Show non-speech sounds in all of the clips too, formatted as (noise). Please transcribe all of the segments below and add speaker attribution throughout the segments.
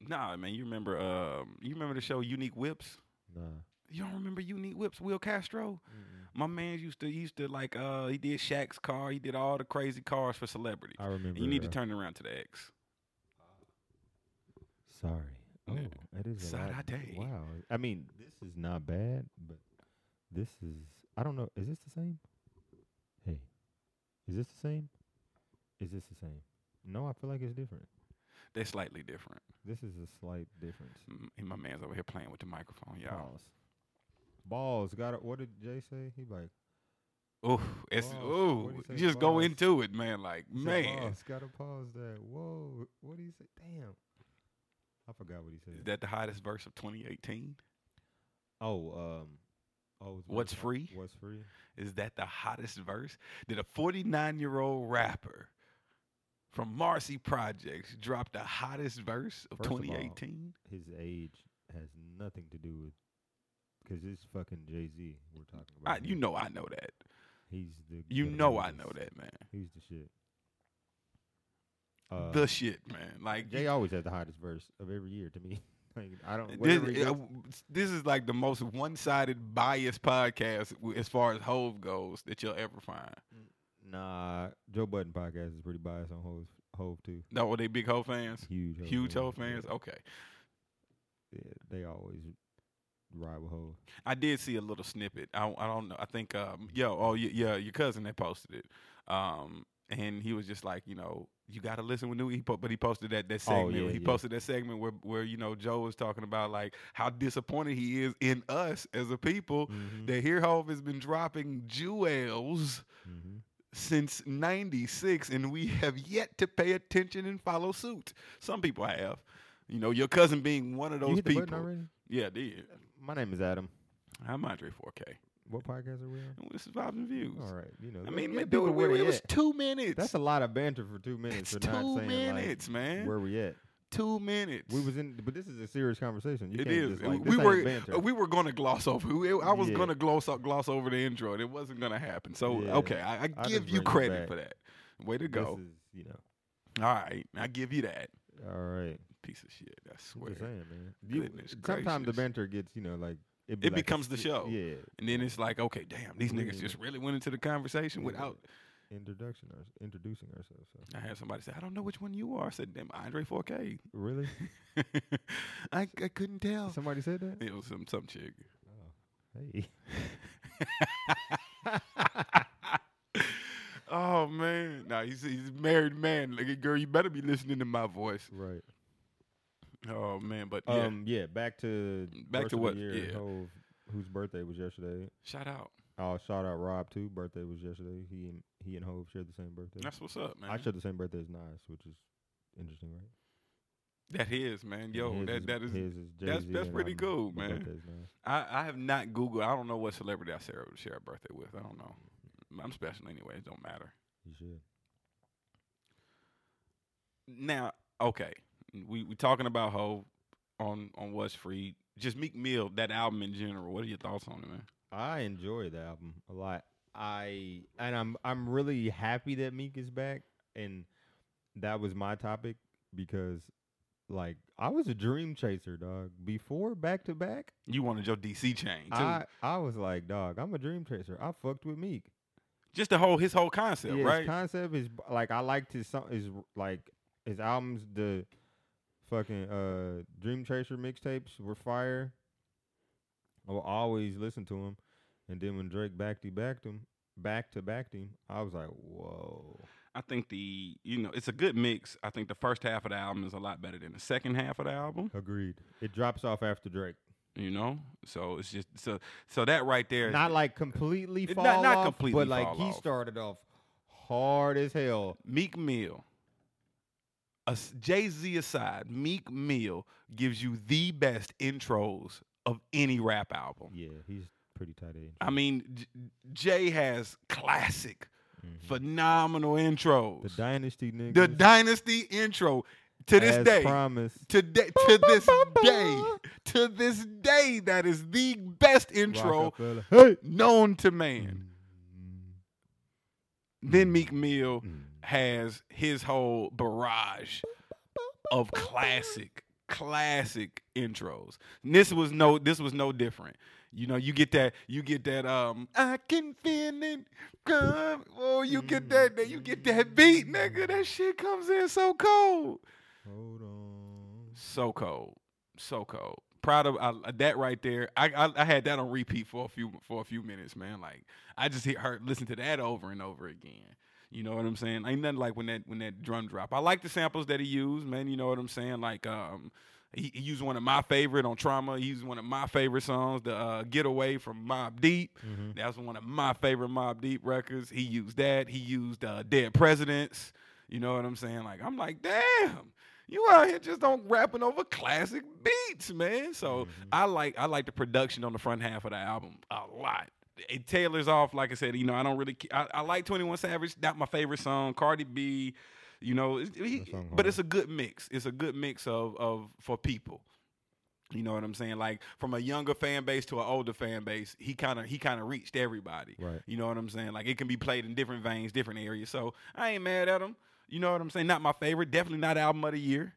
Speaker 1: Nah, man, you remember um, you remember the show Unique Whips?
Speaker 2: Nah.
Speaker 1: You don't remember Unique Whips, Will Castro? My man used to he used to like uh he did Shaq's car, he did all the crazy cars for celebrities.
Speaker 2: I remember.
Speaker 1: And you need to
Speaker 2: uh,
Speaker 1: turn it around to the X.
Speaker 2: Sorry. Oh,
Speaker 1: Yeah.
Speaker 2: that is a
Speaker 1: Side
Speaker 2: lot.
Speaker 1: eye day.
Speaker 2: Wow. I mean, this is not bad, but this is. I don't know. Is this the same? Hey, is this the same? Is this the same? No, I feel like it's different.
Speaker 1: They're slightly different.
Speaker 2: This is a slight difference.
Speaker 1: Mm, And my man's over here playing with the microphone, y'all.
Speaker 2: Balls. Balls. Got it. What did Jay say? He like Oh.
Speaker 1: Ooh, it's
Speaker 2: Balls.
Speaker 1: ooh.
Speaker 2: What'd he say,
Speaker 1: Just go
Speaker 2: balls?
Speaker 1: into it, man. Like
Speaker 2: said,
Speaker 1: man,
Speaker 2: Balls. Got to pause that. Whoa. What did he say? Damn. I forgot what he
Speaker 1: is
Speaker 2: said.
Speaker 1: that the hottest verse of 2018?
Speaker 2: oh. Um. Oh. it's
Speaker 1: What's
Speaker 2: hot-
Speaker 1: free?
Speaker 2: What's free?
Speaker 1: Is that the hottest verse? Did a 49 year old rapper from Marcy Projects drop the hottest verse of
Speaker 2: First of all,
Speaker 1: 2018?
Speaker 2: his age has nothing to do with because it's fucking Jay Z we're talking about.
Speaker 1: I, you
Speaker 2: here.
Speaker 1: know I know that.
Speaker 2: he's the
Speaker 1: You
Speaker 2: the
Speaker 1: know I
Speaker 2: greatest.
Speaker 1: know that, man.
Speaker 2: he's the shit. Uh,
Speaker 1: the shit, man. Like
Speaker 2: Jay always had the hottest verse of every year to me. (laughs) like, I don't.
Speaker 1: this,
Speaker 2: whatever he
Speaker 1: uh,
Speaker 2: does-
Speaker 1: this is like the most one-sided, biased podcast w- as far as Hove goes that you'll ever find.
Speaker 2: nah, Joe Budden podcast is pretty biased on Hove, Hove too.
Speaker 1: No, were they big Hove fans?
Speaker 2: Huge, Hov
Speaker 1: Huge Hove
Speaker 2: Yeah,
Speaker 1: fans. Okay,
Speaker 2: yeah, they always ride with Hove.
Speaker 1: I did see a little snippet. I, I don't know. I think um, yo, oh y- yeah, your cousin that posted it, um, and he was just like, you know, you got to listen when new. He po- but he posted that that segment.
Speaker 2: Oh, yeah,
Speaker 1: he
Speaker 2: yeah.
Speaker 1: posted that segment where where you know Joe was talking about like how disappointed he is in us as a people
Speaker 2: Mhm,
Speaker 1: that here Hove has been dropping jewels
Speaker 2: mhm.
Speaker 1: since 96 and we have yet to pay attention and follow suit. Some people have. You know, your cousin being one of
Speaker 2: you
Speaker 1: those
Speaker 2: hit the button
Speaker 1: people.
Speaker 2: already?
Speaker 1: Yeah, I did.
Speaker 2: My name is Adam.
Speaker 1: I'm Andre 4K.
Speaker 2: What podcast are we on?
Speaker 1: And this is Vibes and Views.
Speaker 2: All right, you know.
Speaker 1: I
Speaker 2: let-
Speaker 1: mean,
Speaker 2: get
Speaker 1: man, dude,
Speaker 2: people where
Speaker 1: it,
Speaker 2: they
Speaker 1: was
Speaker 2: at.
Speaker 1: two minutes.
Speaker 2: That's a lot of banter for two minutes.
Speaker 1: It's
Speaker 2: for not
Speaker 1: two
Speaker 2: saying,
Speaker 1: minutes,
Speaker 2: like,
Speaker 1: man.
Speaker 2: Where we at?
Speaker 1: two minutes.
Speaker 2: We was in, but this is a serious conversation. You
Speaker 1: it
Speaker 2: can't
Speaker 1: is.
Speaker 2: Just, like,
Speaker 1: we
Speaker 2: this ain't
Speaker 1: were uh,
Speaker 2: banter.
Speaker 1: we were going to gloss over. we- I was
Speaker 2: Yeah.
Speaker 1: going to gloss o- gloss over the intro. and It wasn't going to happen. So
Speaker 2: Yeah.
Speaker 1: okay, I, I
Speaker 2: I just
Speaker 1: give you
Speaker 2: bring it
Speaker 1: credit
Speaker 2: back.
Speaker 1: for that. Way to go.
Speaker 2: This is, you know,
Speaker 1: All right, I give you that
Speaker 2: all right.
Speaker 1: piece of shit. I
Speaker 2: I'm
Speaker 1: swear.
Speaker 2: just saying, man. You-
Speaker 1: Goodness
Speaker 2: sometimes the
Speaker 1: gracious.
Speaker 2: banter gets, you know, like it,
Speaker 1: It
Speaker 2: like a
Speaker 1: becomes the
Speaker 2: sti-
Speaker 1: show. (laughs)
Speaker 2: Yeah,
Speaker 1: And then it's like, okay, damn, these niggas
Speaker 2: Yeah.
Speaker 1: just really went into the conversation
Speaker 2: Yeah.
Speaker 1: without.
Speaker 2: introduction, our, introducing ourselves. So.
Speaker 1: I had somebody say, I don't know which one you are. I said, damn, Andre 4K.
Speaker 2: Really?
Speaker 1: (laughs) I, I couldn't tell.
Speaker 2: Somebody said that?
Speaker 1: It was some, some chick.
Speaker 2: Oh, hey. (laughs)
Speaker 1: (laughs) oh, man. Now he's, he's a married man. Like, girl, you better be listening to my voice.
Speaker 2: Right.
Speaker 1: Oh, man. But yeah,
Speaker 2: Um. Yeah. Back to
Speaker 1: Back
Speaker 2: first
Speaker 1: to
Speaker 2: of the
Speaker 1: what-
Speaker 2: Year,
Speaker 1: yeah.
Speaker 2: Hov, whose birthday was yesterday?
Speaker 1: shout out.
Speaker 2: Oh, shout out Rob too. Birthday was yesterday. He and he and Hove shared the same birthday.
Speaker 1: That's what's up, man.
Speaker 2: I share the same birthday as Nas, which is interesting, right?
Speaker 1: that is, man.
Speaker 2: And
Speaker 1: Yo,
Speaker 2: his
Speaker 1: that, that is.
Speaker 2: his is
Speaker 1: that's-
Speaker 2: Jay-Z
Speaker 1: that's
Speaker 2: and
Speaker 1: pretty
Speaker 2: I'm-
Speaker 1: cool,
Speaker 2: my
Speaker 1: man.
Speaker 2: birthday is Nas.
Speaker 1: I, I have not Googled. I don't know what celebrity I share, share a birthday with. I don't know. I'm special anyway. It don't matter.
Speaker 2: You should.
Speaker 1: Now, okay, we we talking about Hove on on what's free. Just Meek Mill, that album in general. What are your thoughts on it, man?
Speaker 2: I enjoy the album a lot. I and I'm I'm really happy that Meek is back, and that was my topic because, like, I was a dream chaser, dog. Before back to back,
Speaker 1: You wanted your DC chain too.
Speaker 2: I I was like, dog, I'm a dream chaser. I fucked with Meek.
Speaker 1: Just the whole his whole concept,
Speaker 2: yeah,
Speaker 1: right?
Speaker 2: His concept is b- like I liked his song is like his albums. The fucking uh Dream Chaser mixtapes were fire. I will always listen to him, and then when Drake backed he backed him back to backed him, I was like, whoa.
Speaker 1: I think the you know it's a good mix. I think the first half of the album is a lot better than the second half of the album.
Speaker 2: Agreed. It drops off after Drake.
Speaker 1: You know, so it's just so so that right there.
Speaker 2: Not like completely
Speaker 1: It-
Speaker 2: fall
Speaker 1: not- not
Speaker 2: off,
Speaker 1: completely
Speaker 2: but like
Speaker 1: fall
Speaker 2: he
Speaker 1: off.
Speaker 2: started off hard as hell.
Speaker 1: Meek Mill, Jay Z aside, Meek Mill gives you the best intros of any rap album.
Speaker 2: Yeah, he's pretty tight end.
Speaker 1: I mean, J- Jay has classic,
Speaker 2: Mhm.
Speaker 1: phenomenal intros.
Speaker 2: The Dynasty niggas.
Speaker 1: The Dynasty intro to this
Speaker 2: as
Speaker 1: day.
Speaker 2: promised.
Speaker 1: Today,
Speaker 2: Ba,
Speaker 1: to
Speaker 2: ba,
Speaker 1: this
Speaker 2: ba, ba.
Speaker 1: day, to this day, that is the best intro
Speaker 2: Rockefeller. Hey.
Speaker 1: known to
Speaker 2: Mm-hmm.
Speaker 1: man. Then Meek Mill has his whole barrage of classic classic intros. And this was no this was no different. You know, you get that you get that um I can feel it come. Oh, you get that that- you get that beat, nigga. That shit comes in so cold.
Speaker 2: Hold on.
Speaker 1: So cold. So cold. Proud of I, that right there. I, I I had that on repeat for a few for a few minutes, man. Like I just hear her listen to that over and over again. You know what I'm saying? Ain't nothing like when that when that drum drop. I like the samples that he used, man. You know what I'm saying? Like um, he, he used one of my favorite on Trauma. He used one of my favorite songs, the uh, Getaway from Mob Deep.
Speaker 2: Mhm.
Speaker 1: That was one of my favorite Mob Deep records. He used that. He used uh, Dead Presidents. You know what I'm saying? Like I'm like, damn, you out here just on rapping over classic beats, man. So
Speaker 2: Mhm.
Speaker 1: I like I like the production on the front half of the album a lot. It tailors off, like I said. You know, I don't really. ca- I, I like Twenty One Savage. Not my favorite song. Cardi B. You know, it's- he-
Speaker 2: That song
Speaker 1: but
Speaker 2: hard.
Speaker 1: it's a good mix. It's a good mix of of for people. You know what I'm saying? Like from a younger fan base to an older fan base, he kind of he kind of reached everybody.
Speaker 2: Right.
Speaker 1: You know what I'm saying? Like it can be played in different veins, different areas. So I ain't mad at him. You know what I'm saying? Not my favorite. Definitely not album of the year.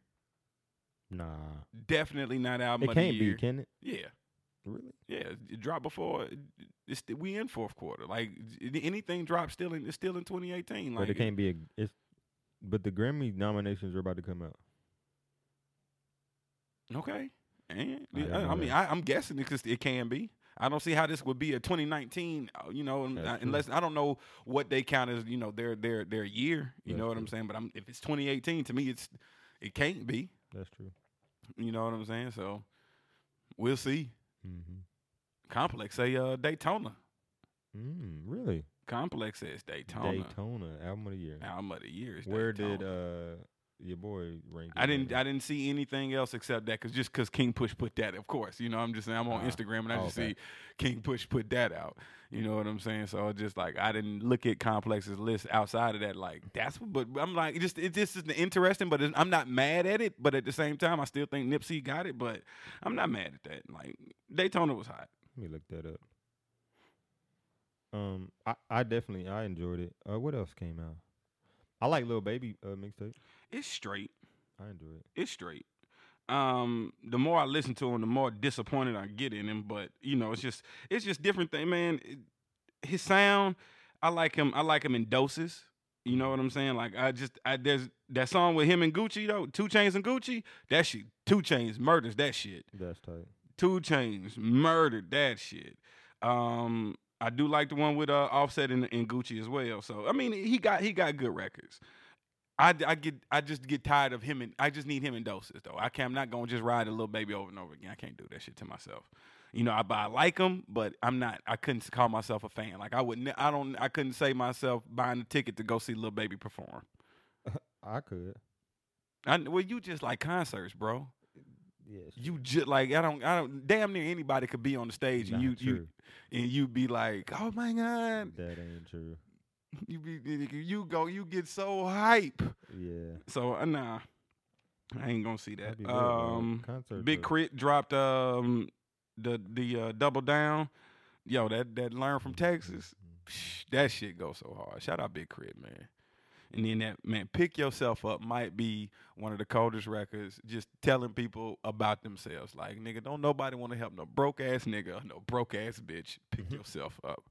Speaker 2: Nah.
Speaker 1: Definitely not album
Speaker 2: It
Speaker 1: of the
Speaker 2: can't
Speaker 1: year.
Speaker 2: be, can it?
Speaker 1: Yeah,
Speaker 2: Really?
Speaker 1: yeah. It dropped before. It's we in fourth quarter. Like anything dropped still in it's still in 2018. Like
Speaker 2: but it can't be a it's but the Grammy nominations are about to come out.
Speaker 1: Okay. And
Speaker 2: I didn't
Speaker 1: I, I
Speaker 2: know
Speaker 1: mean, I, I'm guessing it, just- it can be. I don't see how this would be a 2019. uh, You know, un-
Speaker 2: That's
Speaker 1: uh,
Speaker 2: true.
Speaker 1: unless I don't know what they count as. You know, their their their year. You
Speaker 2: That's
Speaker 1: know what
Speaker 2: true.
Speaker 1: I'm saying? But I'm, if it's 2018, to me, it's it can't be.
Speaker 2: That's true.
Speaker 1: You know what I'm saying? So we'll see.
Speaker 2: Mm-hmm.
Speaker 1: Complex say uh, Daytona.
Speaker 2: Mm, really?
Speaker 1: Complex says Daytona.
Speaker 2: Daytona album of the year.
Speaker 1: Album of the year. Is
Speaker 2: Where
Speaker 1: Daytona.
Speaker 2: did uh your boy rank?
Speaker 1: I
Speaker 2: it
Speaker 1: didn't.
Speaker 2: later?
Speaker 1: I didn't see anything else except that, cause just cause King Push put that. Of course, you know. I'm just saying. I'm on
Speaker 2: Ah,
Speaker 1: Instagram and I
Speaker 2: oh,
Speaker 1: just
Speaker 2: okay.
Speaker 1: see King Push put that out. You know what I'm saying? So I just like I didn't look at Complex's list outside of that. Like that's. what- But I'm like, it just it just isn't interesting. But it's, I'm not mad at it. But at the same time, I still think Nipsey got it. But I'm not mad at that. Like Daytona was hot.
Speaker 2: Let me look that up. Um, I, I definitely I enjoyed it. Uh, what else came out? I like Lil Baby uh, mixtape.
Speaker 1: It's straight.
Speaker 2: I enjoy it.
Speaker 1: it's straight. Um, the more I listen to him, the more disappointed I get in him. But you know, it's just it's just different thing, man. It- his sound, I like him. I like him in doses. You know what I'm saying? Like I just I there's that song with him and Gucci though, Two Chains and Gucci. That shit, Two Chains murders that shit.
Speaker 2: That's tight.
Speaker 1: Two Chains murdered that shit. Um, I do like the one with uh, Offset and, and Gucci as well. So I mean, he got he got good records. I, I get I just get tired of him and I just need him in doses though. I can I'm not gonna just ride a little baby over and over again. I can't do that shit to myself. You know, I, but I like him, but I'm not. I couldn't call myself a fan. Like I would. Ne- I don't. I couldn't say myself buying a ticket to go see Lil Baby perform.
Speaker 2: I could.
Speaker 1: I, well, you just like concerts, bro.
Speaker 2: Yes.
Speaker 1: You just like I don't. I don't. Damn near anybody could be on the stage and you you and you be like, oh my god,
Speaker 2: that ain't true.
Speaker 1: you be you go you get so hype.
Speaker 2: Yeah.
Speaker 1: So uh, nah, I ain't gonna see that.
Speaker 2: that'd be lit, dog.
Speaker 1: Um,
Speaker 2: concert.
Speaker 1: Big
Speaker 2: though.
Speaker 1: Crit dropped um the the uh, double down. Yo, that that learn from
Speaker 2: Mhm,
Speaker 1: Texas.
Speaker 2: mhm.
Speaker 1: Psh, that shit goes so hard. Shout out Big Crit, man. And then that man, pick yourself up might be one of the coldest records. Just telling people about themselves, like nigga, don't nobody want to help no broke ass nigga, no broke ass bitch. Pick yourself up.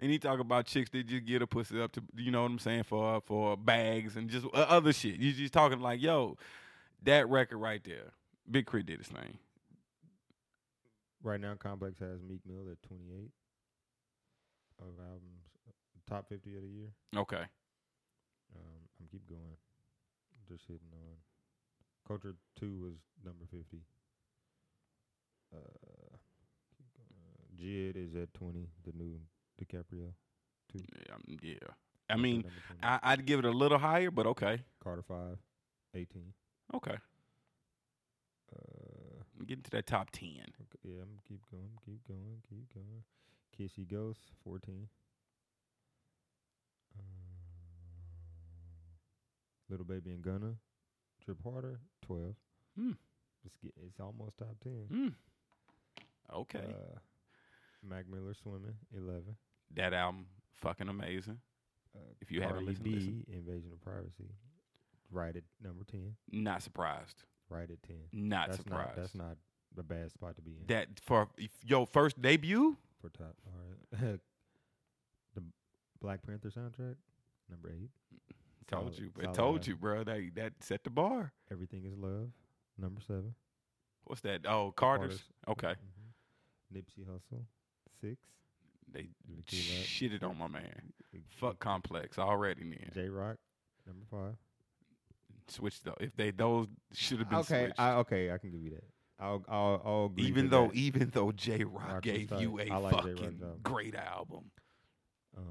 Speaker 1: And he talk about chicks that just get a pussy up to, you know what I'm saying, for for bags and just o- other shit. You just talking like, yo, that record right there, Big Crit did his thing.
Speaker 2: Right now, Complex has Meek Mill at 28 of albums, uh, top 50 of the year.
Speaker 1: Okay.
Speaker 2: Um, I'm keep going. Just hitting on. Culture two was number fifty. Uh, keep going. Jid is at twenty. The new DiCaprio.
Speaker 1: Yeah. um, yeah. I
Speaker 2: That's at
Speaker 1: mean,
Speaker 2: number 20.
Speaker 1: I, I'd give it a little higher, but okay.
Speaker 2: Carter five, eighteen.
Speaker 1: Okay.
Speaker 2: Uh,
Speaker 1: I'm getting to that top 10.
Speaker 2: okay, yeah, I'm keep going, keep going, keep going. Kissy Ghost fourteen. Um, Little Baby and Gunna, Trip Harder twelve.
Speaker 1: Hmm.
Speaker 2: It's get, it's almost top ten.
Speaker 1: Hmm. Okay.
Speaker 2: Mm-hmm. Uh, Mac Miller swimming eleven.
Speaker 1: that album, fucking amazing.
Speaker 2: Uh,
Speaker 1: If you haven't
Speaker 2: Cardi
Speaker 1: listened,
Speaker 2: B
Speaker 1: listen.
Speaker 2: invasion of privacy, right at number ten.
Speaker 1: Not surprised.
Speaker 2: right at ten.
Speaker 1: Not
Speaker 2: that's
Speaker 1: surprised.
Speaker 2: not that's not the bad spot to be in
Speaker 1: that for if your first debut.
Speaker 2: for top. All right. (laughs) the Black Panther soundtrack, number eight.
Speaker 1: Told
Speaker 2: Solid-
Speaker 1: you, but
Speaker 2: solid
Speaker 1: told
Speaker 2: ride.
Speaker 1: you, bro. That that set the bar.
Speaker 2: Everything is love, number seven.
Speaker 1: What's that? Oh, Carter's. Okay,
Speaker 2: Mhm. Nipsey Hussle, six.
Speaker 1: they
Speaker 2: Look at that.
Speaker 1: shitted on my man. Fuck complex already. Then
Speaker 2: J Rock, number five.
Speaker 1: switch though. If they those should have been
Speaker 2: Okay,
Speaker 1: switched.
Speaker 2: I, okay, I can give you that. I'll, I'll, I'll agree
Speaker 1: even
Speaker 2: to
Speaker 1: though e
Speaker 2: that.
Speaker 1: even though J
Speaker 2: was
Speaker 1: Rock gave you
Speaker 2: tight.
Speaker 1: a
Speaker 2: I like J-Rock
Speaker 1: fucking
Speaker 2: though.
Speaker 1: great album.
Speaker 2: Um,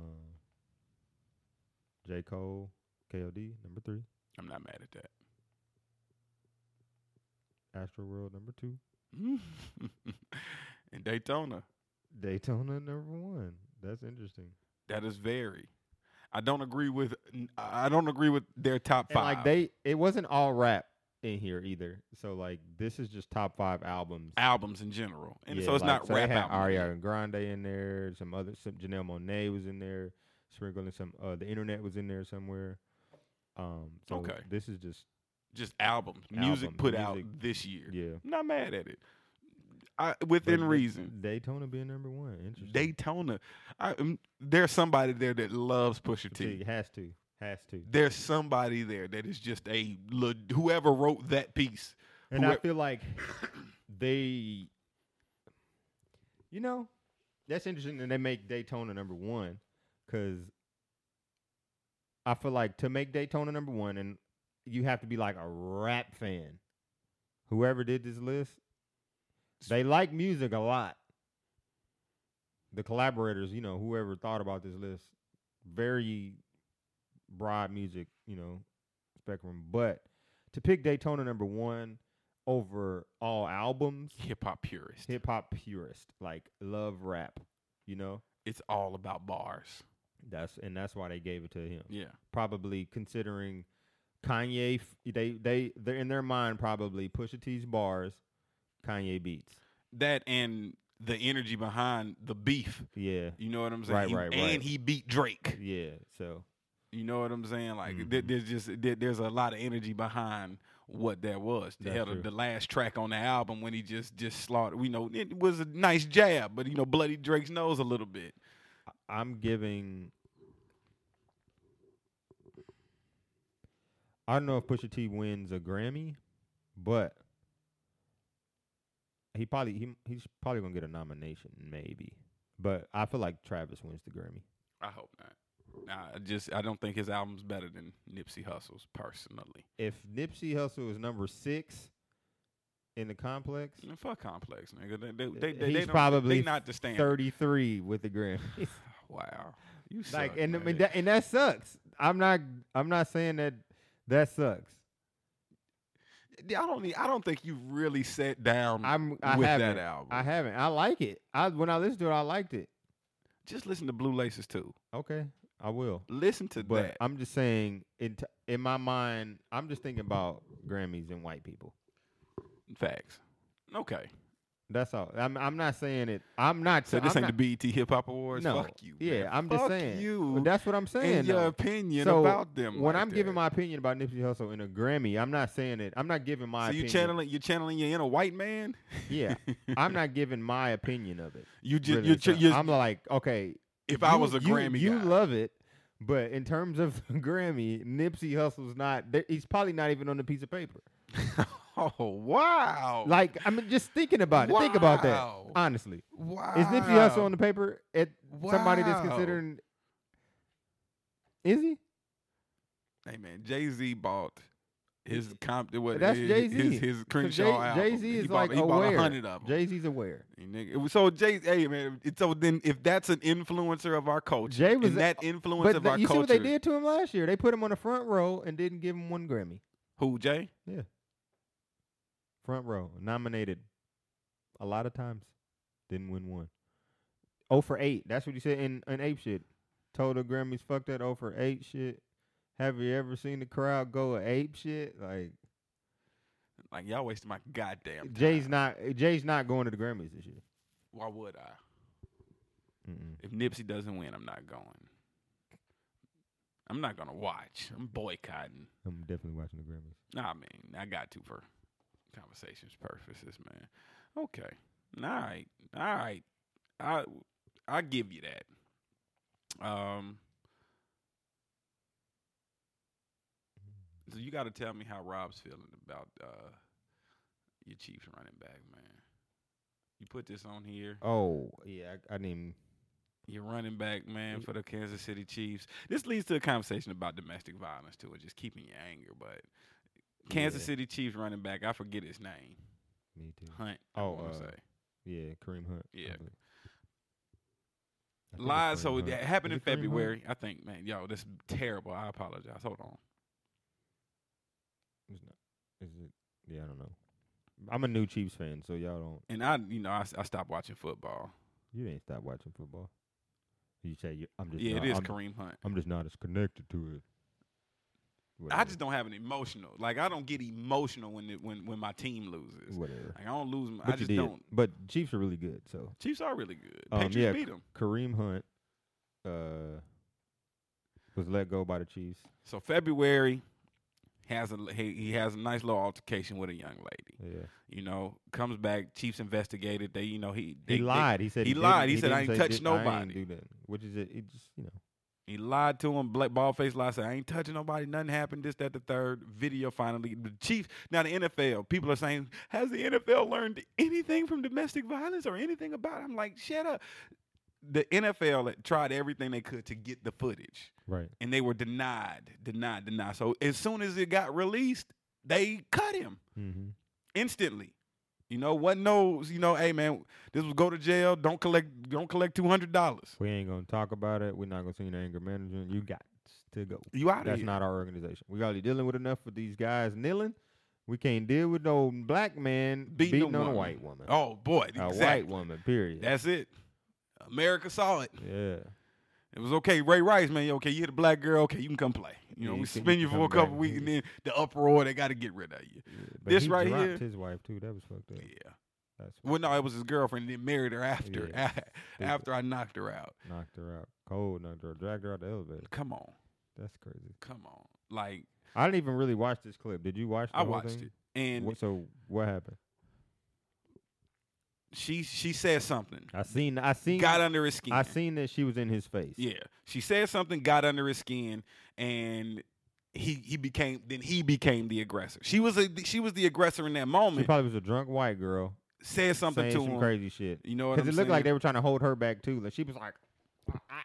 Speaker 2: J. Cole, KOD, number three.
Speaker 1: I'm not mad at that.
Speaker 2: Astro World, number two.
Speaker 1: (laughs) and Daytona,
Speaker 2: Daytona, number one. That's interesting.
Speaker 1: that is very. I don't agree with. I don't agree with their top
Speaker 2: And
Speaker 1: five.
Speaker 2: like they, it wasn't all rap in here either. So like this is just top five albums.
Speaker 1: albums in general, and
Speaker 2: Yeah,
Speaker 1: so it's
Speaker 2: like,
Speaker 1: not
Speaker 2: so
Speaker 1: rap
Speaker 2: They had
Speaker 1: album.
Speaker 2: Ariana Grande in there. Some other, some Janelle Monae was in there. Sprinkling some, uh, the internet was in there somewhere. Um, so
Speaker 1: Okay.
Speaker 2: this is just
Speaker 1: Just albums, music
Speaker 2: Album,
Speaker 1: put
Speaker 2: music.
Speaker 1: out this year.
Speaker 2: yeah.
Speaker 1: Not mad at it. I within
Speaker 2: But
Speaker 1: reason.
Speaker 2: Daytona being number one. Interesting.
Speaker 1: Daytona. I, um, there's somebody there that loves Pusha T.
Speaker 2: T has to, has to.
Speaker 1: There's somebody there that is just a le- whoever wrote that piece.
Speaker 2: And I
Speaker 1: Whoe-
Speaker 2: feel like they, you know, that's interesting that they make Daytona number one because I feel like to make Daytona number one, and you have to be like a rap fan. Whoever did this list, they like music a lot. The collaborators, you know, whoever thought about this list, very broad music, you know, spectrum. But to pick Daytona number one over all albums,
Speaker 1: Hip hop purist.
Speaker 2: hip hop purist, like love rap, you know,
Speaker 1: It's all about bars.
Speaker 2: that's and that's why they gave it to him.
Speaker 1: Yeah.
Speaker 2: Probably considering Kanye, f- they they they're in their mind probably Pusha T's bars, Kanye beats.
Speaker 1: That and the energy behind the beef.
Speaker 2: Yeah,
Speaker 1: You know what I'm saying?
Speaker 2: Right,
Speaker 1: He-
Speaker 2: right,
Speaker 1: and
Speaker 2: right.
Speaker 1: he beat Drake. Mm-hmm.
Speaker 2: yeah. So
Speaker 1: You know what I'm saying? Like th-
Speaker 2: Mhm.
Speaker 1: there's just there, there's a lot of energy behind what that was. The,
Speaker 2: That's
Speaker 1: hell,
Speaker 2: true.
Speaker 1: the last track on the album when he just just slaughtered. We know it was a nice jab, but you know, bloody Drake's nose a little bit.
Speaker 2: I'm giving. I don't know if Pusha T wins a Grammy, but he probably he he's probably gonna get a nomination, maybe. But I feel like Travis wins the Grammy.
Speaker 1: I hope not. Nah, I just I don't think his album's better than Nipsey Hussle's personally.
Speaker 2: If Nipsey Hussle is number six in the complex,
Speaker 1: Man, fuck Complex, nigga. They they they, they,
Speaker 2: He's
Speaker 1: don't-
Speaker 2: probably
Speaker 1: they not the standard.
Speaker 2: thirty-three with the Grammy.
Speaker 1: Wow, you (laughs) suck,
Speaker 2: (laughs) like, and I
Speaker 1: man.
Speaker 2: mean, that, and that sucks. I'm not I'm not saying that that sucks.
Speaker 1: I don't need, I don't think you really sat down
Speaker 2: I'm I
Speaker 1: with
Speaker 2: haven't.
Speaker 1: that album.
Speaker 2: I haven't. I like it. I when I listened to it, I liked it.
Speaker 1: just listen to Blue Laces too.
Speaker 2: Okay, I will.
Speaker 1: Listen to
Speaker 2: But
Speaker 1: that.
Speaker 2: I'm just saying, in t- in my mind, I'm just thinking about Grammys and white people.
Speaker 1: Facts. Okay.
Speaker 2: That's all. I'm I'm not saying it. I'm not.
Speaker 1: So this
Speaker 2: I'm
Speaker 1: ain't
Speaker 2: not,
Speaker 1: the BET Hip Hop Awards.
Speaker 2: No.
Speaker 1: Fuck you.
Speaker 2: Yeah,
Speaker 1: man.
Speaker 2: I'm just
Speaker 1: Fuck
Speaker 2: saying.
Speaker 1: You
Speaker 2: That's what I'm saying.
Speaker 1: and your
Speaker 2: though.
Speaker 1: opinion
Speaker 2: So,
Speaker 1: about them.
Speaker 2: when
Speaker 1: like
Speaker 2: I'm giving
Speaker 1: that.
Speaker 2: my opinion about Nipsey Hussle in a Grammy, I'm not saying it. I'm not giving my.
Speaker 1: so you
Speaker 2: opinion.
Speaker 1: channeling you're channeling your inner white man.
Speaker 2: Yeah,
Speaker 1: (laughs)
Speaker 2: I'm not giving my opinion of it.
Speaker 1: You just
Speaker 2: really.
Speaker 1: you're,
Speaker 2: So
Speaker 1: ch- you're
Speaker 2: I'm like, okay,
Speaker 1: if I
Speaker 2: you-
Speaker 1: was a
Speaker 2: you-
Speaker 1: Grammy
Speaker 2: you
Speaker 1: guy.
Speaker 2: love it, but in terms of (laughs) Grammy, Nipsey Hussle's not. th- He's probably not even on the piece of paper.
Speaker 1: (laughs) oh wow.
Speaker 2: Like I mean, just thinking about it. Think about that.
Speaker 1: Wow.
Speaker 2: Honestly,
Speaker 1: wow.
Speaker 2: is Nipsey Hussle on the paper at somebody that's
Speaker 1: Wow.
Speaker 2: considering? Is he?
Speaker 1: Hey man, Jay Z bought his comp. What,
Speaker 2: That's
Speaker 1: his,
Speaker 2: Jay-Z.
Speaker 1: His, his Crenshaw
Speaker 2: Jay
Speaker 1: album.
Speaker 2: Z
Speaker 1: He
Speaker 2: is
Speaker 1: bought-
Speaker 2: like
Speaker 1: he bought
Speaker 2: aware.
Speaker 1: a hundred of them.
Speaker 2: Jay Z's aware.
Speaker 1: Hey, nigga. It was- So Jay, hey man. it- So then, if that's an influencer of our culture,
Speaker 2: Jay was
Speaker 1: and
Speaker 2: a-
Speaker 1: that influence
Speaker 2: But
Speaker 1: of
Speaker 2: th-
Speaker 1: our
Speaker 2: you see
Speaker 1: culture,
Speaker 2: what they did to him last year? They put him on the front row and didn't give him one Grammy.
Speaker 1: who Jay?
Speaker 2: Front row, nominated a lot of times, didn't win one. Oh for eight. That's what he said in in ape shit. Told the Grammys, fuck that oh for eight shit. Have you ever seen the crowd go ape shit? Like
Speaker 1: Like y'all wasting my goddamn. Time.
Speaker 2: Jay's not Jay's not going to the Grammys this year.
Speaker 1: Why would I?
Speaker 2: Mm-mm.
Speaker 1: If Nipsey doesn't win, I'm not going. I'm not gonna watch. I'm boycotting.
Speaker 2: I'm definitely watching the Grammys.
Speaker 1: Nah, I mean, I got to for. conversations purposes, man. Okay. All right. All right. I I give you that. Um So you got to tell me how Rob's feeling about uh your Chiefs running back, man. You put this on here.
Speaker 2: Oh yeah, I, I didn't.
Speaker 1: Your running back, man, for the Kansas City Chiefs. This leads to a conversation about domestic violence too, and just keeping your anger. But Kansas
Speaker 2: Yeah.
Speaker 1: City Chiefs running back, I forget his name.
Speaker 2: Me too.
Speaker 1: Hunt.
Speaker 2: Oh,
Speaker 1: I want
Speaker 2: uh,
Speaker 1: to say.
Speaker 2: Yeah, Kareem Hunt. I
Speaker 1: Yeah.
Speaker 2: believe. I think it's
Speaker 1: Lied.
Speaker 2: Kareem
Speaker 1: So it
Speaker 2: Hunt.
Speaker 1: happened
Speaker 2: Is
Speaker 1: in
Speaker 2: it Kareem Hunt?
Speaker 1: February, I think. Man, yo, that's terrible. I apologize. Hold on.
Speaker 2: It's not- Is it? Yeah, I don't know. I'm a new Chiefs fan, so y'all don't.
Speaker 1: And I, you know, I, s- I stopped watching football.
Speaker 2: You ain't stop watching football. You say you, I'm just.
Speaker 1: Yeah,
Speaker 2: not,
Speaker 1: it is
Speaker 2: I'm,
Speaker 1: Kareem Hunt.
Speaker 2: I'm just not as connected to it.
Speaker 1: I
Speaker 2: Whatever,
Speaker 1: just don't have an emotional. Like I don't get emotional when it, when when my team loses.
Speaker 2: whatever.
Speaker 1: Like I don't lose. My,
Speaker 2: But
Speaker 1: I just
Speaker 2: you did.
Speaker 1: don't.
Speaker 2: But Chiefs are really good. So
Speaker 1: Chiefs are really good.
Speaker 2: Um,
Speaker 1: Patriots
Speaker 2: yeah.
Speaker 1: beat them.
Speaker 2: Kareem Hunt uh, was let go by the Chiefs.
Speaker 1: So February has a he, he has a nice little altercation with a young lady.
Speaker 2: Yeah,
Speaker 1: You know, comes back. Chiefs investigated. They, you know, he they,
Speaker 2: he
Speaker 1: they-
Speaker 2: lied. he said
Speaker 1: he
Speaker 2: didn't-
Speaker 1: lied. He said, "I
Speaker 2: didn't
Speaker 1: ain't
Speaker 2: say
Speaker 1: touch
Speaker 2: did- I ain't
Speaker 1: nobody."
Speaker 2: do that, which is it, it. Just you know,
Speaker 1: He lied to him, black bald face lie, said, I ain't touching nobody, nothing happened, this, that, the third. Video finally. The Chiefs, now the NFL, people are saying, has the NFL learned anything from domestic violence or anything about it? I'm like, shut up. The NFL tried everything they could to get the footage,
Speaker 2: right?
Speaker 1: and they were denied, denied, denied. So as soon as it got released, they cut him
Speaker 2: Mm-hmm.
Speaker 1: instantly. You know, what knows, you know, hey man, this was go to jail, don't collect, don't collect two hundred dollars.
Speaker 2: We ain't gonna talk about it. We're not gonna sing the anger management. You got to go.
Speaker 1: You out of
Speaker 2: That's
Speaker 1: here.
Speaker 2: not our organization. We already dealing with enough with these guys kneeling. We can't deal with no black man
Speaker 1: Beating
Speaker 2: beating,
Speaker 1: a
Speaker 2: on
Speaker 1: woman.
Speaker 2: a white woman.
Speaker 1: oh boy,
Speaker 2: a
Speaker 1: exactly.
Speaker 2: white woman. Period.
Speaker 1: That's it. America saw it.
Speaker 2: yeah.
Speaker 1: It was okay. Ray Rice, man. Okay, you hit a black girl. Okay, you can come play. You know,
Speaker 2: Yeah,
Speaker 1: we
Speaker 2: you can-
Speaker 1: spin
Speaker 2: you
Speaker 1: you
Speaker 2: can
Speaker 1: for a
Speaker 2: come
Speaker 1: couple
Speaker 2: back.
Speaker 1: weeks, and then the uproar. They got to get rid of you.
Speaker 2: yeah.
Speaker 1: This
Speaker 2: he
Speaker 1: right
Speaker 2: dropped
Speaker 1: here-
Speaker 2: His wife too. That was fucked up.
Speaker 1: Yeah.
Speaker 2: That's
Speaker 1: Well, no, it was his girlfriend, and then married her after. (laughs)
Speaker 2: Yeah,
Speaker 1: after I knocked her out.
Speaker 2: knocked her out cold. Knocked her. Dragged her out the elevator.
Speaker 1: Come on,
Speaker 2: That's crazy.
Speaker 1: come on. Like
Speaker 2: I didn't even really watch this clip. Did you watch? The
Speaker 1: I
Speaker 2: whole
Speaker 1: watched
Speaker 2: thing?
Speaker 1: it, and
Speaker 2: What- so what happened?
Speaker 1: she she said something.
Speaker 2: I seen. I seen.
Speaker 1: Got under his skin.
Speaker 2: I seen that she was in his face.
Speaker 1: Yeah, she said something, got under his skin, and he he became then he became the aggressor. She was a she was the aggressor in that
Speaker 2: She
Speaker 1: moment.
Speaker 2: probably was a drunk white girl
Speaker 1: Said something
Speaker 2: saying
Speaker 1: to
Speaker 2: some
Speaker 1: him.
Speaker 2: crazy shit.
Speaker 1: You know what I'm
Speaker 2: Because it
Speaker 1: saying?
Speaker 2: looked like they were trying to hold her back too. Like she was like "Ah,"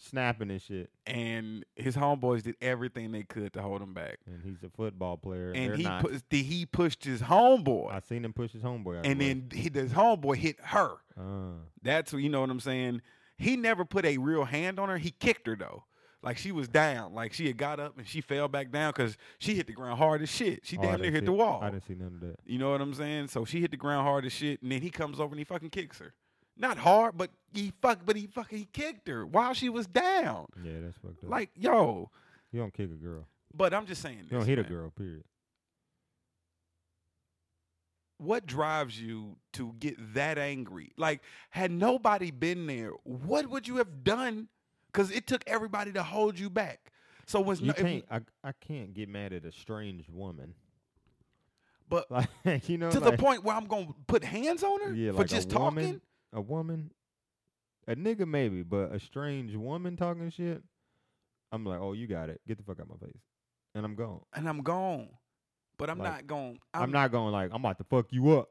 Speaker 2: snapping and shit.
Speaker 1: and his homeboys did everything they could to hold him back.
Speaker 2: And he's a football player. And,
Speaker 1: And
Speaker 2: they're
Speaker 1: he
Speaker 2: not.
Speaker 1: pu- the, he pushed his homeboy,
Speaker 2: I seen him push his homeboy. Out
Speaker 1: and then he, his homeboy hit her.
Speaker 2: uh,
Speaker 1: That's what you know what I'm saying. He never put a real hand on her. He kicked her though. Like she was down. Like she had got up and she fell back down because she hit the ground hard as shit. She damn near hit the wall.
Speaker 2: oh, I didn't see none of that.
Speaker 1: You know what I'm saying? So she hit the ground hard as shit, and then he comes over and he fucking kicks her. Not hard, but he fuck, but he fucking he kicked her while she was down.
Speaker 2: Yeah, that's fucked up.
Speaker 1: Like yo,
Speaker 2: you don't kick a girl.
Speaker 1: but I'm just saying this.
Speaker 2: You don't hit a
Speaker 1: man.
Speaker 2: girl. Period.
Speaker 1: What drives you to get that angry? Like, had nobody been there, what would you have done? Because it took everybody to hold you back. So was
Speaker 2: You
Speaker 1: no, if-
Speaker 2: can't. I I can't get mad at a strange woman.
Speaker 1: But-
Speaker 2: (laughs) like you know,
Speaker 1: to
Speaker 2: like,
Speaker 1: the point where I'm gonna put hands on her
Speaker 2: yeah,
Speaker 1: for
Speaker 2: like
Speaker 1: just
Speaker 2: a
Speaker 1: talking.
Speaker 2: woman, a woman, a nigga maybe, but a strange woman talking shit. I'm like, oh, you got it. Get the fuck out my face, and I'm gone.
Speaker 1: and I'm gone. But I'm
Speaker 2: Like,
Speaker 1: not going.
Speaker 2: I'm, not going like I'm about to fuck you up.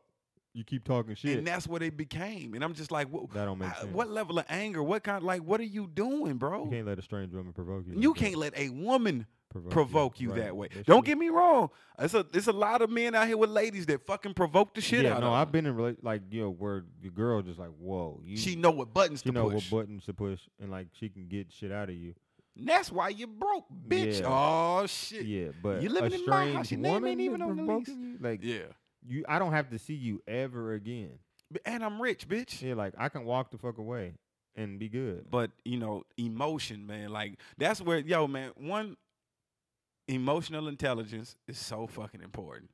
Speaker 2: You keep talking shit.
Speaker 1: And that's what they became. And I'm just like, what,
Speaker 2: that don't make
Speaker 1: I-
Speaker 2: sense.
Speaker 1: what level of anger? What kind? Like, what are you doing, bro?
Speaker 2: you can't let a strange woman provoke you.
Speaker 1: You
Speaker 2: like that.
Speaker 1: can't let a woman
Speaker 2: provoke,
Speaker 1: provoke you
Speaker 2: Right.
Speaker 1: that way.
Speaker 2: That's
Speaker 1: Don't
Speaker 2: true.
Speaker 1: get me wrong. It's a it's a lot of men out here with ladies that fucking provoke the shit
Speaker 2: Yeah,
Speaker 1: out
Speaker 2: no,
Speaker 1: of.
Speaker 2: I've
Speaker 1: them.
Speaker 2: been in rela- like you know where the girl just like, whoa, you.
Speaker 1: She know what buttons
Speaker 2: she
Speaker 1: to
Speaker 2: know
Speaker 1: push.
Speaker 2: what buttons to push, and like she can get shit out of you.
Speaker 1: And that's why you broke, bitch.
Speaker 2: Yeah.
Speaker 1: Oh shit. Yeah.
Speaker 2: Yeah, but
Speaker 1: You
Speaker 2: a
Speaker 1: living in my
Speaker 2: strange
Speaker 1: house, your name
Speaker 2: woman
Speaker 1: ain't even on the
Speaker 2: provoking you, like you, I don't have to see you ever again.
Speaker 1: B- And I'm rich, bitch.
Speaker 2: Yeah, like I can walk the fuck away and be good.
Speaker 1: But you know, emotion, man. Like that's where yo, man. One emotional intelligence is so fucking important.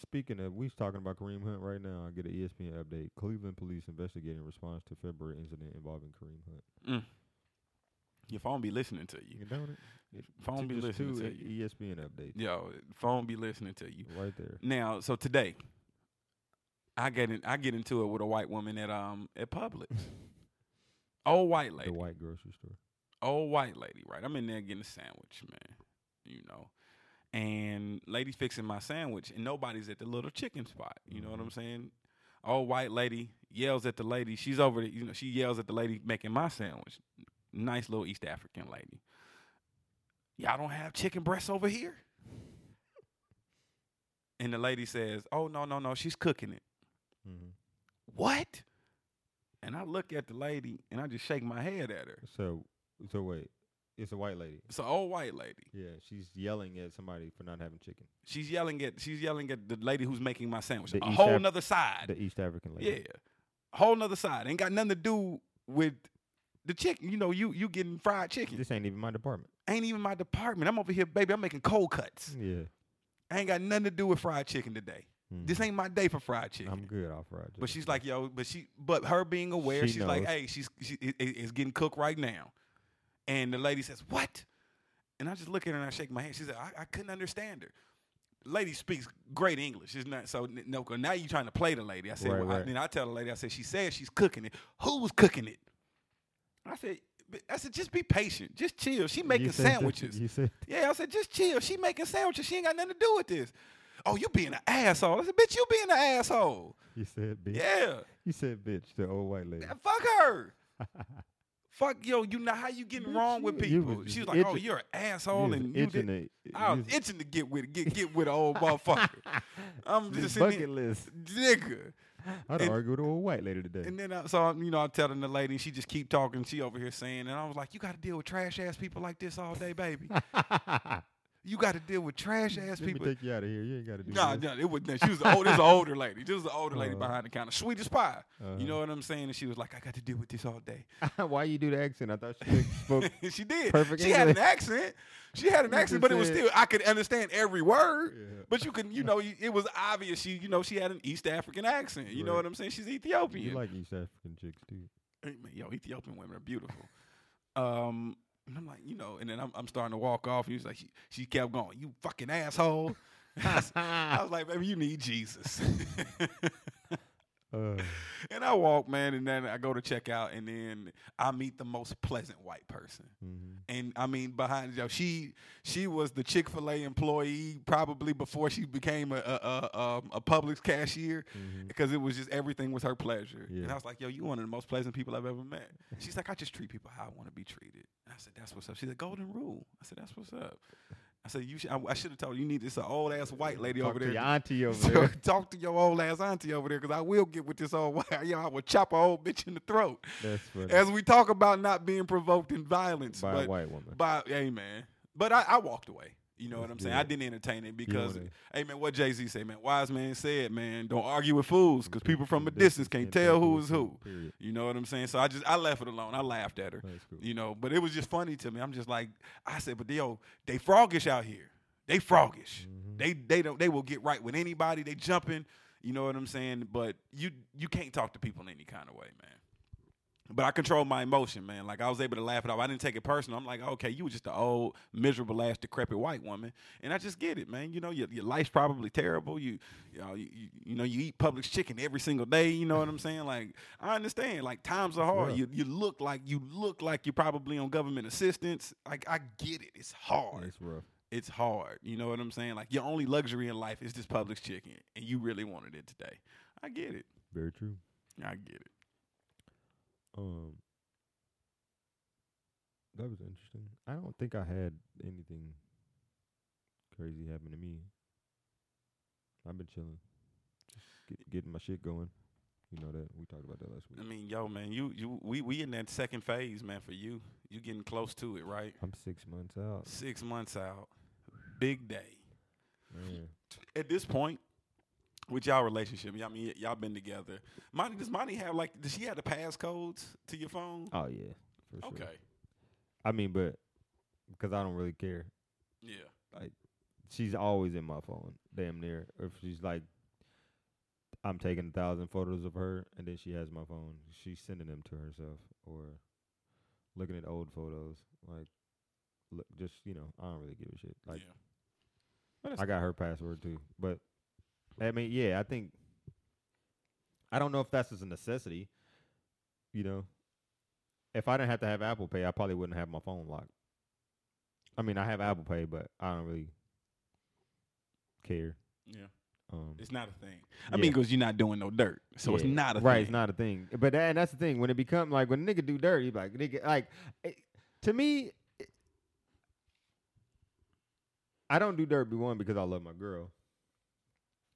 Speaker 2: Speaking of, we talking about Kareem Hunt right now. I get E an ESPN update. Cleveland police investigating response to February incident involving Kareem Hunt.
Speaker 1: Your phone be listening to you.
Speaker 2: You don't it?
Speaker 1: Phone
Speaker 2: Two-
Speaker 1: be
Speaker 2: just
Speaker 1: listening
Speaker 2: two
Speaker 1: to
Speaker 2: E-
Speaker 1: you.
Speaker 2: ESPN
Speaker 1: (laughs)
Speaker 2: updates
Speaker 1: Yo, phone be listening to you.
Speaker 2: right there.
Speaker 1: Now, so today, I get in, I get into it with a white woman at um at Publix. Old white lady,
Speaker 2: The white grocery store.
Speaker 1: old white lady, right? I'm in there getting a sandwich, man. You know, and lady fixing my sandwich, and nobody's at the little chicken spot. You know what I'm saying? Old white lady yells at the lady. She's over. The, you know, she yells at the lady making my sandwich. Nice little East African lady. Y'all don't have chicken breasts over here. And the lady says, "Oh no, no, no, she's cooking it."
Speaker 2: Mm-hmm.
Speaker 1: What? And I look at the lady and I just shake my head at her.
Speaker 2: So, so wait, it's a white lady.
Speaker 1: It's an old white lady.
Speaker 2: Yeah, she's yelling at somebody for not having chicken.
Speaker 1: She's yelling at she's yelling at the lady who's making my sandwich.
Speaker 2: The
Speaker 1: a
Speaker 2: East
Speaker 1: whole
Speaker 2: Af-
Speaker 1: nother side.
Speaker 2: The East African lady.
Speaker 1: yeah. A whole nother side. Ain't got nothing to do with the chicken. You know, you you getting fried chicken.
Speaker 2: This ain't even my department.
Speaker 1: Ain't even my department. I'm over here, baby. I'm making cold cuts.
Speaker 2: Yeah. Mm.
Speaker 1: Ain't got nothing to do with fried chicken today. This
Speaker 2: Mhm.
Speaker 1: ain't my day for fried chicken.
Speaker 2: Mm. I'm good off fried
Speaker 1: But
Speaker 2: chicken.
Speaker 1: she's like, yo, but she, but her being aware,
Speaker 2: She
Speaker 1: she's like,
Speaker 2: knows.
Speaker 1: hey, she's she, it, it- it's getting cooked right now, and the lady says, what? And I just look at her and I shake my head. She said, I, I couldn't understand her. Lady speaks great English. It's not so n- no. Now you trying to play the lady? I said.
Speaker 2: Right,
Speaker 1: well, I,
Speaker 2: right.
Speaker 1: then I tell the lady. I said she said she's cooking it. Who was cooking it? I said. "B- I said just be patient. Just chill. She
Speaker 2: You
Speaker 1: making
Speaker 2: said that-
Speaker 1: sandwiches.
Speaker 2: You said
Speaker 1: Yeah, I said, just chill. She making sandwiches. She ain't got nothing to do with this. Oh, you being an asshole. I said, bitch, you being an asshole.
Speaker 2: you said bitch.
Speaker 1: Yeah.
Speaker 2: You said bitch to old white lady.
Speaker 1: Yeah, Fuck her. Fuck yo, you know how you getting
Speaker 2: Bitch,
Speaker 1: wrong with
Speaker 2: you- you
Speaker 1: people.
Speaker 2: was
Speaker 1: She was
Speaker 2: just
Speaker 1: like, "Oh,
Speaker 2: itching-
Speaker 1: you're an asshole,"
Speaker 2: You was
Speaker 1: and you
Speaker 2: itching
Speaker 1: did.
Speaker 2: it.
Speaker 1: I
Speaker 2: You
Speaker 1: was itching to get with get get with an old
Speaker 2: (laughs)
Speaker 1: motherfucker. I'm (laughs)
Speaker 2: This
Speaker 1: just sitting
Speaker 2: bucket
Speaker 1: here,
Speaker 2: list.
Speaker 1: nigga.
Speaker 2: I'd
Speaker 1: and-
Speaker 2: argue with an old white lady today. (laughs)
Speaker 1: And then I, so I'm, you know, I'm telling the lady, and she just keep talking. She over here saying, and I was like, "You got to deal with trash ass people like this all day,
Speaker 2: (laughs)
Speaker 1: baby. You got to deal with trash ass
Speaker 2: Let me
Speaker 1: people."
Speaker 2: take you out of here. You ain't got to do
Speaker 1: Nah,
Speaker 2: this.
Speaker 1: nah, it was. Nah, she was an
Speaker 2: (laughs)
Speaker 1: old. This an older lady. This was an older lady
Speaker 2: Uh,
Speaker 1: behind the counter. Sweetest pie.
Speaker 2: uh-huh.
Speaker 1: You know what I'm saying? And she was like, "I got to deal with this all day."
Speaker 2: (laughs) Why you do the accent? I thought
Speaker 1: (laughs)
Speaker 2: she spoke.
Speaker 1: she did.
Speaker 2: perfect
Speaker 1: she had an
Speaker 2: English.
Speaker 1: accent. She had an
Speaker 2: You
Speaker 1: accent,
Speaker 2: just
Speaker 1: but it was
Speaker 2: said-
Speaker 1: still I could understand every word.
Speaker 2: Yeah.
Speaker 1: But you can, you know, you- it was obvious. She, you know, she had an East African accent. You know
Speaker 2: Right.
Speaker 1: what I'm saying? She's
Speaker 2: You
Speaker 1: Ethiopian.
Speaker 2: like East African chicks
Speaker 1: (laughs)
Speaker 2: too. (laughs)
Speaker 1: Hey, man, yo, Ethiopian women are beautiful. Um, and I'm like, you know, and then I'm, I'm starting to walk off. He was like, she, she kept going, you fucking asshole. I was- I was like, baby, you need Jesus. (laughs)
Speaker 2: Uh,
Speaker 1: and I walk, man, and then I go to check out, and then I meet the most pleasant white person.
Speaker 2: mhm.
Speaker 1: and I mean behind yo, she she was the Chick Fil A employee probably before she became a a, a, um, a Publix cashier
Speaker 2: Mhm.
Speaker 1: because it was just everything was her pleasure. And
Speaker 2: Yeah.
Speaker 1: I was like, yo, you one of the most pleasant people I've ever met. She's like, I just treat people how I want to be treated. And I said, that's what's up. She said, golden rule. I said, that's what's up. I said, you should, I, I should have told you, you need this old ass white lady
Speaker 2: Talk
Speaker 1: over
Speaker 2: to
Speaker 1: there. (laughs)
Speaker 2: your auntie over
Speaker 1: So,
Speaker 2: there.
Speaker 1: talk to your old ass auntie over there, cause I will get with this old (laughs) white. Yo, I will chop a old bitch in the throat. (laughs)
Speaker 2: That's funny.
Speaker 1: As we talk about not being provoked in violence,
Speaker 2: by
Speaker 1: but
Speaker 2: a white woman.
Speaker 1: by hey man. But I, I walked away. You know
Speaker 2: That's
Speaker 1: what I'm saying? I
Speaker 2: good.
Speaker 1: didn't entertain it
Speaker 2: You know
Speaker 1: because
Speaker 2: what
Speaker 1: hey man, what Jay Z say, man, wise man said, man, don't argue with fools because
Speaker 2: Mm-hmm.
Speaker 1: people from a
Speaker 2: This
Speaker 1: distance
Speaker 2: is
Speaker 1: can't
Speaker 2: Kentucky
Speaker 1: tell who
Speaker 2: with
Speaker 1: is
Speaker 2: some
Speaker 1: who.
Speaker 2: Period.
Speaker 1: You know what I'm saying? So I just I left it alone. I laughed at her.
Speaker 2: That's cool.
Speaker 1: You know, but it was just funny to me. I'm just like, I said, but they yo, they froggish out here. They froggish.
Speaker 2: Mhm.
Speaker 1: They Mm-hmm. they don't they will get right with anybody. They jumping. You know what I'm saying? But you you can't talk to people in any kind of way, man. But I controlled my emotion, man. Like I was able to laugh it off. I didn't take it personal. I'm like, okay, you were just an old, miserable ass, decrepit white woman, and I just get it, man. You know, your, your life's probably terrible. You, you know, you, you- you know, you eat Publix chicken every single day. You know what I'm saying? Like, I understand. Like times are hard.
Speaker 2: rough.
Speaker 1: You, you look like you look like you're probably on government assistance. Like I get it. It's hard
Speaker 2: It's rough.
Speaker 1: it's hard. You know what I'm saying? Like your only luxury in life is this Publix chicken, and you really wanted it today. I get it.
Speaker 2: Very true.
Speaker 1: I get it.
Speaker 2: Um, that was interesting. I don't think I had anything crazy happen to me. I've been chilling, just get, getting my shit going. You know that we talked about that last
Speaker 1: I
Speaker 2: week.
Speaker 1: mean, yo, man, you you we we in that second phase, man. For you, you getting close to it, right?
Speaker 2: I'm six months out.
Speaker 1: Six months out, big day.
Speaker 2: Man.
Speaker 1: At this point, with y'all relationship, y'all I mean y'all been together. Monty does Monty have like does she have the passcodes to your phone?
Speaker 2: Oh yeah, for sure.
Speaker 1: Okay,
Speaker 2: I mean, but because I don't really care.
Speaker 1: yeah.
Speaker 2: she's always in my phone, damn near. If she's like, I'm taking a thousand photos of her, and then she has my phone. She's sending them to herself, or looking at old photos. Like, look, just you know, I don't really give a shit. Like,
Speaker 1: yeah. But it's-
Speaker 2: I got her password too. But I mean, yeah, I think I don't know if that's just a necessity. You know, if I didn't have to have Apple Pay, I probably wouldn't have my phone locked. I mean, I have Apple Pay, but I don't really care.
Speaker 1: yeah.
Speaker 2: Um,
Speaker 1: It's not a thing.
Speaker 2: Yeah.
Speaker 1: I mean, because you're not doing no dirt, so it's
Speaker 2: yeah,
Speaker 1: not a
Speaker 2: right.
Speaker 1: thing.
Speaker 2: It's not a thing. But that, and that's the thing when it become like when a nigga do dirty, like nigga, like it- to me, it- I don't do dirt. Be one because I love my girl,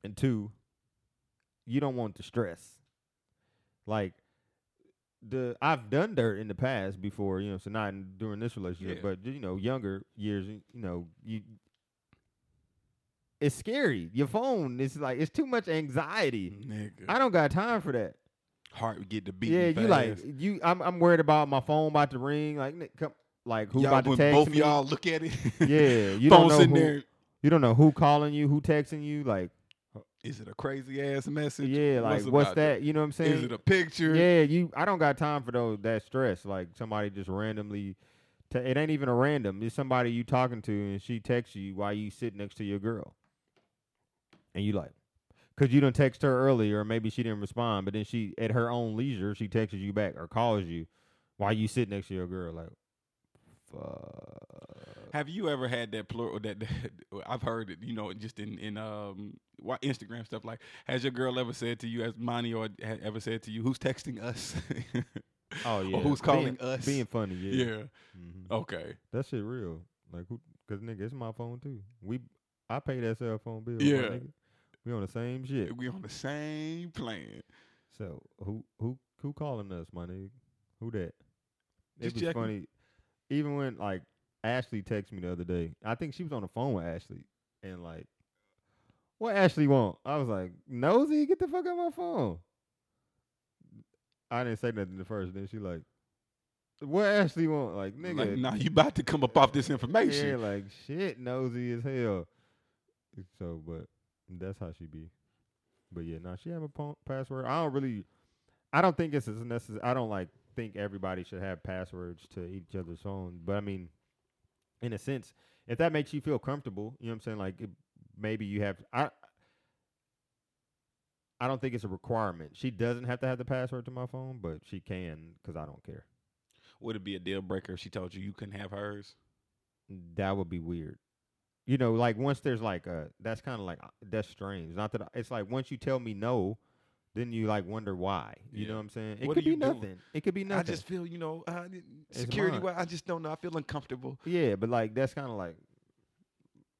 Speaker 2: and two, you don't want the stress. Like the I've done dirt in the past before, you know, so not in- during this relationship,
Speaker 1: Yeah.
Speaker 2: but you know, younger years, you know, you. It's scary. Your phone is like it's too much anxiety.
Speaker 1: Nigga.
Speaker 2: I don't got time for that.
Speaker 1: Heart would get the beat.
Speaker 2: yeah, you like you. I'm I'm worried about my phone about to ring. Like n- come, like who
Speaker 1: y'all,
Speaker 2: about to
Speaker 1: when
Speaker 2: text
Speaker 1: both
Speaker 2: me?
Speaker 1: y'all look at it.
Speaker 2: (laughs)
Speaker 1: (laughs)
Speaker 2: Yeah, you don't
Speaker 1: phone
Speaker 2: know
Speaker 1: sitting
Speaker 2: who,
Speaker 1: there.
Speaker 2: You don't know who calling you, who texting you. Like
Speaker 1: Is it a crazy ass message?
Speaker 2: yeah, like what's,
Speaker 1: about
Speaker 2: that? You know what I'm
Speaker 1: Is
Speaker 2: saying?
Speaker 1: it a picture?
Speaker 2: yeah, you. I don't got time for those that stress. Like somebody just randomly. Te- it ain't even a random. It's somebody you talking to, and she texts you while you sit next to your girl, and you like, cause you done text her earlier, or maybe she didn't respond, but then she at her own leisure she texts you back or calls you while you sit next to your girl. Like, fuck.
Speaker 1: Have you ever had that plural? That, (laughs) that- I've heard it. You know, just in in um why- Instagram stuff. Like, has your girl ever said to you, as Monty or ha- ever said to you, who's texting us? (laughs)
Speaker 2: Oh yeah.
Speaker 1: who's
Speaker 2: Being-
Speaker 1: calling us?
Speaker 2: Being funny. Yeah.
Speaker 1: yeah.
Speaker 2: Mhm.
Speaker 1: Okay.
Speaker 2: That shit real. Like, who, cause nigga, it's my phone too. We, I pay that cell phone bill. my
Speaker 1: Yeah.
Speaker 2: nigga. we on the same shit.
Speaker 1: We on the same plan.
Speaker 2: So who, who, who calling us, my nigga? Who that? It
Speaker 1: Just
Speaker 2: was
Speaker 1: checking.
Speaker 2: funny. Even when like Ashley texted me the other day, I think she was on the phone with Ashley, and like, what Ashley want? I was like, nosy, get the fuck out my phone. I didn't say nothing at first. Then she like, what Ashley want? Like, nigga,
Speaker 1: Like, nah, you about to come up off this information.
Speaker 2: yeah, like shit, nosy as hell. So, but that's how she be. But yeah, now nah, she have a pa- password. I don't really, I don't think it's as necessary. I don't like think everybody should have passwords to each other's phone. But I mean, in a sense, if that makes you feel comfortable, you know what I'm saying. Like it, maybe you have. I I don't think it's a requirement. She doesn't have to have the password to my phone, but she can because I don't care.
Speaker 1: Would it be a deal breaker if she told you you couldn't have hers?
Speaker 2: that would be weird. You know, like once there's like a that's kind of like uh, that's strange. Not that I- it's like once you tell me no, then you like wonder why. You know
Speaker 1: Yeah.
Speaker 2: what I'm saying? It
Speaker 1: What are
Speaker 2: could be
Speaker 1: you doing?
Speaker 2: nothing. It could be nothing.
Speaker 1: I just feel, you know, uh,
Speaker 2: It's
Speaker 1: security.
Speaker 2: mine.
Speaker 1: Wise, I just don't know. I feel uncomfortable.
Speaker 2: yeah, but like that's kind of like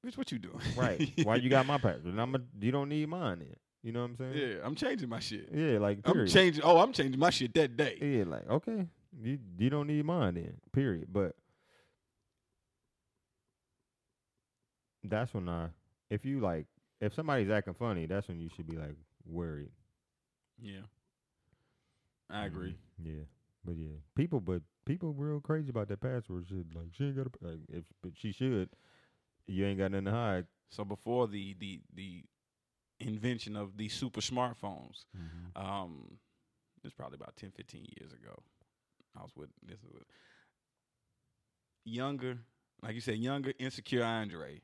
Speaker 1: Bitch, what you doing? (laughs)
Speaker 2: right. why you got my password? And I'm a, you don't need mine. Then. You know what I'm saying?
Speaker 1: Yeah, I'm changing my shit.
Speaker 2: Yeah, like
Speaker 1: I'm
Speaker 2: period.
Speaker 1: changing. Oh, I'm changing my shit that day.
Speaker 2: Yeah, like okay, you you don't need mine then. Period. But that's when I, if you like, if somebody's acting funny, that's when you should be like worried.
Speaker 1: Yeah, I agree.
Speaker 2: Mhm. Yeah, but yeah, people, but people real crazy about that password shit. Like she ain't got a like if but she should. You ain't got nothing to hide.
Speaker 1: So before the the the invention of these super smartphones, um, it was probably about 10, 15 years ago. I was with this was younger, like you said, younger, insecure Andre.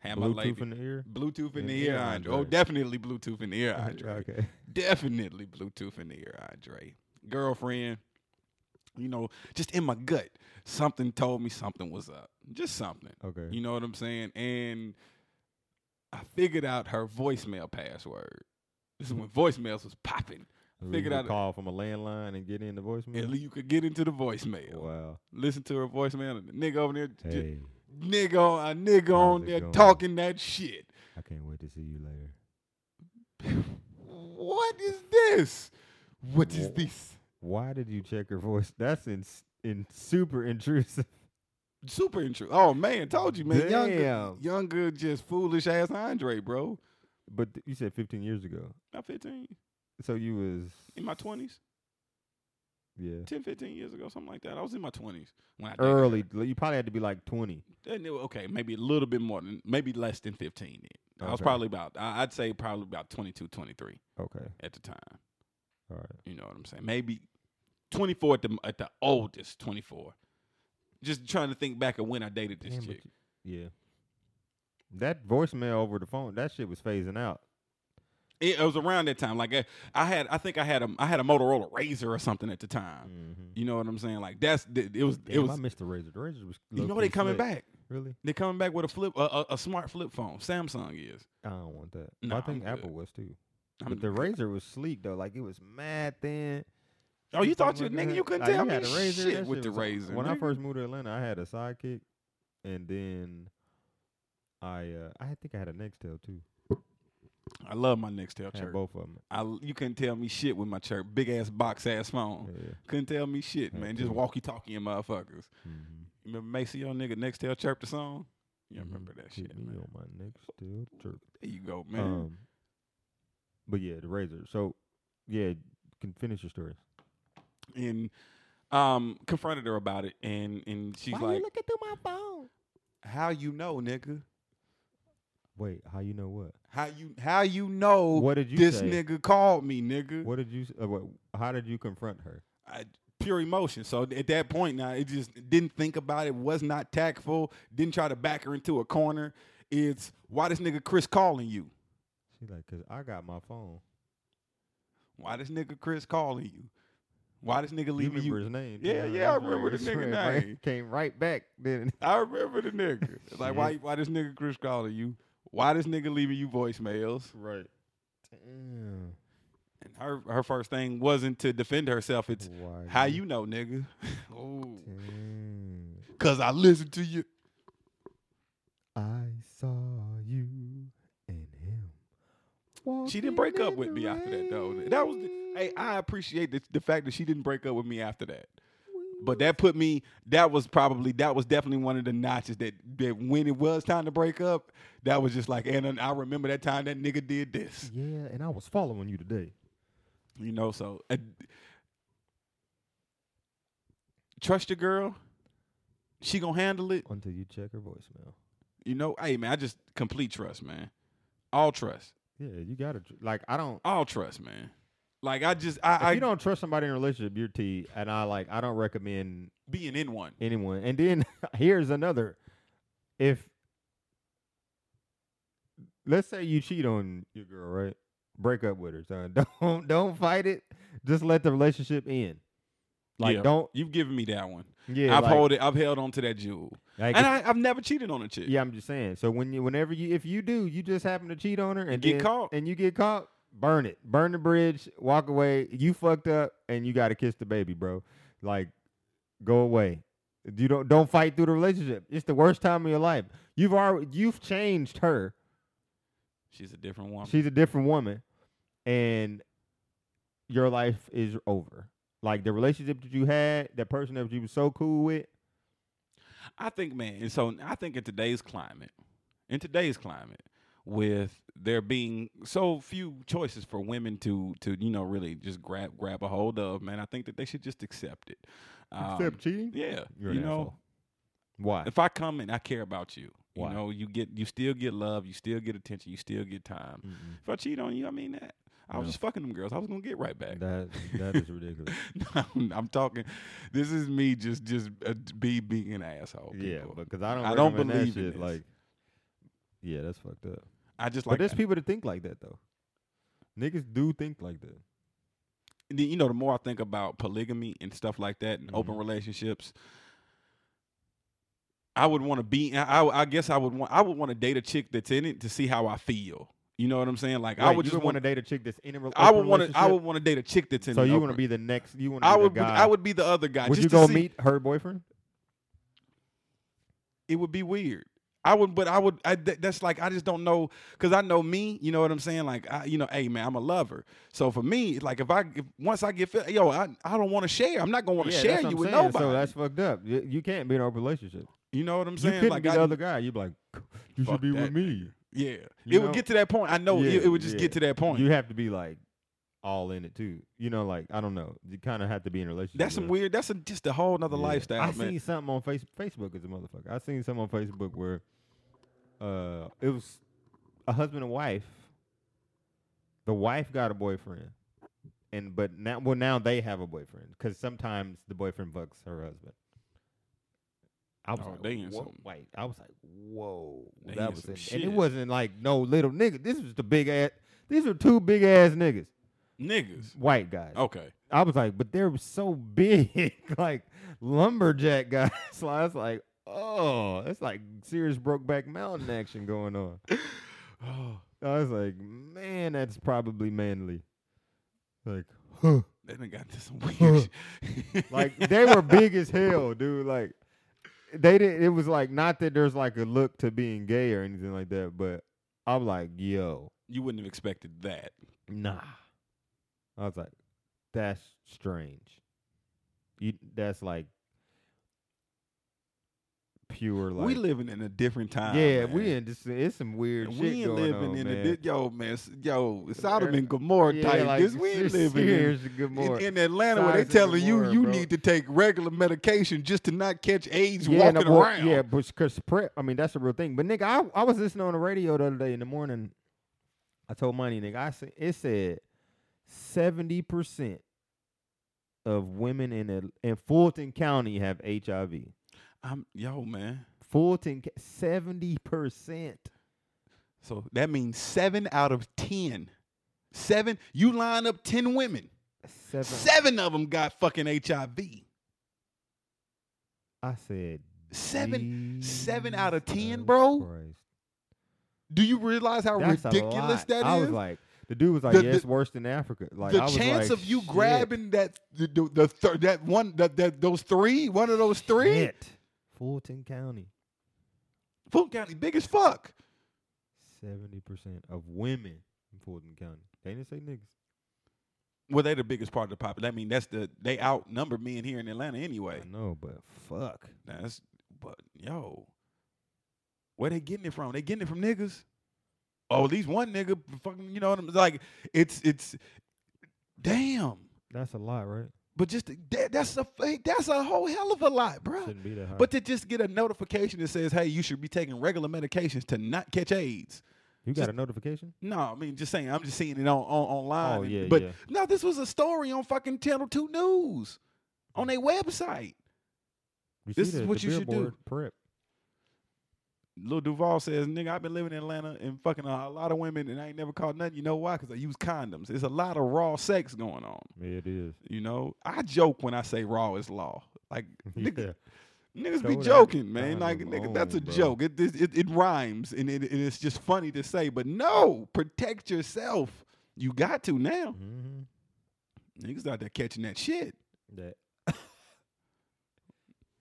Speaker 1: Had my
Speaker 2: Bluetooth
Speaker 1: lady.
Speaker 2: in the
Speaker 1: (laughs)
Speaker 2: ear.
Speaker 1: Bluetooth in
Speaker 2: In
Speaker 1: the
Speaker 2: the
Speaker 1: ear,
Speaker 2: ear,
Speaker 1: Andre. Oh,
Speaker 2: Andre.
Speaker 1: definitely Bluetooth in the
Speaker 2: (laughs)
Speaker 1: ear, Andre.
Speaker 2: okay.
Speaker 1: Definitely Bluetooth in the ear, Andre. Girlfriend, you know, just in my gut, something told me something was up. Just something.
Speaker 2: Okay.
Speaker 1: You know what I'm saying? And I figured out her voicemail password. This
Speaker 2: (laughs)
Speaker 1: is when voicemails was popping.
Speaker 2: So we
Speaker 1: figured
Speaker 2: could
Speaker 1: out-
Speaker 2: Call from a landline and get in the
Speaker 1: And
Speaker 2: voicemail.
Speaker 1: you could get into the voicemail.
Speaker 2: Wow.
Speaker 1: Listen to her voicemail. And the nigga over there, j-
Speaker 2: Hey,
Speaker 1: nigga, on- a nigga on
Speaker 2: it
Speaker 1: there
Speaker 2: going?
Speaker 1: talking that shit.
Speaker 2: I can't wait to see you later.
Speaker 1: What is this? What is
Speaker 2: Wha-
Speaker 1: this?
Speaker 2: Why did you check her voice? (laughs) That's in in super intrusive.
Speaker 1: Super intro. Oh man, told you, man. Younger,
Speaker 2: Damn.
Speaker 1: younger, just foolish ass Andre, bro.
Speaker 2: But th- you said 15 years ago,
Speaker 1: Not 15,
Speaker 2: so you was
Speaker 1: in my 20s,
Speaker 2: yeah
Speaker 1: 10, 15 years ago, something like that. I was in my 20s when I dated her.
Speaker 2: early. You probably had to be like 20.
Speaker 1: And it wa- okay, maybe a little bit more than maybe less than 15 then. I was
Speaker 2: Okay.
Speaker 1: probably about I- I'd say probably about 22, 23
Speaker 2: Okay,
Speaker 1: at the time.
Speaker 2: all right.
Speaker 1: You know what I'm saying? Maybe 24 at the at the oldest 24. Just trying to think back of when I dated this
Speaker 2: Damn, but
Speaker 1: chick.
Speaker 2: you- yeah. That voicemail over the phone, that shit was phasing out.
Speaker 1: It, it was around that time. Like I, I had, I think I had a, I had a Motorola Razor or something at the time.
Speaker 2: Mm-hmm.
Speaker 1: You know what I'm saying? Like that's th- it was it
Speaker 2: I
Speaker 1: was.
Speaker 2: missed the razor. The razor was.
Speaker 1: You know
Speaker 2: low-key
Speaker 1: they coming
Speaker 2: slick.
Speaker 1: back.
Speaker 2: Really?
Speaker 1: They coming back with a flip, a, a, a smart flip phone. Samsung is.
Speaker 2: I don't want that.
Speaker 1: Nah,
Speaker 2: I
Speaker 1: I'm
Speaker 2: think
Speaker 1: good.
Speaker 2: Apple was too.
Speaker 1: I'm-
Speaker 2: but the razor was sleek though. Like it was mad thin.
Speaker 1: oh, you thought you
Speaker 2: Something like
Speaker 1: nigga?
Speaker 2: that.
Speaker 1: You couldn't
Speaker 2: Like,
Speaker 1: tell me
Speaker 2: had a razor,
Speaker 1: shit
Speaker 2: that
Speaker 1: with the
Speaker 2: was on-
Speaker 1: razor.
Speaker 2: When I
Speaker 1: nigga.
Speaker 2: first moved to Atlanta, I had a sidekick, and then I uh, I think I had a Nextel too.
Speaker 1: I love my Nextel
Speaker 2: I had
Speaker 1: chirp.
Speaker 2: both of them.
Speaker 1: I, you couldn't tell me shit with my chirp. Big ass box ass phone.
Speaker 2: Yeah.
Speaker 1: Couldn't tell me shit,
Speaker 2: Yeah,
Speaker 1: man. Just
Speaker 2: too.
Speaker 1: walkie talkie and motherfuckers.
Speaker 2: Mhm.
Speaker 1: You remember Macy, your nigga, Nextel chirp the song? You
Speaker 2: Mhm.
Speaker 1: remember that
Speaker 2: Hit
Speaker 1: shit,
Speaker 2: me
Speaker 1: man.
Speaker 2: on my Nextel chirp.
Speaker 1: There you go, man.
Speaker 2: Um, but yeah, the razor. So yeah, can finish your story.
Speaker 1: and um confronted her about it and and she's like
Speaker 2: looking through my phone?
Speaker 1: how you know nigga
Speaker 2: Wait, how you know what?
Speaker 1: how you how you know
Speaker 2: What did you
Speaker 1: Oh, this
Speaker 2: say?
Speaker 1: nigga called me nigga
Speaker 2: What did you? s- Uh, what, how did you confront her?
Speaker 1: I, pure emotion so at that point now it just didn't think about it was not tactful didn't try to back her into a corner it's why this nigga chris calling you
Speaker 2: She's like, cause I got my phone.
Speaker 1: why this nigga chris calling you why this nigga
Speaker 2: you
Speaker 1: leaving
Speaker 2: remember
Speaker 1: you
Speaker 2: his name? too,
Speaker 1: Yeah,
Speaker 2: huh?
Speaker 1: yeah, I
Speaker 2: His
Speaker 1: remember the
Speaker 2: his
Speaker 1: nigga
Speaker 2: friend
Speaker 1: name.
Speaker 2: right- Came right back then. (laughs)
Speaker 1: I remember the nigga. It's like
Speaker 2: Shit.
Speaker 1: why why this nigga Chris calling you? Why this nigga leaving you voicemails?
Speaker 2: Right. Damn.
Speaker 1: And her her first thing wasn't to defend herself. It's
Speaker 2: Why
Speaker 1: How you know, nigga? (laughs) Ooh.
Speaker 2: Damn.
Speaker 1: Cause I listen to you.
Speaker 2: I saw you and him.
Speaker 1: She didn't break up with me after that though. That was the, hey, I appreciate the, the fact that she didn't break up with me after that. But that put me that was probably that was definitely one of the notches that that when it was time to break up, that was just like and I remember that time that nigga did this.
Speaker 2: yeah, and I was following you today.
Speaker 1: You know, so uh, trust your girl. She going to handle it.
Speaker 2: Until you check her voicemail.
Speaker 1: You know, hey man, I just complete trust, man. All trust.
Speaker 2: Yeah, you gotta tr- like. I don't.
Speaker 1: all trust, man. Like I just
Speaker 2: If
Speaker 1: I, I
Speaker 2: you don't trust somebody in a relationship, you're T. And I like. I don't recommend
Speaker 1: being in one.
Speaker 2: anyone. And then (laughs) here's another. If let's say you cheat on your girl, right? Break up with her, son. (laughs) Don't don't fight it. Just let the relationship end. Like
Speaker 1: Yeah.
Speaker 2: don't
Speaker 1: You've given me that one.
Speaker 2: yeah.
Speaker 1: I've
Speaker 2: like-
Speaker 1: hold it. I've held on to that jewel,
Speaker 2: like,
Speaker 1: and
Speaker 2: if-
Speaker 1: I, I've never cheated on a chick.
Speaker 2: yeah, I'm just saying. So when you whenever you if you do, you just happen to cheat on her and
Speaker 1: Get
Speaker 2: then-
Speaker 1: caught.
Speaker 2: and you get caught, burn it. Burn the bridge, walk away. You fucked up and you gotta kiss the baby, bro. Like go away. You don't don't fight through the relationship. It's the worst time of your life. You've already you've changed her.
Speaker 1: She's a different woman.
Speaker 2: She's a different woman, and your life is over. Like the relationship that you had, that person that you were so cool with.
Speaker 1: I think, man, and so I think in today's climate, in today's climate, with there being so few choices for women to to you know really just grab grab a hold of, man, I think that they should just accept it. Um,
Speaker 2: cheating.
Speaker 1: yeah,
Speaker 2: You're
Speaker 1: you
Speaker 2: an
Speaker 1: know.
Speaker 2: asshole. Why?
Speaker 1: if I come and I care about you,
Speaker 2: Why?
Speaker 1: you know, you get you still get love, you still get attention, you still get time.
Speaker 2: Mm-mm.
Speaker 1: If I cheat on you, I mean that. I was
Speaker 2: No.
Speaker 1: just fucking them girls. I was gonna get right (laughs) back.
Speaker 2: That that
Speaker 1: (laughs)
Speaker 2: is ridiculous.
Speaker 1: I'm, I'm talking. This is me just just uh, be being an asshole.
Speaker 2: yeah,
Speaker 1: people.
Speaker 2: because I don't.
Speaker 1: I don't
Speaker 2: recommend that
Speaker 1: believe in
Speaker 2: shit.
Speaker 1: this.
Speaker 2: Like, yeah, that's fucked up.
Speaker 1: I just
Speaker 2: but
Speaker 1: like
Speaker 2: there's people that think like that though. Niggas do think like that.
Speaker 1: the- you know the more I think about polygamy and stuff like that and open
Speaker 2: Mhm.
Speaker 1: relationships. I would want to be. I, I, I guess I would want. I would want to date a chick that's in it to see how I feel. You know what I'm saying? Like I
Speaker 2: Wait,
Speaker 1: would
Speaker 2: you
Speaker 1: just want
Speaker 2: want to
Speaker 1: to.
Speaker 2: date a chick that's in a rel-
Speaker 1: I
Speaker 2: open
Speaker 1: would want to. I
Speaker 2: relationship?
Speaker 1: would want to date a chick that's in.
Speaker 2: So
Speaker 1: an
Speaker 2: you
Speaker 1: open-
Speaker 2: want to be the next? You want to?
Speaker 1: I
Speaker 2: be
Speaker 1: would. be-
Speaker 2: The guy.
Speaker 1: I would be the other guy.
Speaker 2: Would
Speaker 1: just
Speaker 2: you
Speaker 1: to
Speaker 2: go
Speaker 1: see-
Speaker 2: meet her boyfriend?
Speaker 1: It would be weird. I would, but I would. I, th- that's like I just don't know because I know me. You know what I'm saying? Like I, you know, hey man, I'm a lover. So for me, it's like if I if, once I get fi- yo, I, I don't want to share. I'm not gonna want to
Speaker 2: Yeah, that's
Speaker 1: share
Speaker 2: what
Speaker 1: you
Speaker 2: I'm
Speaker 1: with
Speaker 2: saying.
Speaker 1: nobody.
Speaker 2: So that's fucked up. You, you can't be in an open relationship.
Speaker 1: you know what I'm
Speaker 2: you
Speaker 1: saying?
Speaker 2: couldn't
Speaker 1: like
Speaker 2: be
Speaker 1: I-
Speaker 2: the other guy. You'd be like, (laughs) you
Speaker 1: Fuck
Speaker 2: should be
Speaker 1: that
Speaker 2: with me.
Speaker 1: yeah,
Speaker 2: You
Speaker 1: it
Speaker 2: know?
Speaker 1: would get to that point. I know
Speaker 2: Yeah,
Speaker 1: it, it would just
Speaker 2: yeah.
Speaker 1: get to that point.
Speaker 2: You have to be like all in it too. You know, like I don't know. You kind of have to be in a relationship.
Speaker 1: that's some
Speaker 2: with-
Speaker 1: weird. That's a, just a whole nother
Speaker 2: Yeah.
Speaker 1: lifestyle,
Speaker 2: I
Speaker 1: man.
Speaker 2: seen something on face- Facebook as a motherfucker. I seen something on Facebook where uh it was a husband and wife. The wife got a boyfriend. and but now well now they have a boyfriend because sometimes the boyfriend fucks her husband. I was
Speaker 1: Oh,
Speaker 2: like,
Speaker 1: they in
Speaker 2: whoa,
Speaker 1: something.
Speaker 2: wait, I was like, whoa,
Speaker 1: They in
Speaker 2: that was
Speaker 1: some
Speaker 2: in, and it
Speaker 1: shit.
Speaker 2: wasn't like no little nigga. This was the big ass. These are two big ass niggas, (laughs)
Speaker 1: Niggas.
Speaker 2: white guys.
Speaker 1: Okay.
Speaker 2: I was like, but they're so big, (laughs) like lumberjack guys. (laughs) so I was like, oh, that's like serious Brokeback Mountain action going on.
Speaker 1: Oh,
Speaker 2: I was like, man, that's probably manly. Like, huh.
Speaker 1: they done got into some weird (laughs) shit. (laughs)
Speaker 2: (laughs) like they were big as hell, dude. Like they didn't. It was like not that there's like a look to being gay or anything like that, but I'm like, yo,
Speaker 1: you wouldn't have expected that.
Speaker 2: nah. I was like, that's strange. You that's like pure like
Speaker 1: we living in a different time.
Speaker 2: yeah,
Speaker 1: man.
Speaker 2: we in just it's some weird
Speaker 1: And
Speaker 2: shit
Speaker 1: we ain't
Speaker 2: going
Speaker 1: living
Speaker 2: on,
Speaker 1: in
Speaker 2: man.
Speaker 1: a di- yo man s- yo Sodom
Speaker 2: Yeah,
Speaker 1: and Gomorrah
Speaker 2: yeah,
Speaker 1: type.
Speaker 2: like,
Speaker 1: this we ain't
Speaker 2: ser-
Speaker 1: living in,
Speaker 2: serious good
Speaker 1: in,
Speaker 2: more.
Speaker 1: in Atlanta where they
Speaker 2: Sodom and
Speaker 1: telling you
Speaker 2: Gomorrah,
Speaker 1: you
Speaker 2: bro.
Speaker 1: need to take regular medication just to not catch AIDS
Speaker 2: and
Speaker 1: walking
Speaker 2: I'm wa-
Speaker 1: around.
Speaker 2: Yeah, but because prep, I mean, that's a real thing. But nigga, I, I was listening on the radio the other day in the morning. I told money nigga, I said it said seventy percent of women in Atl- in Fulton County have HIV.
Speaker 1: I'm yo man.
Speaker 2: Fulton, seventy percent.
Speaker 1: So that means seven out of ten. Seven. You line up ten women.
Speaker 2: Seven.
Speaker 1: Seven of them got fucking HIV.
Speaker 2: I said
Speaker 1: Seven- seven out of 10,
Speaker 2: Jesus
Speaker 1: bro?
Speaker 2: Christ.
Speaker 1: Do you realize how
Speaker 2: That's a
Speaker 1: ridiculous
Speaker 2: lot.
Speaker 1: that is?
Speaker 2: I was like, the dude was like,
Speaker 1: The-
Speaker 2: yeah,
Speaker 1: the-
Speaker 2: it's worse than Africa. Like
Speaker 1: the
Speaker 2: I was
Speaker 1: chance
Speaker 2: like,
Speaker 1: of you
Speaker 2: shit,
Speaker 1: grabbing that the, the, the thir- that one that, that those three one of those three
Speaker 2: shit. Fulton County.
Speaker 1: Fulton County big as fuck.
Speaker 2: Seventy percent of women in Fulton County. They didn't say niggas.
Speaker 1: Well, they the biggest part of the population. I mean, that's the they outnumber men here in Atlanta anyway.
Speaker 2: I know, but fuck.
Speaker 1: That's but yo, where they getting it from? They getting it from niggas. Oh, at least one nigga, fucking, you know what I'm like. It's it's damn.
Speaker 2: That's a lot, right?
Speaker 1: But just that, that's a that's a whole hell of a lot, bro.
Speaker 2: Shouldn't be that high.
Speaker 1: But to just get a notification that says, "Hey, you should be taking regular medications to not catch AIDS."
Speaker 2: you got
Speaker 1: just-
Speaker 2: a notification?
Speaker 1: No, I mean just saying. I'm just seeing it on, on online.
Speaker 2: Oh,
Speaker 1: and-
Speaker 2: yeah,
Speaker 1: but
Speaker 2: yeah.
Speaker 1: no, this was a story on fucking Channel Two News on their website.
Speaker 2: You
Speaker 1: This
Speaker 2: see
Speaker 1: is
Speaker 2: the-
Speaker 1: what
Speaker 2: the
Speaker 1: you should do.
Speaker 2: Billboard Prep.
Speaker 1: Lil Duval says, "Nigga, I've been living in Atlanta and fucking a lot of women, and I ain't never caught nothing. You know why? Because I use condoms. It's a lot of raw sex going on.
Speaker 2: Yeah, it is. (laughs)
Speaker 1: You know, I joke when I say raw is law. Like nigga,
Speaker 2: yeah.
Speaker 1: Niggas
Speaker 2: Throw
Speaker 1: be
Speaker 2: that
Speaker 1: joking, man.
Speaker 2: condom
Speaker 1: Like, nigga, that's a
Speaker 2: on, bro.
Speaker 1: joke. It, it it it rhymes, and it, and it's just funny to say. But no, protect yourself. You got to now.
Speaker 2: hmm
Speaker 1: Niggas out there catching that shit.
Speaker 2: That. (laughs)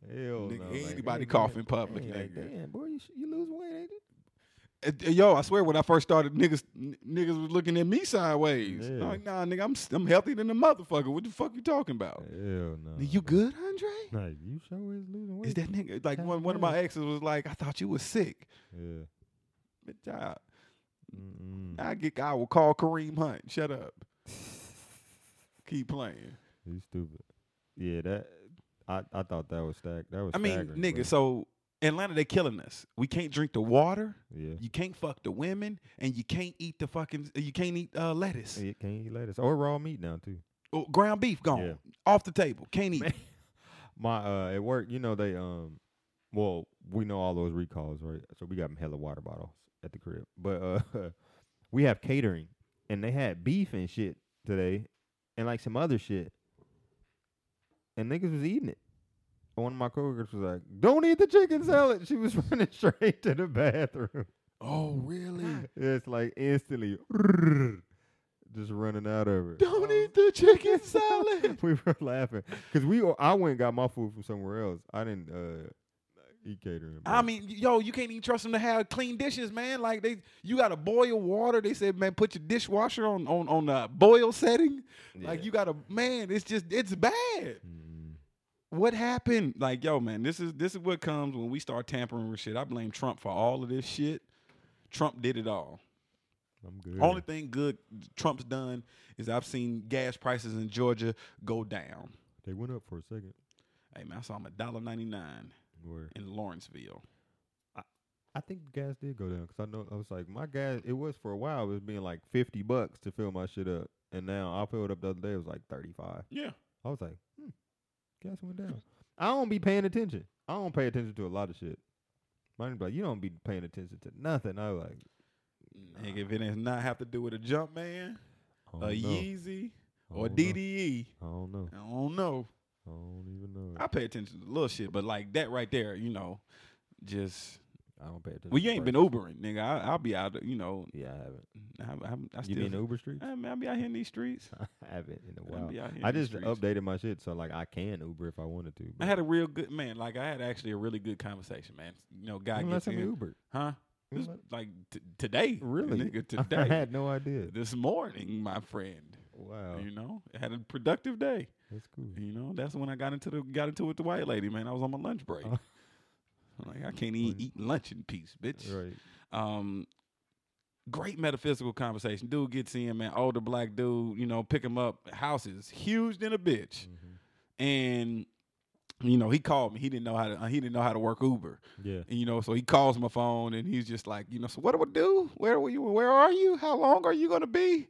Speaker 2: Hell
Speaker 1: Nigga,
Speaker 2: no,
Speaker 1: ain't
Speaker 2: like,
Speaker 1: anybody
Speaker 2: nigga,
Speaker 1: cough in
Speaker 2: ain't-
Speaker 1: public,
Speaker 2: ain't Like,
Speaker 1: nigga.
Speaker 2: damn, boy, you, sh- you lose weight, ain't it?
Speaker 1: Uh, uh, Yo, I swear, when I first started, niggas n- niggas was looking at me sideways.
Speaker 2: Yeah.
Speaker 1: Like, nah, nigga, I'm s- I'm healthier than a motherfucker. What the fuck you talking about?
Speaker 2: Hell no.
Speaker 1: Nigga, you
Speaker 2: bro.
Speaker 1: good, Andre?
Speaker 2: Like, you sure is losing weight.
Speaker 1: Is that nigga like
Speaker 2: Hell
Speaker 1: one one of
Speaker 2: yeah.
Speaker 1: my exes was like, I thought you was sick.
Speaker 2: Yeah.
Speaker 1: Bitch, I,
Speaker 2: Mm-mm.
Speaker 1: I get I will call Kareem Hunt. Shut up. Keep playing.
Speaker 2: You stupid. Yeah, that I, I thought that was stacked. That was.
Speaker 1: I mean,
Speaker 2: staggering,
Speaker 1: nigga,
Speaker 2: bro.
Speaker 1: so Atlanta, they killing us. We can't drink the water.
Speaker 2: Yeah.
Speaker 1: You can't fuck the women, and you can't eat the fucking. You can't eat uh, lettuce.
Speaker 2: Yeah, can't eat lettuce or raw meat now too.
Speaker 1: Oh, ground beef gone
Speaker 2: Yeah.
Speaker 1: off the table. Can't eat.
Speaker 2: Man. My uh, at work, you know they um, well we know all those recalls, right? So we got 'em hella water bottles at the crib, but uh, (laughs) we have catering, and they had beef and shit today, and like some other shit, and niggas was eating it. And One of my coworkers was like, "Don't eat the chicken salad." She was (laughs) running straight to the bathroom.
Speaker 1: Oh, really?
Speaker 2: It's like instantly just running out of it.
Speaker 1: Don't eat
Speaker 2: (laughs)
Speaker 1: the chicken salad.
Speaker 2: we were laughing because we were- I went and got my food from somewhere else. I didn't uh, eat catering.
Speaker 1: I
Speaker 2: but
Speaker 1: mean, yo, you can't even trust them to have clean dishes, man. Like they, you got to boil water. They said, man, put your dishwasher on on on the boil setting. Like
Speaker 2: yeah.
Speaker 1: you got to, man. It's just, it's bad.
Speaker 2: Mm,
Speaker 1: what happened? Like, yo, man, this is this is what comes when we start tampering with shit. I blame Trump for all of this shit. Trump did it all.
Speaker 2: I'm good.
Speaker 1: Only thing good Trump's done is I've seen gas prices in Georgia go down.
Speaker 2: they went up for a second.
Speaker 1: Hey man, I saw them a dollar ninety nine
Speaker 2: Where
Speaker 1: in Lawrenceville.
Speaker 2: I think gas did go down because I know I was like my gas. It was for a while. It was being like fifty bucks to fill my shit up, and now I filled up the other day. It was like thirty five.
Speaker 1: Yeah.
Speaker 2: I was like, hmm, gas went down. I don't be paying attention. I don't pay attention to a lot of shit. Mine be like, you don't be paying attention to nothing. I was like,
Speaker 1: Nigga, if it does not have to do with a jump man,
Speaker 2: I
Speaker 1: a
Speaker 2: don't know.
Speaker 1: Yeezy,
Speaker 2: I
Speaker 1: or
Speaker 2: don't know.
Speaker 1: DDE,
Speaker 2: I don't know.
Speaker 1: I don't know.
Speaker 2: I don't even know.
Speaker 1: I pay attention to little shit, but like that right there, you know, just
Speaker 2: I don't pay attention.
Speaker 1: well,
Speaker 2: to
Speaker 1: you ain't been
Speaker 2: prices.
Speaker 1: Ubering, nigga. I, I'll be out, you know.
Speaker 2: Yeah, I haven't.
Speaker 1: I, I, I
Speaker 2: you
Speaker 1: still, (laughs)
Speaker 2: been Uber streets?
Speaker 1: I, mean, I be out here in these streets.
Speaker 2: (laughs) I haven't in a
Speaker 1: I,
Speaker 2: while.
Speaker 1: be out here
Speaker 2: I
Speaker 1: in these
Speaker 2: just
Speaker 1: streets.
Speaker 2: updated my shit, so like I can Uber if I wanted to.
Speaker 1: I had a real good man. Like I had actually a really good conversation, man. You know, guy
Speaker 2: last
Speaker 1: gets
Speaker 2: time
Speaker 1: in,
Speaker 2: you Uber.
Speaker 1: huh?
Speaker 2: When
Speaker 1: (laughs) This-
Speaker 2: was-
Speaker 1: like t- today,
Speaker 2: Really?
Speaker 1: nigga, (laughs)
Speaker 2: (laughs) I
Speaker 1: today,
Speaker 2: had Oh. no
Speaker 1: (laughs)
Speaker 2: idea.
Speaker 1: this morning, my friend.
Speaker 2: Wow,
Speaker 1: You know, I had a productive day.
Speaker 2: that's cool.
Speaker 1: You know, that's when I got into the got into it with the white lady, man. I was on my lunch break.
Speaker 2: Oh.
Speaker 1: I'm like, I can't even
Speaker 2: Well,
Speaker 1: eat lunch in peace, bitch.
Speaker 2: Right.
Speaker 1: Um, great metaphysical conversation. Dude gets in, man. Older black dude, you know, pick him up. Houses huge than a bitch,
Speaker 2: Mhm.
Speaker 1: and you know he called me. He didn't know how to. uh, He didn't know how to work Uber.
Speaker 2: Yeah.
Speaker 1: And, you know, so he calls my phone and he's just like, you know, so what do I do? Where were you? Where are you? How long are you gonna be?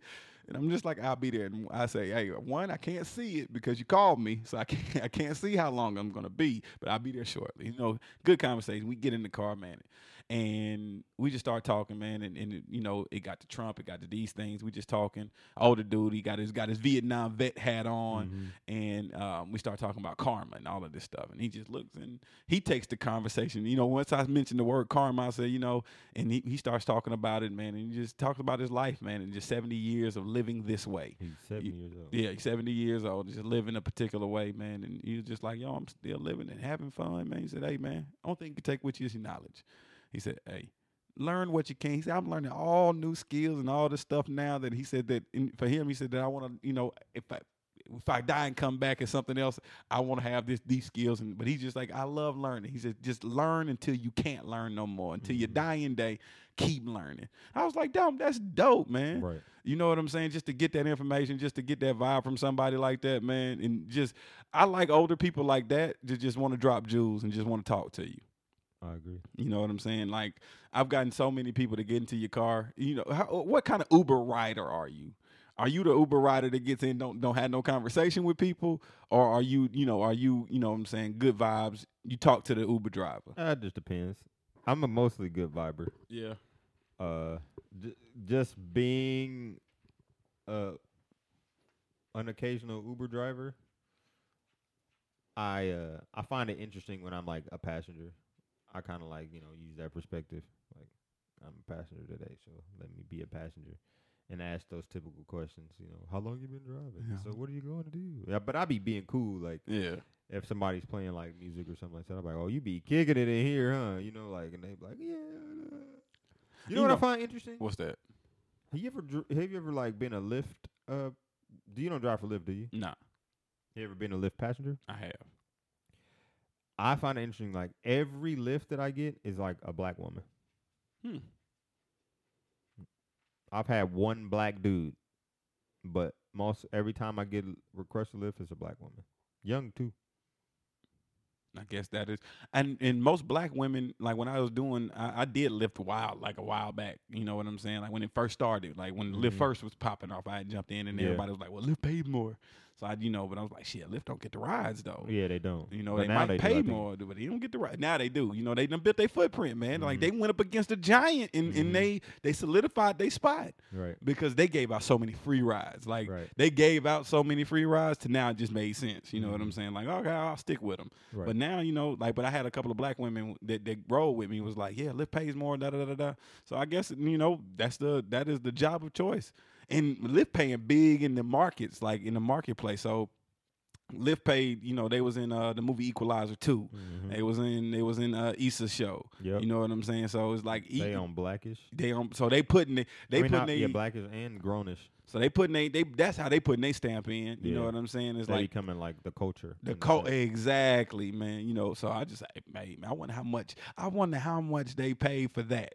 Speaker 1: And I'm just like, I'll be there. And I say, hey, one, I can't see it because you called me, so I (laughs) can't, I can't see how long I'm gonna be, but I'll be there shortly. You know, good conversation. We get in the car, man, and we just start talking, man. And, and it- you know, it got to Trump, it got to these things. We just talking. Older dude, he got his got his Vietnam vet hat (laughs) on
Speaker 2: Mhm.
Speaker 1: and um, we start talking about karma and all of this stuff. And he just looks and he takes the conversation. You know, once I mentioned the word karma, I said, you know, and he, he starts talking about it, man. And he just talks about his life, man, and just 70 years of living this way.
Speaker 2: He's seven years old.
Speaker 1: Yeah, he's 70 years old, just living a particular way, man. And he was just like, yo, I'm still living and having fun, man. He said, hey, man, I don't think you can take with you is your knowledge. He said, hey, learn what you can. He said, I'm learning all new skills and all this stuff now that he said that in, for him, he said that I want to, you know, if I, if I die and come back as something else, I want to have this these skills. And but he's just like, I love learning. He said, just learn until you can't learn no more. Until your
Speaker 2: Mhm.
Speaker 1: dying day, keep learning. I was like, damn, that's dope, man.
Speaker 2: Right.
Speaker 1: You know what I'm saying? Just to get that information, just to get that vibe from somebody like that, man. And just, I like older people like that that just want to drop jewels and just want to talk to you.
Speaker 2: I agree.
Speaker 1: You know what I'm saying? Like, I've gotten so many people to get into your car. You know, how, what kind of Uber rider are you? Are you the Uber rider that gets in, don't don't have no conversation with people, or are you, you know, are you, you know, what I'm saying, good vibes? You talk to the Uber driver.
Speaker 2: Uh, it just depends. I'm a mostly good viber.
Speaker 1: Yeah.
Speaker 2: Uh, j- just being uh an occasional Uber driver. I uh I find it interesting when I'm like a passenger. I kind of like you know use that perspective. Like I'm a passenger today, so let me be a passenger. And ask those typical questions, you know, how long you been driving?
Speaker 1: Yeah.
Speaker 2: So what are you going to do? Yeah, but I be being cool, like
Speaker 1: Yeah.
Speaker 2: if somebody's playing like music or something like that, I'm like, oh, you be kicking it in here, huh? You know, like, and they be like, yeah. nah." You know
Speaker 1: You
Speaker 2: what
Speaker 1: know-
Speaker 2: I find interesting?
Speaker 1: What's that?
Speaker 2: Have you ever dr- have you ever like been a Lyft? Uh, do you don't drive for Lyft? Do you?
Speaker 1: Nah,
Speaker 2: You ever been a Lyft passenger?
Speaker 1: I have.
Speaker 2: I find it interesting. Like every Lyft that I get is like a black woman.
Speaker 1: Hmm.
Speaker 2: I've had one black dude, but most every time I get l- request a Lyft, it's a black woman, young too.
Speaker 1: I guess that is, and and most black women like when I was doing, I, I did lift wild like a while back. You know what I'm saying? Like when it first started, like when Lyft
Speaker 2: Mhm.
Speaker 1: first was popping off, I had jumped in, and
Speaker 2: Yeah.
Speaker 1: everybody was like, "Well, Lyft paid more," so I, you know, but I was like, "Shit, Lyft don't get the rides though."
Speaker 2: Yeah, they don't.
Speaker 1: You know,
Speaker 2: But
Speaker 1: they
Speaker 2: now
Speaker 1: might
Speaker 2: they do, I
Speaker 1: pay
Speaker 2: think.
Speaker 1: more, but they don't get the right. Now they do. You know, they done built their footprint, man. Like
Speaker 2: Mhm.
Speaker 1: they went up against a giant, and,
Speaker 2: Mhm.
Speaker 1: and they they solidified their spot
Speaker 2: Right,
Speaker 1: because they gave out so many free rides. Like
Speaker 2: right,
Speaker 1: they gave out so many free rides to now it just made sense. You know what I'm
Speaker 2: Mhm.
Speaker 1: saying? Like okay, I'll stick with them.
Speaker 2: right.
Speaker 1: But now you know, like, but I had a couple of black women that that rolled with me was like, yeah, Lyft pays more, da da da da. da. So I guess you know that's the that is the job of choice, and Lyft paying big in the markets, like in the marketplace. So Lyft paid, you know, they was in uh, the movie Equalizer two.
Speaker 2: Mhm.
Speaker 1: They was in they was in uh, Issa show.
Speaker 2: Yep.
Speaker 1: You know what I'm saying? So it's like
Speaker 2: they
Speaker 1: e-
Speaker 2: on blackish.
Speaker 1: they on so they putting it they
Speaker 2: I mean,
Speaker 1: putting
Speaker 2: not-
Speaker 1: they,
Speaker 2: yeah, blackish and grownish.
Speaker 1: so they putting they they that's how they putting they stamp in. You know
Speaker 2: Yeah.
Speaker 1: what I'm saying? It's
Speaker 2: they
Speaker 1: like
Speaker 2: becoming like the culture.
Speaker 1: the
Speaker 2: in a
Speaker 1: co
Speaker 2: sense.
Speaker 1: exactly, man. You know, so I just like, hey, man, I wonder how much I wonder how much they paid for that.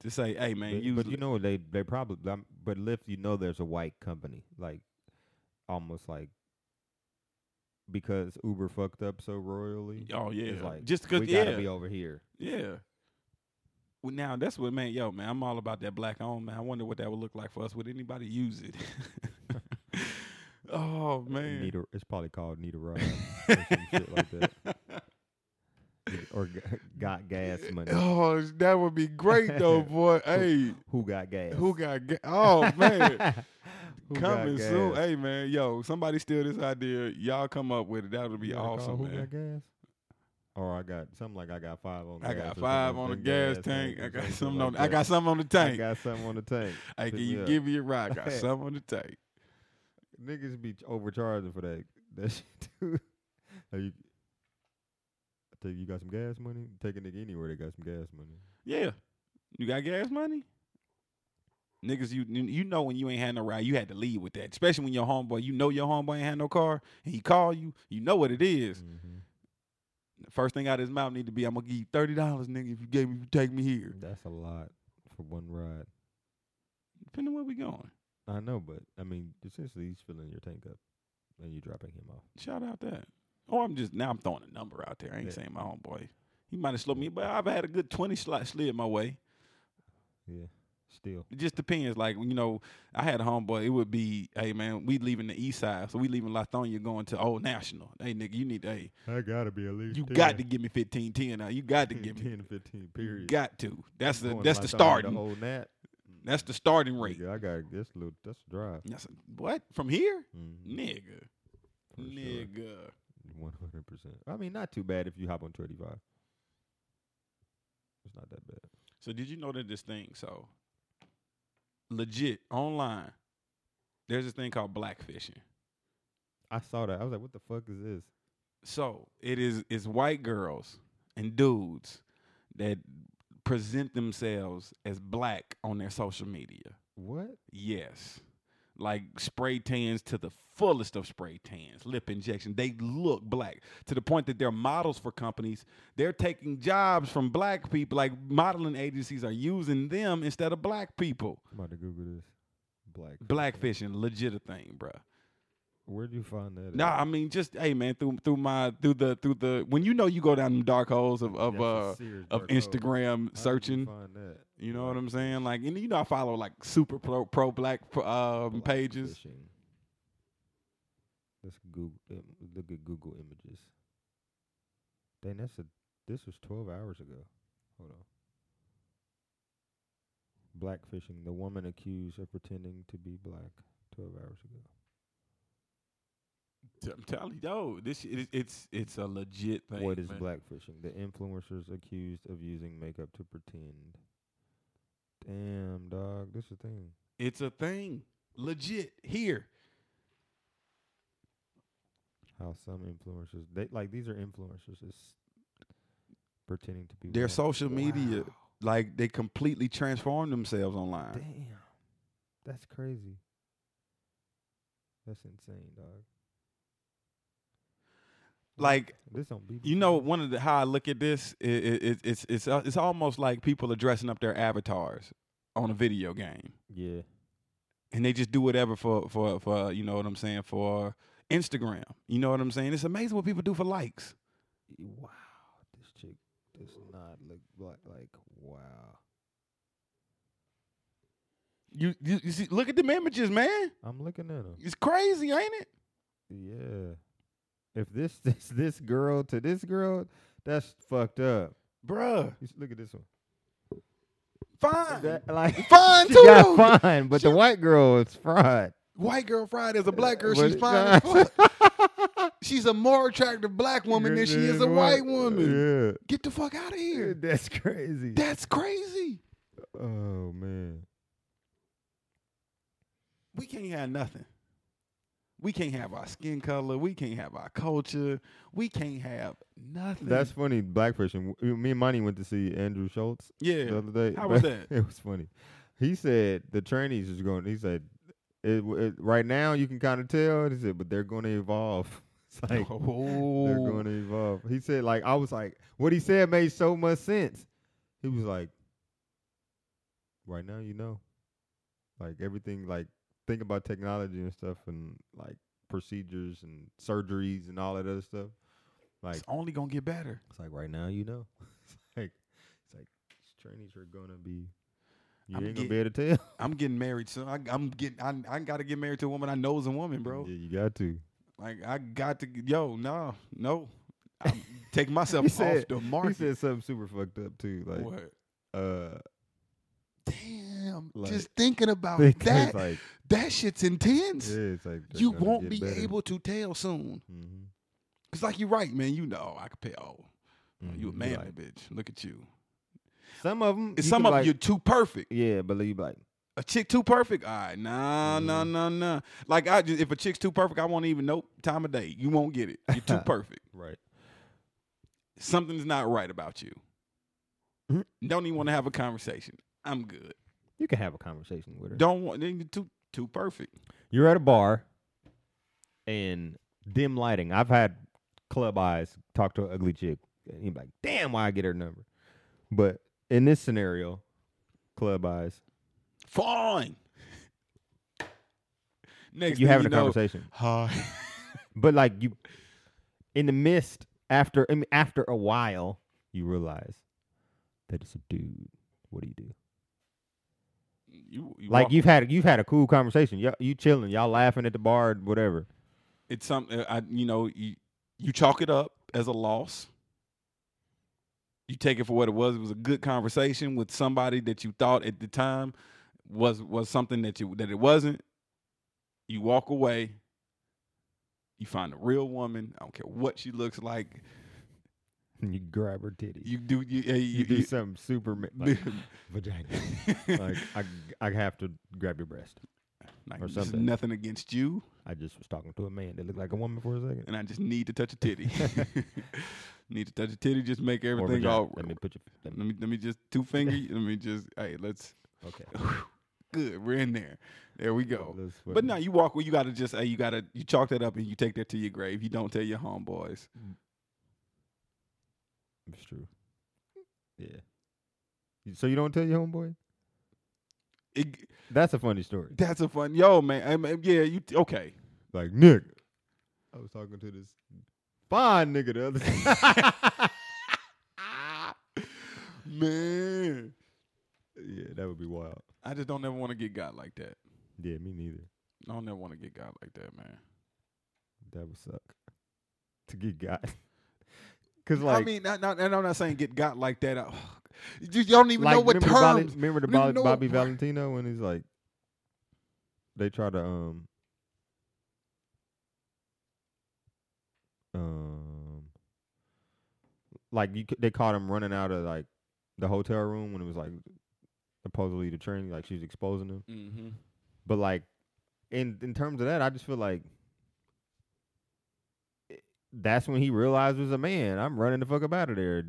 Speaker 1: To say, hey man,
Speaker 2: But-
Speaker 1: use
Speaker 2: but you
Speaker 1: it.
Speaker 2: know they they probably um, but Lyft you know there's a white company like almost like because Uber fucked up so royally.
Speaker 1: oh yeah,
Speaker 2: It's like
Speaker 1: just
Speaker 2: we
Speaker 1: because
Speaker 2: gotta
Speaker 1: yeah,
Speaker 2: be over here.
Speaker 1: yeah. Well, now that's what man, yo man, I'm all about that black on man. I wonder what that would look like for us. Would anybody use it? (laughs)
Speaker 2: (laughs)
Speaker 1: Oh man.
Speaker 2: Need a, it's probably called Need
Speaker 1: (laughs)
Speaker 2: a Ride or some shit like that. Or g- (laughs) Got Gas
Speaker 1: (laughs)
Speaker 2: Money.
Speaker 1: Oh, that would be great though, boy. hey,
Speaker 2: (laughs) Who Got Gas?
Speaker 1: who got? Ga- oh man.
Speaker 2: (laughs) Who Got
Speaker 1: Coming soon.
Speaker 2: Gas?
Speaker 1: Hey man, yo, somebody steal this idea. Y'all come up with it. That would be
Speaker 2: You gotta call
Speaker 1: awesome,
Speaker 2: Who
Speaker 1: man.
Speaker 2: Got Gas? Or I got something like I got five on.
Speaker 1: I
Speaker 2: gas or
Speaker 1: got
Speaker 2: something
Speaker 1: five
Speaker 2: like
Speaker 1: on the
Speaker 2: that,
Speaker 1: gas tank.
Speaker 2: or
Speaker 1: I got
Speaker 2: something
Speaker 1: something
Speaker 2: like
Speaker 1: on. I
Speaker 2: that.
Speaker 1: got something on the
Speaker 2: (laughs) I
Speaker 1: tank.
Speaker 2: got something on
Speaker 1: (laughs)
Speaker 2: the tank.
Speaker 1: Hey, can
Speaker 2: pick me
Speaker 1: you
Speaker 2: up.
Speaker 1: give me a ride? I
Speaker 2: (laughs)
Speaker 1: got something on the tank.
Speaker 2: Niggas be overcharging for that that shit too. Are you? I think you got some gas money. Take a nigga anywhere that got some gas money.
Speaker 1: Yeah, you got gas money. Niggas, you you know when you ain't had no ride, you had to leave with that. Especially when your homeboy, you know your homeboy ain't had no car, and he call you, you know what it is.
Speaker 2: Mm-hmm.
Speaker 1: First thing out of his mouth need to be, "I'm gonna give you thirty dollars, nigga, if you gave me, if you take me here."
Speaker 2: That's a lot for one ride.
Speaker 1: Depending where we going.
Speaker 2: I know, but I mean, essentially, he's filling your tank up, and you dropping him off.
Speaker 1: Shout out that. Or I'm just now I'm throwing a number out there. I ain't
Speaker 2: Yeah.
Speaker 1: saying my homeboy. He might have slowed me, but I've had a good twenty slot slid my way.
Speaker 2: Yeah, still.
Speaker 1: It just depends. Like you know, I had a homeboy. It would be, hey man, we leaving the east side, so we leaving Lithonia going to Old National. Hey nigga, you need to.
Speaker 2: (laughs)
Speaker 1: Hey,
Speaker 2: I gotta be at least.
Speaker 1: you got to give me fifteen ten now. You (laughs) got to give me.
Speaker 2: ten to fifteen.
Speaker 1: You
Speaker 2: Period.
Speaker 1: got to. That's the
Speaker 2: Going
Speaker 1: that's
Speaker 2: like
Speaker 1: the
Speaker 2: that on
Speaker 1: starting.
Speaker 2: The whole nat.
Speaker 1: that's the starting rate.
Speaker 2: Yeah, I got this little. That's a drive.
Speaker 1: That's a, what from here,
Speaker 2: Mm,
Speaker 1: nigga, nigga.
Speaker 2: One hundred percent. I mean, not too bad if you hop on thirty five. It's not that bad.
Speaker 1: So did you know that this thing? So legit online, there's this thing called blackfishing.
Speaker 2: I saw that. I was like, "What the fuck is this?"
Speaker 1: So it is it's white girls and dudes that present themselves as black on their social media.
Speaker 2: What?
Speaker 1: Yes. Like spray tans to the fullest of spray tans, lip injection. They look black to the point that they're models for companies. They're taking jobs from black people. Like modeling agencies are using them instead of black people.
Speaker 2: I'm about to Google this. Black.
Speaker 1: Blackfishing, legit a thing, bruh.
Speaker 2: Where'd you find that? at?
Speaker 1: No, I mean just hey man, through through my through the through the when you know you go down them dark holes of of
Speaker 2: That's a
Speaker 1: uh
Speaker 2: serious
Speaker 1: of
Speaker 2: dark hole.
Speaker 1: Instagram
Speaker 2: How did you
Speaker 1: searching.
Speaker 2: find that?
Speaker 1: You know what I'm saying? Like and you know I follow like super pro pro black um
Speaker 2: Black
Speaker 1: pages.
Speaker 2: fishing. Let's Google. uh, Look at Google images. Dang, that's a. This was twelve hours ago. Hold on. Blackfishing. The woman accused of pretending to be black. Twelve hours ago.
Speaker 1: I'm telling you, yo, this shit is- it's it's a legit thing.
Speaker 2: what is
Speaker 1: man.
Speaker 2: blackfishing? The influencers accused of using makeup to pretend. Damn, dog, this is a thing.
Speaker 1: It's a thing. Legit here.
Speaker 2: How some influencers they like these are influencers is pretending to be.
Speaker 1: Their
Speaker 2: black.
Speaker 1: social media,
Speaker 2: Wow.
Speaker 1: like they completely transform themselves online.
Speaker 2: Damn, that's crazy. That's insane, dog.
Speaker 1: Like
Speaker 2: This on BBC.
Speaker 1: You know, one of the how I look at this, i it, it, it's it's uh, it's almost like people are dressing up their avatars on a video game,
Speaker 2: Yeah.
Speaker 1: and they just do whatever for for for you know what I'm saying for Instagram. You know what I'm saying? It's amazing what people do for likes.
Speaker 2: Wow, this chick does not look black. Like wow.
Speaker 1: You you, you see, look at them images, man.
Speaker 2: I'm looking at him.
Speaker 1: It's crazy, ain't it?
Speaker 2: Yeah. If this (laughs) this this girl to this girl, that's fucked up.
Speaker 1: Bruh,
Speaker 2: You s- look at this one.
Speaker 1: fine,
Speaker 2: That- like
Speaker 1: fine
Speaker 2: (laughs) she
Speaker 1: too.
Speaker 2: got fine, but the
Speaker 1: She-
Speaker 2: white girl is fried.
Speaker 1: White girl Friday is a black girl.
Speaker 2: But-
Speaker 1: She's fine.
Speaker 2: (laughs)
Speaker 1: as fuck. (laughs) She's a more attractive black woman than she is a white woman. Get the fuck out of
Speaker 2: Yeah,
Speaker 1: here.
Speaker 2: (laughs) that's crazy.
Speaker 1: That's crazy.
Speaker 2: oh man,
Speaker 1: we can't have nothing. We can't have our skin color. We can't have our culture. We can't have nothing.
Speaker 2: that's funny. Black person. W- Me and Monty went to see Andrew Schultz the
Speaker 1: yeah.
Speaker 2: other day.
Speaker 1: How
Speaker 2: (laughs)
Speaker 1: was that?
Speaker 2: it was funny. He said the trainees is going. He said, it, w- it, "Right now, you can kind of tell." And he said, "But they're going to evolve." (laughs) It's like, they're
Speaker 1: (laughs) oh,
Speaker 2: going to evolve. He said, like, I was like, what he said made so much sense. He was like, right now, you know, like everything, like, think about technology and stuff and like procedures and surgeries and all that other stuff. Like,
Speaker 1: it's only gonna get better.
Speaker 2: (laughs) it's like, right now, you know. it's like, it's like, trainees are going to be You
Speaker 1: I'm
Speaker 2: ain't gonna
Speaker 1: get-
Speaker 2: be able to tell,
Speaker 1: I'm getting married soon. I, I'm getting. I, I gotta get married to a woman I know is a woman, (laughs) bro.
Speaker 2: (laughs) Yeah, you got to.
Speaker 1: Like I got to. g- Yo, no, no.
Speaker 2: (laughs)
Speaker 1: I'm taking myself
Speaker 2: He
Speaker 1: off
Speaker 2: said-
Speaker 1: the
Speaker 2: He
Speaker 1: market.
Speaker 2: said something super fucked up too. Like,
Speaker 1: what?
Speaker 2: uh, (laughs)
Speaker 1: Damn.
Speaker 2: Like-
Speaker 1: just thinking about
Speaker 2: it's
Speaker 1: that.
Speaker 2: like,
Speaker 1: that shit's intense.
Speaker 2: yeah, it's like they're
Speaker 1: you
Speaker 2: gonna
Speaker 1: won't
Speaker 2: get
Speaker 1: be
Speaker 2: better.
Speaker 1: able to tell soon.
Speaker 2: Mhm.
Speaker 1: Cause like you're right, man. You know I could pay. Oh,
Speaker 2: Mhm.
Speaker 1: you a
Speaker 2: Be
Speaker 1: manly
Speaker 2: like-
Speaker 1: bitch. Look at you.
Speaker 2: Some of them,
Speaker 1: And some of
Speaker 2: like,
Speaker 1: you're too perfect.
Speaker 2: yeah, but you be like,
Speaker 1: A chick too perfect. All right, nah, nah,
Speaker 2: Mhm.
Speaker 1: nah, nah. Like I, just, if a chick's too perfect, I won't even know time of day. You won't get it. You're
Speaker 2: (laughs)
Speaker 1: too perfect.
Speaker 2: right,
Speaker 1: Something's not right about you.
Speaker 2: Mhm.
Speaker 1: Don't even want to have a conversation. I'm good.
Speaker 2: you can have a conversation with her.
Speaker 1: Don't want. then You're too too perfect.
Speaker 2: You're at a bar, and dim lighting. I've had club eyes talk to an ugly chick, and he's like, damn, why I get her number? But in this scenario, club eyes,
Speaker 1: Fine. Next, thing
Speaker 2: you having
Speaker 1: you
Speaker 2: a
Speaker 1: know,
Speaker 2: conversation.
Speaker 1: (laughs) Hi.
Speaker 2: But like you, in the mist after I mean, after a while, you realize that it's a dude. What do you do?
Speaker 1: You, you
Speaker 2: Like
Speaker 1: walk-
Speaker 2: you've had you've had a cool conversation. You you chilling, y'all laughing at the bar, whatever.
Speaker 1: it's something I you know you, you chalk it up as a loss. You take it for what it was. It was a good conversation with somebody that you thought at the time was was something that you that it wasn't. You walk away. You find a real woman. I don't care what she looks like.
Speaker 2: And (laughs) you grab her titties. You,
Speaker 1: You do you eh, you,
Speaker 2: do
Speaker 1: you-
Speaker 2: something super
Speaker 1: (laughs)
Speaker 2: ma- like, (laughs) vagina. like I I have to grab your breast.
Speaker 1: Like,
Speaker 2: or
Speaker 1: this is
Speaker 2: something.
Speaker 1: nothing against you,
Speaker 2: I just was talking to a man that looked like a woman for a second.
Speaker 1: and I just need to touch a
Speaker 2: (laughs)
Speaker 1: titty. (laughs) need to touch a titty. Just make
Speaker 2: Or
Speaker 1: everything
Speaker 2: vagina.
Speaker 1: all
Speaker 2: Let me put your.
Speaker 1: (laughs)
Speaker 2: Let
Speaker 1: Let
Speaker 2: me,
Speaker 1: me let me just two finger. you. let me just hey, let's
Speaker 2: okay.
Speaker 1: good. We're in there. There we go.
Speaker 2: Let's-
Speaker 1: But no, you walk where you gotta just hey, you gotta you chalk that up and you take that to your grave. You don't tell your homeboys.
Speaker 2: It's true. Yeah. You- So you don't tell your homeboy?
Speaker 1: It,
Speaker 2: That's a funny story.
Speaker 1: that's a fun yo man. I mean, yeah, you okay.
Speaker 2: Like Nick, I was talking to this fine nigga the other day. (laughs)
Speaker 1: (laughs) man,
Speaker 2: yeah, that would be wild.
Speaker 1: I just don't ever want to get got like that.
Speaker 2: Yeah, me neither.
Speaker 1: I don't ever want to get got like that, man.
Speaker 2: That would suck (laughs) to get got. (laughs) Cause like,
Speaker 1: I mean, not, not, and I'm not saying get got like that. I, (sighs) you don't even
Speaker 2: like,
Speaker 1: know what
Speaker 2: remember the Bobby-
Speaker 1: terms.
Speaker 2: remember the
Speaker 1: you don't
Speaker 2: Bobby,
Speaker 1: know
Speaker 2: (laughs) Bobby
Speaker 1: what-
Speaker 2: Valentino when he's like, they try to um, um, like you, c- they caught him running out of like the hotel room when it was like supposedly the train, like she was exposing him.
Speaker 1: Mm-hmm.
Speaker 2: But like, in in terms of that, I just feel like i- that's when he realized was a man. I'm running the fuck up out of there.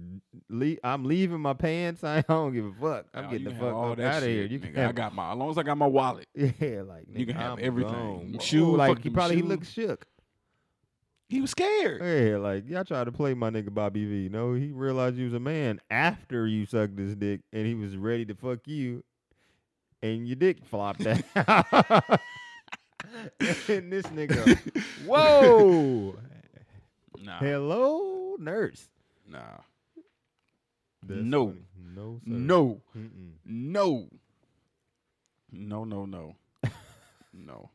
Speaker 2: Le- I'm leaving my pants. (laughs) I don't give a fuck. I'm
Speaker 1: Now,
Speaker 2: getting
Speaker 1: you
Speaker 2: the
Speaker 1: can
Speaker 2: fuck
Speaker 1: have all
Speaker 2: up
Speaker 1: that
Speaker 2: out of here.
Speaker 1: shit,
Speaker 2: You can
Speaker 1: nigga. I
Speaker 2: have,
Speaker 1: got my as long as I got my wallet.
Speaker 2: (laughs) yeah, like
Speaker 1: You can
Speaker 2: nigga,
Speaker 1: have
Speaker 2: I'm
Speaker 1: everything.
Speaker 2: gone. Whoa,
Speaker 1: Shoe,
Speaker 2: like he
Speaker 1: fucking
Speaker 2: probably he
Speaker 1: shoe.
Speaker 2: looked shook.
Speaker 1: He was
Speaker 2: (laughs)
Speaker 1: scared.
Speaker 2: Yeah, like y'all tried to play my nigga Bobby V. No, he realized you was a man after you sucked his dick, and he was ready to fuck you, and your dick flopped out. (laughs) and this nigga, (laughs) whoa,
Speaker 1: Nah,
Speaker 2: hello, nurse.
Speaker 1: nah,
Speaker 2: That's
Speaker 1: No.
Speaker 2: funny. no, sir.
Speaker 1: no,
Speaker 2: Mm-mm.
Speaker 1: no, no, no, no, (laughs) no.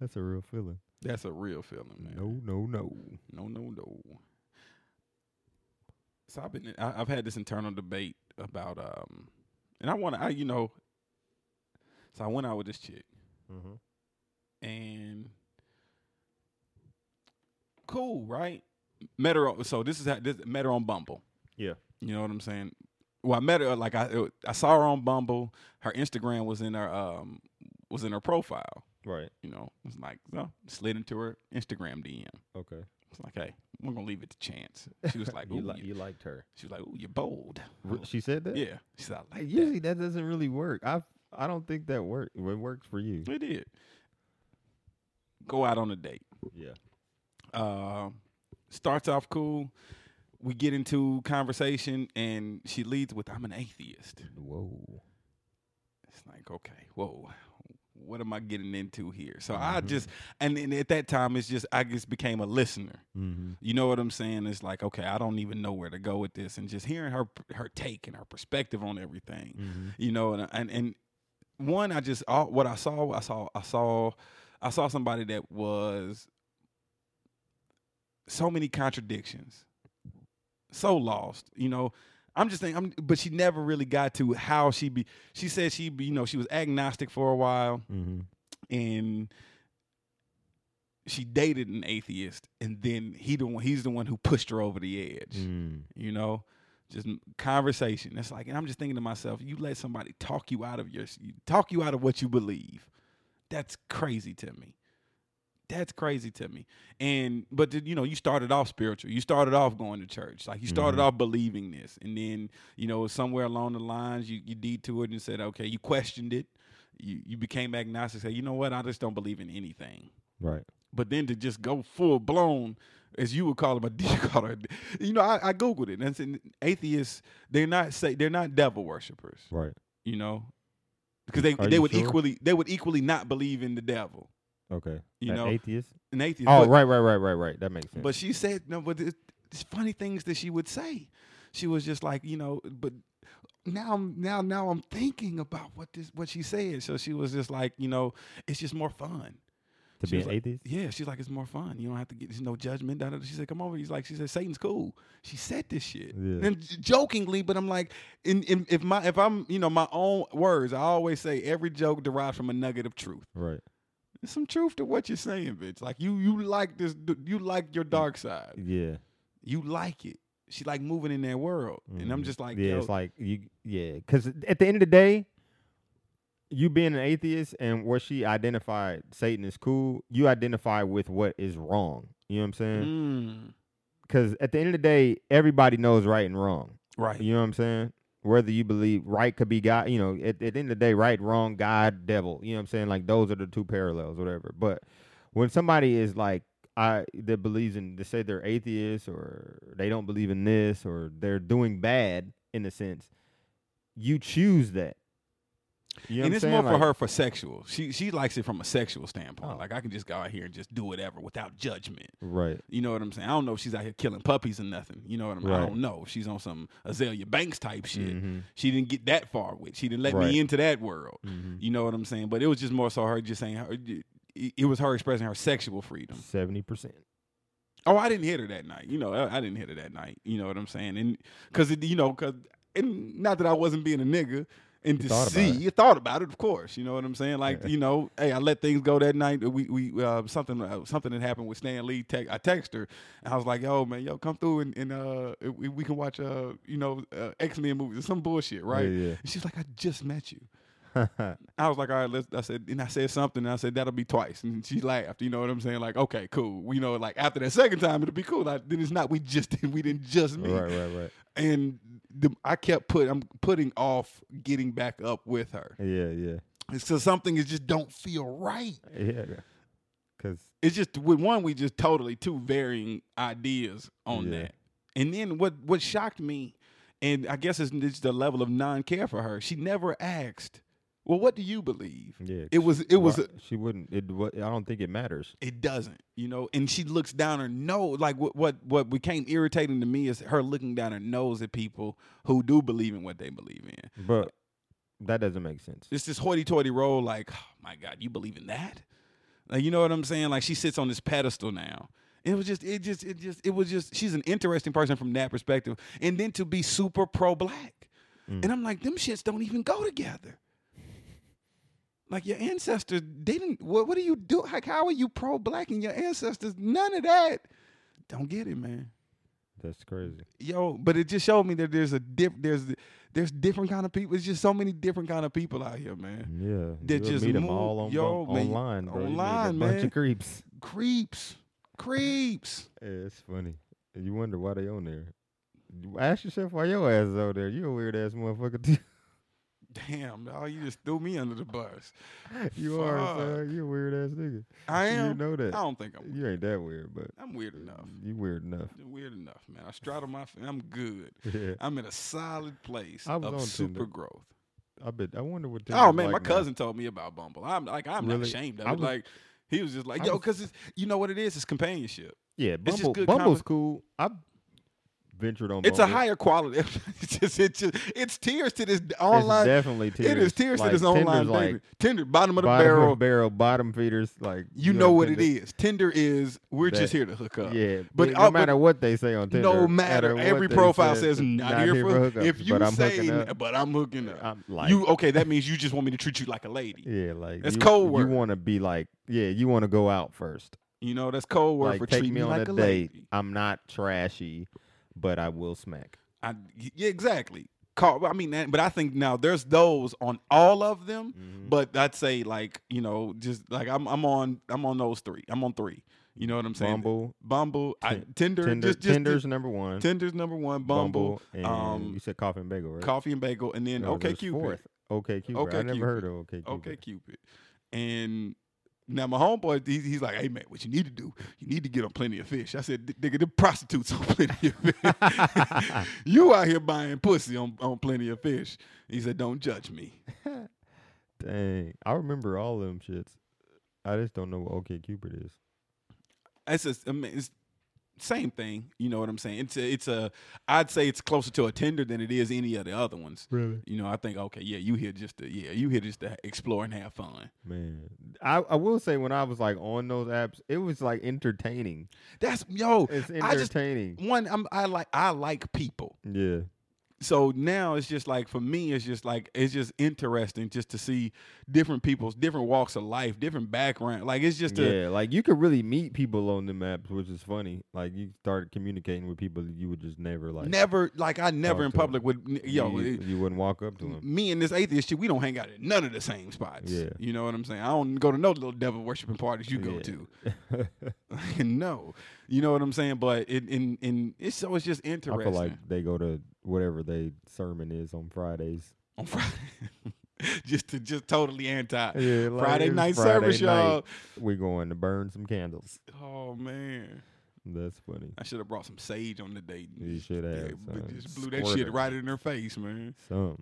Speaker 2: that's a real feeling.
Speaker 1: That's a real feeling, man.
Speaker 2: No, no, no.
Speaker 1: No, no, no. So I've been, I, I've had this internal debate about, um, and I want to, I, you know, so I went out with this chick
Speaker 2: Mm-hmm.
Speaker 1: and cool, right? Met her, on, so this is how, this met her on Bumble.
Speaker 2: Yeah.
Speaker 1: You know what I'm saying? Well, I met her like I, I saw her on Bumble. Her Instagram was in her, um, was in her profile.
Speaker 2: Right.
Speaker 1: You know, it's like, no, slid into her Instagram DM.
Speaker 2: Okay.
Speaker 1: It's like, hey, we're gonna leave it to chance. She was like,
Speaker 2: (laughs) you,
Speaker 1: ooh,
Speaker 2: li-
Speaker 1: you-
Speaker 2: you liked her.
Speaker 1: she was like, ooh, you're bold.
Speaker 2: Re- she said that.
Speaker 1: Yeah, she said, I
Speaker 2: Like,
Speaker 1: like
Speaker 2: usually that doesn't really work. I I don't think that work. It works for you.
Speaker 1: that. It did. Go out on a date.
Speaker 2: Yeah.
Speaker 1: Uh, starts off cool. We get into conversation, and she leads with, "I'm an atheist."
Speaker 2: Whoa.
Speaker 1: It's like, okay, whoa, what am I getting into here? So I just and, then at that time it's just I just became a listener.
Speaker 2: Mm-hmm.
Speaker 1: You know what I'm saying? It's like okay, I don't even know where to go with this, and just hearing her her take and her perspective on everything.
Speaker 2: Mm-hmm.
Speaker 1: You know, and and, and one I just all, what I saw I saw I saw I saw somebody that was so many contradictions, so lost. You know, I'm just thinking, I'm, but she never really got to how she be. She said she be, you know, she was agnostic for a while (laughs)
Speaker 2: Mm-hmm.
Speaker 1: and she dated an atheist, and then he the one, he's the one who pushed her over the edge.
Speaker 2: Mm.
Speaker 1: You know, just m- conversation. It's like, and I'm just thinking to myself, you let somebody talk you out of your you- talk you out of what you believe. That's crazy to me. That's crazy to me. And but the, you know, you started off spiritual. You started off going to church. Like you started
Speaker 2: Mhm.
Speaker 1: off believing this, and then you know somewhere along the lines you you detoured and said, okay, you questioned it. You you became agnostic. Say, you know what? I just don't believe in anything.
Speaker 2: Right.
Speaker 1: But then to just go full blown, as you would call them, a (laughs) you call her, you know, I, I googled it and it's in- atheists. They're not say they're not devil worshippers,
Speaker 2: Right.
Speaker 1: you know, because they
Speaker 2: Are
Speaker 1: they
Speaker 2: you
Speaker 1: would
Speaker 2: sure?
Speaker 1: equally they would equally not believe in the devil.
Speaker 2: Okay.
Speaker 1: You
Speaker 2: An
Speaker 1: know,
Speaker 2: atheist.
Speaker 1: An atheist.
Speaker 2: Oh,
Speaker 1: but,
Speaker 2: right, right, right, right, right. That makes sense.
Speaker 1: but she said no. But it- it's funny things that she would say. She was just like you know, but now I'm now now I'm thinking about what this what she said. So she was just like you know, it's just more fun.
Speaker 2: to
Speaker 1: she
Speaker 2: be
Speaker 1: was
Speaker 2: an
Speaker 1: like-
Speaker 2: atheist.
Speaker 1: Yeah, she's like, it's more fun. You don't have to get there's no judgment. Da, da, da. She said, come over. He's like, she said, Satan's cool. She said this shit.
Speaker 2: Yeah.
Speaker 1: And j- jokingly, but I'm like, in, in, if my if I'm you know my own words, I always say every joke derives from a nugget of truth. (laughs)
Speaker 2: Right.
Speaker 1: There's some truth to what you're saying, bitch. Like you you like this, d- you like your dark side,
Speaker 2: Yeah.
Speaker 1: you like it. She like moving in that world, and I'm
Speaker 2: Mhm.
Speaker 1: just like,
Speaker 2: yeah,
Speaker 1: yo,
Speaker 2: it's like you, yeah, because at the end of the day, you being an atheist and where she identified Satan is cool, you identify with what is wrong. You know what I'm saying?
Speaker 1: mm,
Speaker 2: Because at the end of the day, everybody knows right and wrong.
Speaker 1: right,
Speaker 2: You know what I'm saying? Whether you believe right could be God, you know, at, at the end of the day, right, wrong, God, devil. You know what I'm saying? Like those are the two parallels, whatever. But when somebody is like, I that believes in they say they're atheists or they don't believe in this or they're doing bad in a sense, you choose that. You know
Speaker 1: and
Speaker 2: what I'm
Speaker 1: it's
Speaker 2: saying?
Speaker 1: more for
Speaker 2: Like,
Speaker 1: her for sexual. She she likes it from a sexual standpoint.
Speaker 2: Oh.
Speaker 1: Like I can just go out here and just do whatever without judgment.
Speaker 2: Right.
Speaker 1: You know what I'm saying? I don't know if she's out here killing puppies or nothing. You know what I'm I
Speaker 2: Right.
Speaker 1: don't know. if She's on some Azalea Banks type shit.
Speaker 2: Mhm.
Speaker 1: She didn't get that far with. She didn't let
Speaker 2: Right.
Speaker 1: me into that world.
Speaker 2: Mhm.
Speaker 1: You know what I'm saying? But it was just more so her just saying her. It it was her expressing her sexual
Speaker 2: Mm-hmm.
Speaker 1: freedom.
Speaker 2: 70%.
Speaker 1: Oh, I didn't hit her that night. You know, I, I didn't hit her that night. You know what I'm saying? And because you know, because and not that I wasn't being a nigga. And to
Speaker 2: thought about
Speaker 1: see,
Speaker 2: it.
Speaker 1: you thought about it, of course. You know what I'm saying? Like,
Speaker 2: Yeah.
Speaker 1: you know, hey, I let things go that night. We, we, uh, something, uh, something that happened with Stan Lee. Tech, I text her, and I was like, "Yo, man, yo, come through and, and uh, we, we can watch, uh, you know, uh, X Men movies or some bullshit, right?"
Speaker 2: Yeah. (laughs)
Speaker 1: And she's like, "I just met you."
Speaker 2: yeah.
Speaker 1: I was like, all right, let's. I said, and I said something, and I said that'll be twice, and she laughed. You know what I'm saying? Like, okay, cool. You know, like after that second time, it'll be cool. Like, then it's not. We just (laughs) didn't. We didn't just meet.
Speaker 2: right, right, right.
Speaker 1: And the, I kept put. I'm putting off getting back up with her.
Speaker 2: Yeah, yeah.
Speaker 1: It's so something is just don't feel right.
Speaker 2: Yeah. Because,
Speaker 1: It's just with one, we just totally two varying ideas on
Speaker 2: Yeah.
Speaker 1: that. And then what? What shocked me, and I guess it's, it's the level of non care for her. She never asked. Well, what do you believe?
Speaker 2: yeah.
Speaker 1: It was. It was.
Speaker 2: Why- she wouldn't. It. wa- I don't think it matters.
Speaker 1: it doesn't you know and she looks down her nose like what what what became irritating to me is her looking down her nose at people who do believe in what they believe in
Speaker 2: But that doesn't make sense.
Speaker 1: it's this hoity-toity role like oh my god you believe in that like you know what i'm saying like she sits on this pedestal now it was just it just it just it was just she's an interesting person from that perspective and then to be super pro-black
Speaker 2: Mm.
Speaker 1: and i'm like them shits don't even go together like your ancestors they didn't what, what do you do like how are you pro-black and your ancestors none of that don't get it man
Speaker 2: That's crazy.
Speaker 1: yo but it just showed me that there's a diff there's there's different kind of people there's just so many different kind of people out here man
Speaker 2: Yeah,
Speaker 1: They
Speaker 2: you'll
Speaker 1: just
Speaker 2: meet 'em
Speaker 1: move-
Speaker 2: all on,
Speaker 1: yo,
Speaker 2: one-
Speaker 1: man,
Speaker 2: online, bro. You meet a
Speaker 1: online,
Speaker 2: bunch
Speaker 1: man.
Speaker 2: of creeps.
Speaker 1: creeps creeps
Speaker 2: Yeah, it's funny. You wonder why they on there. You Ask yourself why your ass is on there. You a weird ass motherfucker too. (laughs)
Speaker 1: Damn, dog, you just threw me under the bus.
Speaker 2: you are, sir. You a weird ass nigga.
Speaker 1: I am.
Speaker 2: You know
Speaker 1: I
Speaker 2: that.
Speaker 1: don't think I'm. Weird.
Speaker 2: You ain't that weird, but
Speaker 1: I'm weird enough.
Speaker 2: you weird enough. (laughs)
Speaker 1: Weird enough, man. I straddle my. F- I'm good.
Speaker 2: Yeah.
Speaker 1: I'm in a solid place
Speaker 2: I was
Speaker 1: of
Speaker 2: on Tinder.
Speaker 1: super growth.
Speaker 2: I bet. I wonder what.
Speaker 1: oh
Speaker 2: Tinder's
Speaker 1: man, my
Speaker 2: like now.
Speaker 1: cousin told me about Bumble. I'm like, I'm not
Speaker 2: Really?
Speaker 1: ashamed of
Speaker 2: I
Speaker 1: it.
Speaker 2: was-
Speaker 1: like, he was just like,
Speaker 2: I
Speaker 1: yo,
Speaker 2: was-
Speaker 1: because it's you know what it is, it's companionship.
Speaker 2: Yeah,
Speaker 1: just
Speaker 2: Bumble.
Speaker 1: good
Speaker 2: Bumble's
Speaker 1: conver-
Speaker 2: cool. I ventured on.
Speaker 1: It's a
Speaker 2: Bumble.
Speaker 1: higher quality. (laughs) it's just, it's just, it's tears to this online.
Speaker 2: It's definitely tears.
Speaker 1: It is tears
Speaker 2: like,
Speaker 1: to this
Speaker 2: Tinder's
Speaker 1: online
Speaker 2: like
Speaker 1: dating. Tinder, bottom of the
Speaker 2: bottom
Speaker 1: barrel.
Speaker 2: of barrel, bottom feeders. Like
Speaker 1: you know what it is. Tinder is we're just
Speaker 2: That-
Speaker 1: here to hook up.
Speaker 2: Yeah,
Speaker 1: But,
Speaker 2: but no
Speaker 1: uh, but-
Speaker 2: matter what they say on Tinder,
Speaker 1: no matter,
Speaker 2: what
Speaker 1: every
Speaker 2: they
Speaker 1: profile
Speaker 2: say, (laughs)
Speaker 1: says not, here, for,
Speaker 2: hookups,
Speaker 1: if you
Speaker 2: but I'm
Speaker 1: say
Speaker 2: hooking up,
Speaker 1: but I'm hooking up.
Speaker 2: I'm like
Speaker 1: you okay? That means you just want me to treat you like a lady.
Speaker 2: Yeah, like
Speaker 1: It's
Speaker 2: you,
Speaker 1: code
Speaker 2: You
Speaker 1: word.
Speaker 2: want to be like, yeah, you want to go out first.
Speaker 1: You know that's code word
Speaker 2: Like,
Speaker 1: for
Speaker 2: take
Speaker 1: treat
Speaker 2: me on
Speaker 1: like
Speaker 2: a,
Speaker 1: a
Speaker 2: date.
Speaker 1: lady.
Speaker 2: I'm not trashy, but I will smack.
Speaker 1: I, y- yeah, exactly. Call, I mean, that, but I think now there's those on all of them.
Speaker 2: Mm-hmm.
Speaker 1: But I'd say like you know just like I'm I'm on I'm on those three. I'm on three. You know what I'm saying?
Speaker 2: Bumble,
Speaker 1: Bumble, I,
Speaker 2: Tin-
Speaker 1: Tinder,
Speaker 2: Tinder,
Speaker 1: just, just
Speaker 2: Tinder's number one.
Speaker 1: Tinder's number one. Bumble,
Speaker 2: and
Speaker 1: um,
Speaker 2: you said coffee and bagel, right?
Speaker 1: Coffee and Bagel, and then
Speaker 2: No,
Speaker 1: OK
Speaker 2: there's
Speaker 1: Cupid.
Speaker 2: fourth. Okay, Cupid. I never
Speaker 1: OkCupid.
Speaker 2: heard of OK Cupid.
Speaker 1: Okay, Cupid. And now my homeboy, he's, he's like, "Hey man, what you need to do? You need to get on Plenty of Fish." I said, "Dig- "Nigga, the prostitutes on (laughs) Plenty of Fish. (laughs) you out here buying pussy on, on Plenty of Fish." He said, "Don't judge me."
Speaker 2: Dang, I remember all of them shits. I just don't know what OK Cupid is.
Speaker 1: It's just, I mean, it's same thing. You know what I'm saying? It's a, it's a. I'd say it's closer to a Tinder than it is any of the other ones.
Speaker 2: Really,
Speaker 1: You know, I think okay, yeah, you here just to yeah, you here just to explore and have fun.
Speaker 2: man. I, I will say when I was like on those apps, it was like entertaining.
Speaker 1: That's yo.
Speaker 2: It's
Speaker 1: I just
Speaker 2: entertaining.
Speaker 1: one. I'm, I like I like people.
Speaker 2: yeah.
Speaker 1: so now it's just like for me it's just like it's just interesting just to see different people's different walks of life different background like it's just a
Speaker 2: yeah, like you could really meet people on them apps, which is funny. Like you start communicating with people that you would just never like.
Speaker 1: never like i never in
Speaker 2: Talk to 'em.
Speaker 1: public would n-
Speaker 2: you,
Speaker 1: yo it-
Speaker 2: you wouldn't walk up to them.
Speaker 1: me and this atheist shit we don't hang out at none of the same spots
Speaker 2: Yeah.
Speaker 1: you know what i'm saying i don't go to no little devil worshiping parties you go
Speaker 2: Yeah.
Speaker 1: to (laughs)
Speaker 2: (laughs)
Speaker 1: no you know what i'm saying but it in in it's so it's just
Speaker 2: I
Speaker 1: interesting (laughs)
Speaker 2: feel like they go to whatever they sermon is on Fridays.
Speaker 1: on friday (laughs) just to just totally anti
Speaker 2: Yeah, like
Speaker 1: friday
Speaker 2: it's
Speaker 1: night
Speaker 2: Friday
Speaker 1: service y'all
Speaker 2: We're going to burn some candles.
Speaker 1: oh man
Speaker 2: That's funny.
Speaker 1: I should have brought some sage on the date. and
Speaker 2: You
Speaker 1: just-
Speaker 2: should have,
Speaker 1: but
Speaker 2: son.
Speaker 1: just blew that
Speaker 2: Squirt
Speaker 1: shit
Speaker 2: it.
Speaker 1: right in her face, man.
Speaker 2: Some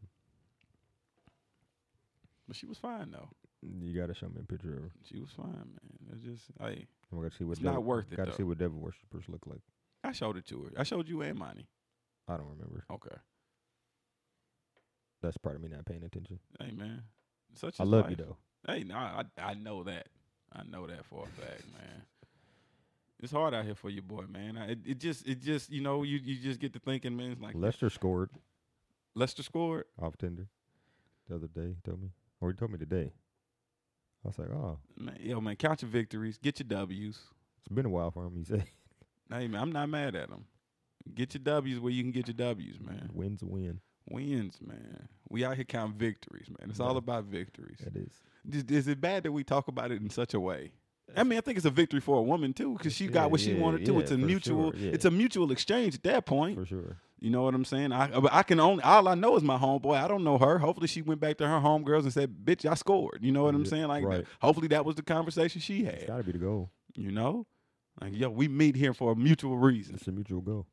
Speaker 1: But she was fine though.
Speaker 2: you gotta show me a picture of her.
Speaker 1: She was fine, man. It's just hey,
Speaker 2: I gotta see what
Speaker 1: It's not
Speaker 2: devil-
Speaker 1: worth it,
Speaker 2: Gotta
Speaker 1: though.
Speaker 2: see what devil worshippers look like.
Speaker 1: I showed it to her. I showed you and Monty.
Speaker 2: I don't remember.
Speaker 1: Okay.
Speaker 2: That's part of me not paying attention.
Speaker 1: Hey man. Such
Speaker 2: I
Speaker 1: is
Speaker 2: love you
Speaker 1: life.
Speaker 2: though.
Speaker 1: Hey, no, I I know that. I know that for a fact, man. It's hard out here for your boy, man. I, it, it just it just you know, you you just get to thinking, man, it's like
Speaker 2: Lester scored
Speaker 1: Lester scored.
Speaker 2: off Tinder the other day. He told me, or he told me today. I was like, oh,
Speaker 1: Man, yo man, count your victories, get your W's.
Speaker 2: it's been a while for him. He (laughs) said,
Speaker 1: Hey man, I'm not mad at him. Get your W's where you can get your W's, man.
Speaker 2: "Wins a win."
Speaker 1: Wins, man. We out here count victories, man. It's all
Speaker 2: Yeah.
Speaker 1: about victories.
Speaker 2: That is.
Speaker 1: Is, is it bad that we talk about it in such a way? I mean, I think it's a victory for a woman too, because she got
Speaker 2: Yeah,
Speaker 1: what she
Speaker 2: yeah,
Speaker 1: wanted to.
Speaker 2: yeah,
Speaker 1: it's a
Speaker 2: for
Speaker 1: mutual,
Speaker 2: sure, yeah.
Speaker 1: it's a mutual exchange at that point.
Speaker 2: For sure.
Speaker 1: You know what I'm saying? I, but I can only all I know is my homeboy. I don't know her. Hopefully, she went back to her homegirls and said, "Bitch, I scored." You know what I'm
Speaker 2: Yeah,
Speaker 1: saying? Like,
Speaker 2: right.
Speaker 1: hopefully, that was the conversation she
Speaker 2: It's
Speaker 1: had.
Speaker 2: got to be the goal.
Speaker 1: You know, like, yo, we meet here for a mutual reason.
Speaker 2: It's a mutual goal.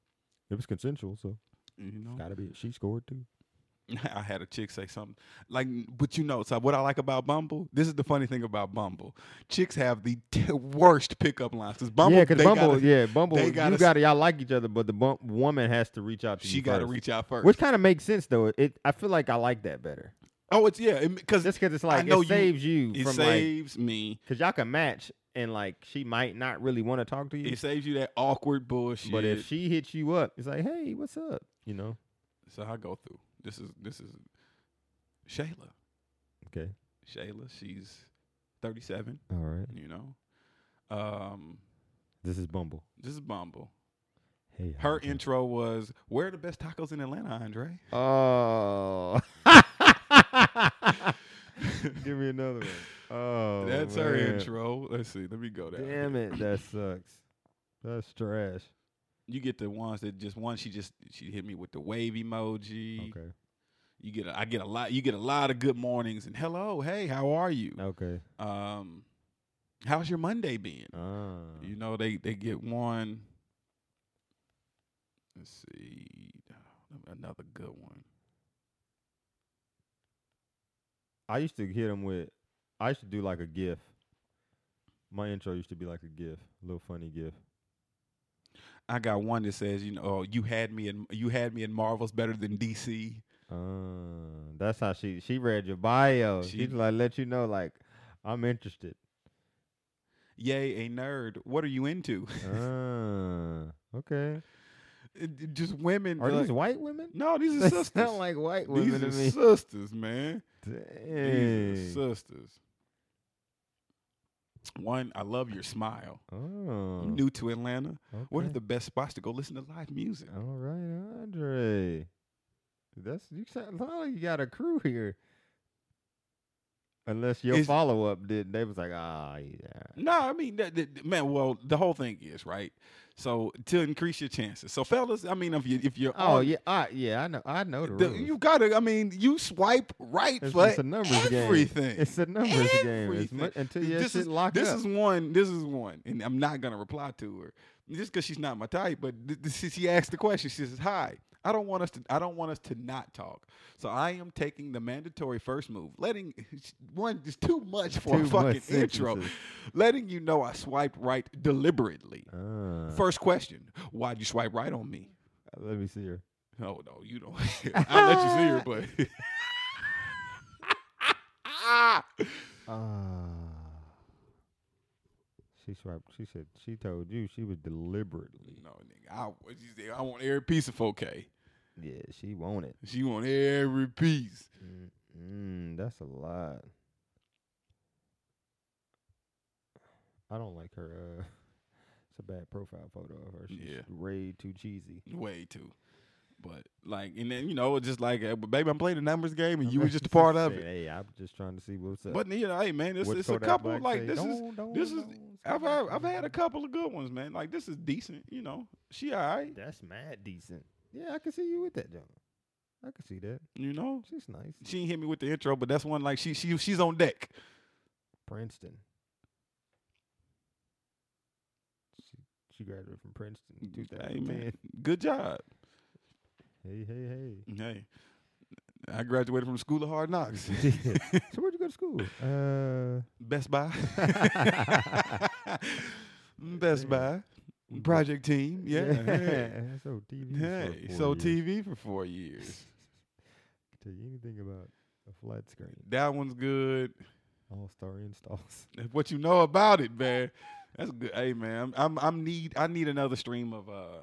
Speaker 2: It was consensual, so
Speaker 1: You know,
Speaker 2: it's got to be. She scored too.
Speaker 1: (laughs) I had a chick say something like, but you know, so what I like about Bumble, this is the funny thing about Bumble. Chicks have the t- worst pickup lines. 'Cause Bumble,
Speaker 2: yeah, because
Speaker 1: they
Speaker 2: Bumble,
Speaker 1: gotta-
Speaker 2: yeah, Bumble,
Speaker 1: they
Speaker 2: you
Speaker 1: gotta s-
Speaker 2: got to y'all like each other, but the bump woman has to reach out
Speaker 1: (laughs)
Speaker 2: to
Speaker 1: she
Speaker 2: you.
Speaker 1: got to
Speaker 2: first.
Speaker 1: reach out first.
Speaker 2: Which kind of makes sense though. It I feel like I like that better.
Speaker 1: oh, it's yeah, because
Speaker 2: Just because it's like
Speaker 1: know you-
Speaker 2: it saves you,
Speaker 1: it
Speaker 2: from like
Speaker 1: saves me.
Speaker 2: because y'all can match and like she might not really want to talk to you,
Speaker 1: It saves you that awkward bullshit.
Speaker 2: but if she hits you up, it's like, hey, what's up? You know?
Speaker 1: so I go through. This is this is Shayla.
Speaker 2: Okay.
Speaker 1: Shayla, she's 37.
Speaker 2: All right.
Speaker 1: You know, um,
Speaker 2: This is Bumble.
Speaker 1: this is Bumble.
Speaker 2: Hey. how
Speaker 1: Her
Speaker 2: you doing?
Speaker 1: intro was, "Where are the best tacos in Atlanta, Andre?" (laughs)
Speaker 2: Oh. (laughs) Give me another one. Oh.
Speaker 1: That's
Speaker 2: man.
Speaker 1: our intro. Let's see. Let me go down.
Speaker 2: Damn it, that sucks. That's trash.
Speaker 1: You get the ones that just one. She just she hit me with the wave emoji.
Speaker 2: Okay.
Speaker 1: You get a, I get a lot. You get a lot of good mornings and hello, hey, how are you?
Speaker 2: Okay.
Speaker 1: Um, how's your Monday been?
Speaker 2: Ah.
Speaker 1: You know they they get one. Let's see, another good one.
Speaker 2: I used to hit him with. I used to do like a GIF. My intro used to be like a GIF, a little funny GIF.
Speaker 1: I got one that says, you know, oh, you had me in you had me in Marvel's better than DC.
Speaker 2: Uh, that's how she she read your bio.
Speaker 1: Ah. She-
Speaker 2: She, like let you know like I'm interested.
Speaker 1: Yay, a nerd. What are you into? (laughs)
Speaker 2: uh, okay.
Speaker 1: It- it just women.
Speaker 2: Are
Speaker 1: like-
Speaker 2: these white women?
Speaker 1: no, these are
Speaker 2: (laughs) They
Speaker 1: sisters.
Speaker 2: sound like white
Speaker 1: these
Speaker 2: women
Speaker 1: are
Speaker 2: to me.
Speaker 1: sisters, man. These
Speaker 2: Dang.
Speaker 1: are sisters. One, I love your smile.
Speaker 2: Oh.
Speaker 1: I'm new to Atlanta. What are
Speaker 2: okay.
Speaker 1: the best spots to go listen to live music?
Speaker 2: All right, Andre. That's you sound sound like you got a crew here. Unless your
Speaker 1: Is-
Speaker 2: follow up did, they was like, ah, yeah.
Speaker 1: No, I mean, that, that- man. Well, the whole thing is right. So to increase your chances. So, fellas, I mean, if you if you're
Speaker 2: Oh
Speaker 1: on-
Speaker 2: yeah, I, yeah, I know, I know the,
Speaker 1: the-
Speaker 2: rules.
Speaker 1: you gotta. I mean, you swipe right
Speaker 2: it's,
Speaker 1: for
Speaker 2: it's a numbers
Speaker 1: everything.
Speaker 2: game. It's a numbers game. It's
Speaker 1: Everything.
Speaker 2: mu- until your
Speaker 1: this
Speaker 2: shit
Speaker 1: is
Speaker 2: locked
Speaker 1: this
Speaker 2: up.
Speaker 1: is one. This is one, and I'm not gonna reply to her just because she's not my type. But th- th- she- she asked the question. She says, "Hi, I don't want us to. I don't want us to not talk. So I am taking the mandatory first move. Letting (laughs) one is too much for
Speaker 2: Too
Speaker 1: a
Speaker 2: much
Speaker 1: fucking intro.
Speaker 2: sentences.
Speaker 1: Letting you know I swiped right deliberately.
Speaker 2: Ah,
Speaker 1: First question: Why'd you swipe right on me?
Speaker 2: let me see her.
Speaker 1: Oh no, you don't. (laughs) I'll let you see her,
Speaker 2: (laughs)
Speaker 1: but." (laughs)
Speaker 2: Ah, she swiped. She said she told you she was deliberately.
Speaker 1: No, nigga. I, what you say, I want every piece of 4K.
Speaker 2: Yeah, she wanted.
Speaker 1: She want every piece.
Speaker 2: Mm, Mm, that's a lot. I don't like her. Uh, (laughs) it's a bad profile photo of her. She's
Speaker 1: Yeah.
Speaker 2: way too cheesy.
Speaker 1: Way too. But, like, and then, you know, it's just like, uh, but baby, I'm playing the numbers game and you
Speaker 2: I'm (laughs)
Speaker 1: was just a
Speaker 2: just
Speaker 1: part of
Speaker 2: saying,
Speaker 1: it.
Speaker 2: Hey, I'm just trying to see what's up.
Speaker 1: But, you know, hey, man, it's,
Speaker 2: What
Speaker 1: it's a
Speaker 2: Kodak
Speaker 1: couple.
Speaker 2: Black
Speaker 1: Like,
Speaker 2: say,
Speaker 1: this is,
Speaker 2: "Don't, don't,
Speaker 1: this is-
Speaker 2: don't,
Speaker 1: I've,
Speaker 2: stop,
Speaker 1: I've, I've had a
Speaker 2: don't."
Speaker 1: couple of good ones, man. Like, this is decent, you know. She all right,
Speaker 2: That's mad decent. Yeah, I can see you with that junk. I can see that.
Speaker 1: you know.
Speaker 2: She's nice.
Speaker 1: She ain't hit me with the intro, but that's one, like, she she she's on deck.
Speaker 2: Princeton. She, she graduated from Princeton in
Speaker 1: Hey,
Speaker 2: 2010.
Speaker 1: man. Good job.
Speaker 2: Hey, hey, hey.
Speaker 1: Hey. I graduated from the School of Hard Knocks.
Speaker 2: (laughs)
Speaker 1: (laughs)
Speaker 2: so where'd you go to school? Uh,
Speaker 1: Best
Speaker 2: (laughs)
Speaker 1: Buy. Best
Speaker 2: Yeah.
Speaker 1: Buy. Project Team. Yeah. Hey.
Speaker 2: (laughs) so TV.
Speaker 1: Hey,
Speaker 2: For
Speaker 1: so
Speaker 2: four years.
Speaker 1: TV for four years.
Speaker 2: (laughs) Tell you anything about a flat screen?
Speaker 1: That one's good.
Speaker 2: All star installs. (laughs)
Speaker 1: What you know about it, man? That's good. Hey, man, I'm, I'm I'm need I need another stream of uh.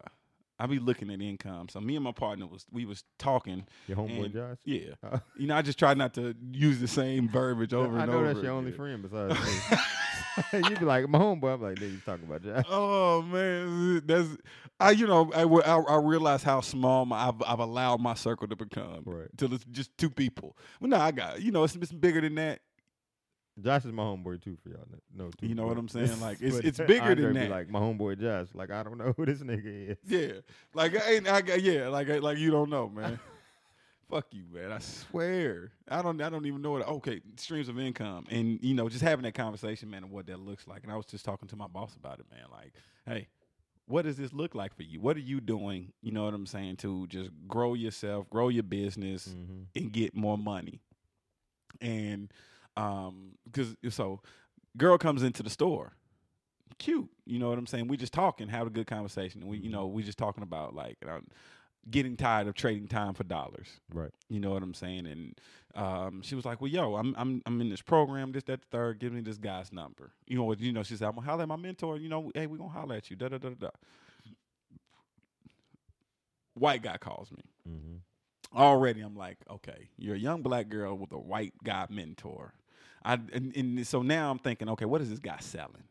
Speaker 1: I be looking at income. So me and my partner was we was talking.
Speaker 2: Your homeboy
Speaker 1: And-
Speaker 2: Josh. (laughs)
Speaker 1: Yeah,
Speaker 2: Uh,
Speaker 1: you know I just try not to use the same verbiage over
Speaker 2: I
Speaker 1: and
Speaker 2: know
Speaker 1: over.
Speaker 2: that's your only
Speaker 1: again.
Speaker 2: friend besides me.
Speaker 1: (laughs)
Speaker 2: (laughs) you be like my homeboy. I'm like, nigga, you talking about Josh?
Speaker 1: Oh man, that's I. You know, I I, I realize how small my I've, I've allowed my circle to become
Speaker 2: Right.
Speaker 1: till it's just two people. Well, no, I got you know it's, it's bigger than that.
Speaker 2: Josh is my homeboy too for y'all. n- No, too,
Speaker 1: You know what
Speaker 2: but-
Speaker 1: I'm saying?
Speaker 2: (laughs)
Speaker 1: Like, it's-
Speaker 2: but
Speaker 1: it's bigger than
Speaker 2: Andre be
Speaker 1: that.
Speaker 2: Like my homeboy Josh. Like I don't know (laughs) who this nigga is.
Speaker 1: Yeah, like I ain't. I got yeah, like I- like you don't know, man. Fuck you, man. I swear, I don't. I don't even know what. Okay, streams of income, and you know, just having that conversation, man, and what that looks like. And I was just talking to my boss about it, man. Like, hey, what does this look like for you? What are you doing? You know what I'm saying? To just grow yourself, grow your business,
Speaker 2: Mm-hmm.
Speaker 1: and get more money. And um, because so, girl comes into the store, cute. You know what I'm saying? We just talking, have a good conversation. And we, you know, we just talking about like you know, getting tired of trading time for dollars.
Speaker 2: Right.
Speaker 1: You know what I'm saying? And um, she was like, "Well, yo, I'm I'm I'm in this program, this that the third. Give me this guy's number. You know, you know." She said, "I'm gonna holler at my mentor. You know, hey, we gonna holler at you." Da da da da. da. White guy calls me
Speaker 2: Mm-hmm.
Speaker 1: already I'm like, okay, you're a young black girl with a white guy mentor. I and, and so now I'm thinking, okay, what is this guy selling?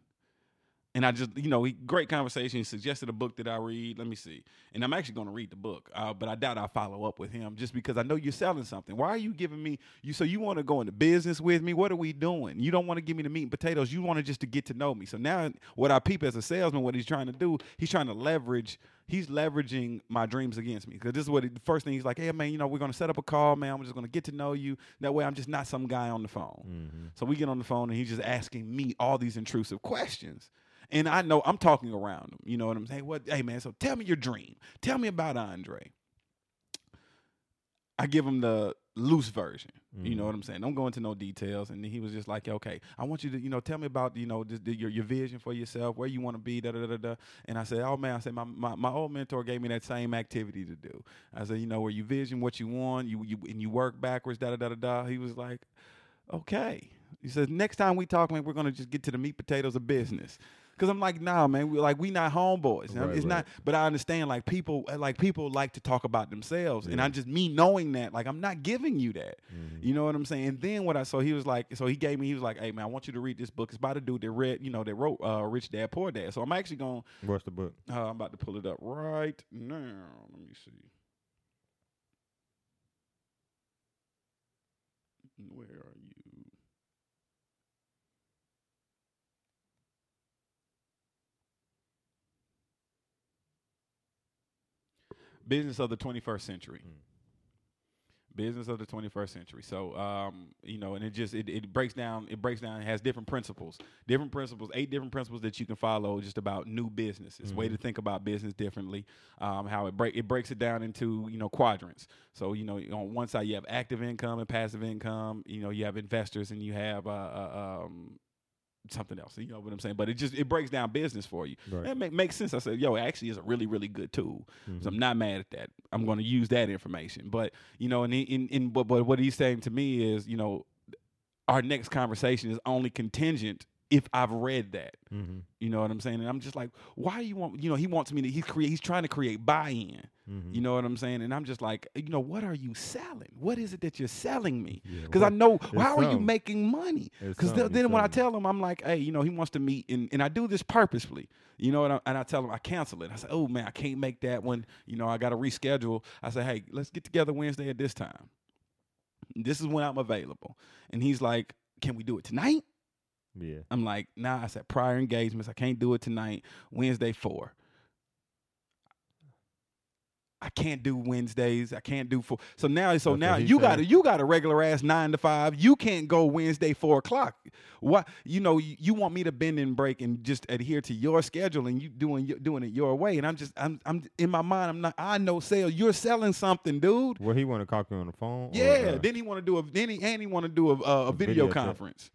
Speaker 1: And I just, you know, he, great conversation. He suggested a book that I read. Let me see. And I'm actually going to read the book, uh, but I doubt I'll follow up with him just because I know you're selling something. Why are you giving me you? So you want to go into business with me? What are we doing? You don't want to give me the meat and potatoes. You want to just to get to know me. So now, what I peep as a salesman, what he's trying to do, he's trying to leverage. He's leveraging my dreams against me because this is what he, the first thing he's like. Hey man, you know we're going to set up a call, man. I'm just going to get to know you. That way, I'm just not some guy on the phone.
Speaker 2: Mm-hmm.
Speaker 1: So we get on the phone and he's just asking me all these intrusive questions. And I know I'm talking around him. You know what I'm saying? What hey man, so tell me your dream. Tell me about Andre. I give him the loose version. You know what I'm saying? Don't go into no details. And then he was just like, okay, I want you to, you know, tell me about, you know, just the, your, your vision for yourself, where you want to be, da, da, da, da, da. And I said, oh, man, I said, my, my, my old mentor gave me that same activity to do. I said, you know, where you vision what you want, you, you and you work backwards, da, da, da, da, da. He was like, okay. He says, next time we talk, man, we're going to just get to the meat potatoes of business. Cause I'm like, nah, man. We like we not homeboys. And I'm-
Speaker 2: Right,
Speaker 1: it's
Speaker 2: right.
Speaker 1: not, but I understand. Like people, uh, like people like to talk about themselves, and
Speaker 2: Yeah.
Speaker 1: I just me knowing that, like I'm not giving you that.
Speaker 2: Mhm.
Speaker 1: You know what I'm saying? And then what I saw, he was like, so he gave me, he was like, hey man, I want you to read this book. It's by the dude that read, you know, that wrote uh, Rich Dad Poor Dad. So I'm actually going,
Speaker 2: What's Mm-hmm. the book?
Speaker 1: to uh, I'm about to pull it up right now. Let me see. Where are you? Business of the 21st Century
Speaker 2: Mm.
Speaker 1: business of the 21st century so um, you know and it just it, it breaks down it breaks down it has different principles different principles eight different principles that you can follow just about new businesses way to think about business differently um, how it break it breaks it down into you know quadrants so you know on one side you have active income and passive income you know you have investors and you have uh, uh, um, something else you know what i'm saying but it just it breaks down business for you
Speaker 2: Right. Mm-hmm.
Speaker 1: that make, makes sense i said yo it actually is a really really good tool so I'm not mad at that. I'm going to use that information. But you know, and in in but, but what he's saying to me is, you know, our next conversation is only contingent if I've read that.
Speaker 2: Mm-hmm.
Speaker 1: You know what I'm saying? And I'm just like, why you want? You know, he wants me to. He's create. He's trying to create buy-in.
Speaker 2: Mm-hmm.
Speaker 1: You know what I'm saying? And I'm just like, you know, what are you selling? What is it that you're selling me?
Speaker 2: Yeah,
Speaker 1: Because I
Speaker 2: what-
Speaker 1: know
Speaker 2: it's
Speaker 1: how are you
Speaker 2: something.
Speaker 1: making money?
Speaker 2: It's
Speaker 1: Because
Speaker 2: something,
Speaker 1: then
Speaker 2: it's
Speaker 1: when I
Speaker 2: something.
Speaker 1: tell him, I'm like, hey, you know, he wants to meet, and, and I do this purposely, you know, and I, and I tell him I cancel it. I say, oh man, I can't make that one. You know, I got to reschedule. I say, hey, let's get together Wednesday at this time. This is when I'm available. And he's like, can we do it tonight?
Speaker 2: Yeah.
Speaker 1: I'm like, nah. I said prior engagements. I can't do it tonight. Wednesday four. I can't do Wednesdays. I can't do four. So now, so
Speaker 2: That's what
Speaker 1: now
Speaker 2: he
Speaker 1: you
Speaker 2: said.
Speaker 1: got a you got a regular ass nine to five. You can't go Wednesday four o'clock. Why? You know, you, you want me to bend and break and just adhere to your schedule and you doing your- doing it your way. And I'm just I'm I'm in my mind. I'm not. I know sale. You're selling something, dude.
Speaker 2: Well, he want to talk to you on the phone. or,
Speaker 1: Yeah.
Speaker 2: uh,
Speaker 1: then he want to do a then he and he want to do a, a, a
Speaker 2: A
Speaker 1: video
Speaker 2: video chat.
Speaker 1: conference.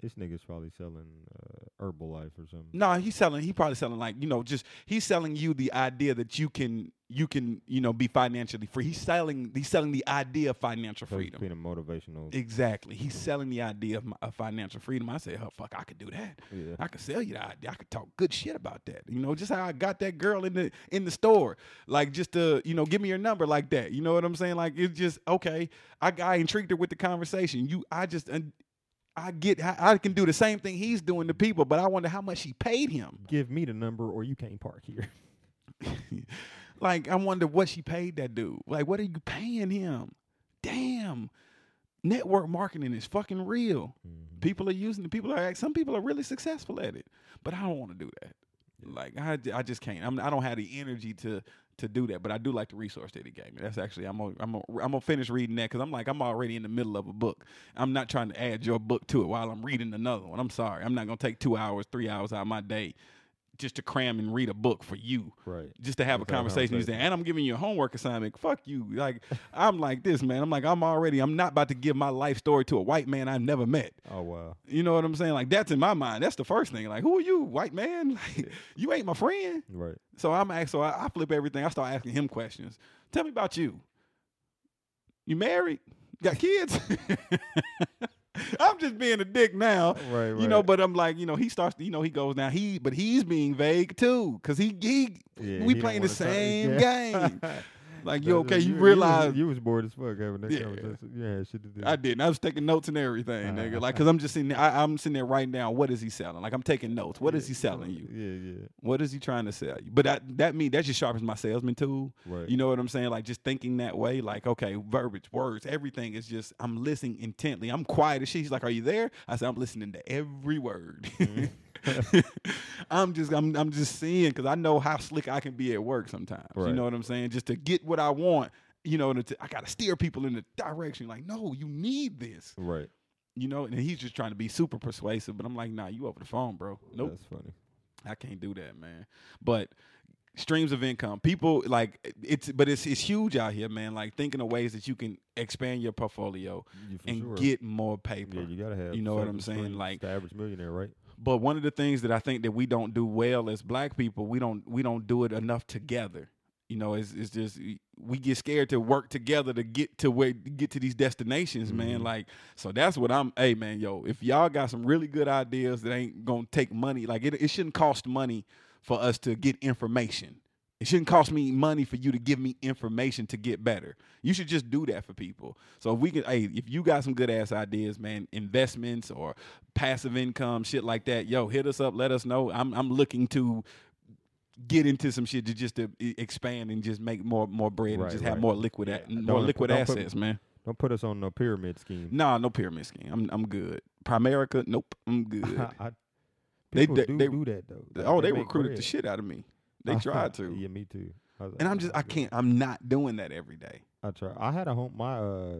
Speaker 2: this nigga's probably selling uh, Herbalife or something.
Speaker 1: No, he's selling. He probably selling like you know, just he's selling you the idea that you can you can you know be financially free. He's selling he's selling the idea of financial
Speaker 2: So he's
Speaker 1: freedom.
Speaker 2: being a motivational.
Speaker 1: Exactly, he's selling the idea of, my, of financial freedom. I say, oh fuck, I could do that.
Speaker 2: yeah.
Speaker 1: I could sell you the idea. I could talk good shit about that. You know, just how I got that girl in the in the store, like just to you know, give me your number like that. You know what I'm saying? Like it's just okay. I I intrigued her with the conversation. You, I just. and I get, I I can do the same thing he's doing to people, but I wonder how much he paid him.
Speaker 2: Give me the number or you can't
Speaker 1: (laughs)
Speaker 2: park here.
Speaker 1: like I wonder what she paid that dude. Like what are you paying him? Damn. Network marketing is fucking real.
Speaker 2: Mm-hmm.
Speaker 1: People are using it. People are act- some people are really successful at it. But I don't want to do that. Like I, j- I just can't. I'm, I don't have the energy to to do that. But I do like the resource that he gave me. That's actually I'm gonna I'm gonna, I'm gonna finish reading that because I'm like I'm already in the middle of a book. I'm not trying to add your book to it while I'm reading another one. I'm sorry. I'm not gonna take two hours, three hours out of my day just to cram and read a book for you
Speaker 2: Right.
Speaker 1: just to have a
Speaker 2: Just have a
Speaker 1: conversation. He's
Speaker 2: conversation.
Speaker 1: and I'm giving you a homework assignment. Fuck you. Like, I'm like this, man. I'm like, I'm already, I'm not about to give my life story to a white man I've never met.
Speaker 2: Oh wow.
Speaker 1: You know what I'm saying? Like, that's in my mind. That's the first thing. Like, who are you, white man? (laughs) Like, you ain't my friend. (laughs)
Speaker 2: Right.
Speaker 1: So I'm ask, so I, I flip everything. I start asking him questions. Tell me about you. You married? Got kids? (laughs) I'm just being a dick now.
Speaker 2: Right. Right.
Speaker 1: You know, but I'm like, you know, he starts, you know, he goes now. He, but he's being vague too, cause he, he,
Speaker 2: Yeah,
Speaker 1: we
Speaker 2: he don't
Speaker 1: playing the
Speaker 2: wanna talk-
Speaker 1: same
Speaker 2: yeah. (laughs)
Speaker 1: (laughs) game. Like, you okay?
Speaker 2: That's it.
Speaker 1: You
Speaker 2: was-
Speaker 1: realize
Speaker 2: was, you, was, bored as fuck having that
Speaker 1: Yeah.
Speaker 2: conversation. Yeah, shit to do.
Speaker 1: I didn't. I was taking notes and everything,
Speaker 2: Uh-huh.
Speaker 1: nigga. Like, cause I'm just sitting, there, I, I'm sitting there writing down what is he selling. Like, I'm taking notes. What is he selling you?
Speaker 2: Yeah, yeah.
Speaker 1: What is he trying to sell you? But that, that mean that just sharpens my salesman tool.
Speaker 2: Right.
Speaker 1: You know what I'm saying? Like just thinking that way, like, okay, verbiage, words, everything is just I'm listening intently. I'm quiet as shit. She's like, Are you there? I said, I'm listening to every word. (laughs)
Speaker 2: Mm-hmm. (laughs)
Speaker 1: I'm just I'm I'm just seeing because I know how slick I can be at work sometimes. You
Speaker 2: Right.
Speaker 1: know what I'm saying? Just to get what I want, you know, and to, I gotta steer people in the direction. Like, no, you need this.
Speaker 2: Right.
Speaker 1: You know, and he's just trying to be super persuasive, but I'm like, nah, you over the phone, bro. Nope.
Speaker 2: That's funny.
Speaker 1: I can't do that, man. But streams of income. People like it's, but it's it's huge out here, man. Like thinking of ways that you can expand your portfolio
Speaker 2: You for
Speaker 1: and
Speaker 2: sure.
Speaker 1: get more paper.
Speaker 2: Yeah, you gotta have.
Speaker 1: you know what I'm
Speaker 2: something
Speaker 1: saying?
Speaker 2: screens
Speaker 1: Like-
Speaker 2: the average millionaire, right?
Speaker 1: but one of the things that I think that we don't do well as black people, we don't we don't do it enough together. You know, it's it's just we get scared to work together to get to where get to these destinations, man.
Speaker 2: Mhm.
Speaker 1: Like so that's what I'm hey man, yo, if y'all got some really good ideas that ain't gonna take money, like it it shouldn't cost money for us to get information. It shouldn't cost me money for you to give me information to get better. You should just do that for people. So if we can, hey, if you got some good ass ideas, man, investments or passive income, shit like that, yo, hit us up. Let us know. I'm I'm looking to get into some shit to just to e- expand and just make more more bread and
Speaker 2: Right,
Speaker 1: just
Speaker 2: right.
Speaker 1: have more liquid a-
Speaker 2: Yeah.
Speaker 1: more
Speaker 2: Don't-
Speaker 1: liquid
Speaker 2: don't put-
Speaker 1: assets, man.
Speaker 2: Don't put us on no pyramid scheme.
Speaker 1: Nah, no pyramid scheme. I'm I'm good. Primerica, nope, I'm
Speaker 2: (laughs)
Speaker 1: good.
Speaker 2: I,
Speaker 1: uh, They-
Speaker 2: people
Speaker 1: they-
Speaker 2: do
Speaker 1: they-
Speaker 2: do that though. Like,
Speaker 1: oh, they
Speaker 2: make
Speaker 1: recruited the
Speaker 2: bread.
Speaker 1: shit out of me. They tried to.
Speaker 2: (laughs) yeah, me too. I was like,
Speaker 1: And I'm just
Speaker 2: "Nah,
Speaker 1: I
Speaker 2: good."
Speaker 1: can't I'm not doing that every day.
Speaker 2: I try. I had a home. My uh,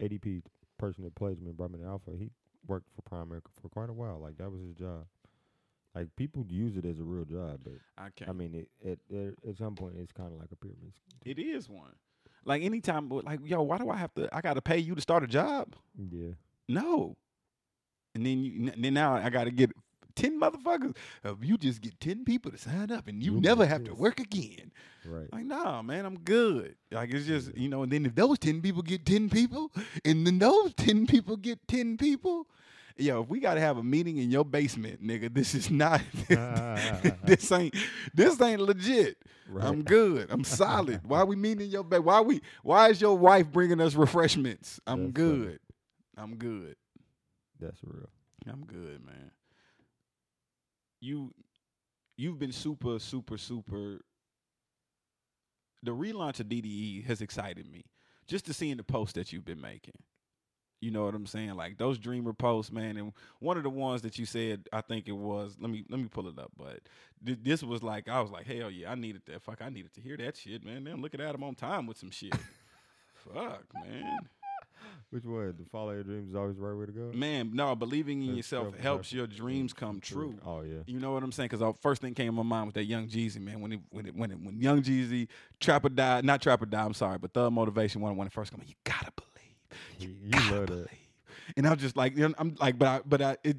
Speaker 2: ADP person that plays me, Brahman Alpha. He worked for Prime America for quite a while. Like that was his job. Like people use it as a real job, but
Speaker 1: I can't.
Speaker 2: I mean, it, it, it at some point it's kind of like a pyramid. scheme.
Speaker 1: It is one. Like anytime, but like yo, why do I have to? I got to pay you to start a job?
Speaker 2: Yeah,
Speaker 1: No. And then you, n- then now I got to get ten motherfuckers. Uh, you just get ten people to sign up, and you
Speaker 2: You'll
Speaker 1: never
Speaker 2: get
Speaker 1: have to
Speaker 2: this.
Speaker 1: work again.
Speaker 2: right.
Speaker 1: Like nah, man, I'm good. Like it's just
Speaker 2: Yeah.
Speaker 1: you know. And then if those ten people get ten people, and then those ten people get ten people. Yo, if we gotta have a meeting in your basement, nigga, this is not (laughs) this ain't this ain't legit.
Speaker 2: right.
Speaker 1: I'm good. I'm solid. why we meeting your back? Why we? Why is your wife bringing us refreshments? I'm
Speaker 2: That's funny.
Speaker 1: good. I'm good.
Speaker 2: (laughs) That's real.
Speaker 1: I'm good, man. You, you've been super, super, super. The relaunch of DDE has excited me. Just to seeing the posts that you've been making. You know what I'm saying? Like those dreamer posts, man. And one of the ones that you said, I think it was. Let me let me pull it up. But th- this was like, I was like, hell yeah, I needed that. Fuck, I needed to hear that shit, man. Damn, look at Adam on time with some (laughs) shit. Fuck, man.
Speaker 2: Which one? The follow your dreams is always the right way to go.
Speaker 1: Man, no, believing in
Speaker 2: That's
Speaker 1: yourself
Speaker 2: self-reflection.
Speaker 1: helps your dreams come true.
Speaker 2: Oh yeah.
Speaker 1: You know what I'm saying? Because the first thing came to my mind was that Young Jeezy, man. When it, when it, when it, when Young Jeezy, Trapper Die, not Trapper Die, I'm sorry, but Thug Motivation, when, when it first came out, you gotta believe.
Speaker 2: You, you
Speaker 1: Gotta
Speaker 2: love
Speaker 1: believe.
Speaker 2: that.
Speaker 1: And I'm just like, you know, I'm like, but I, but I, it,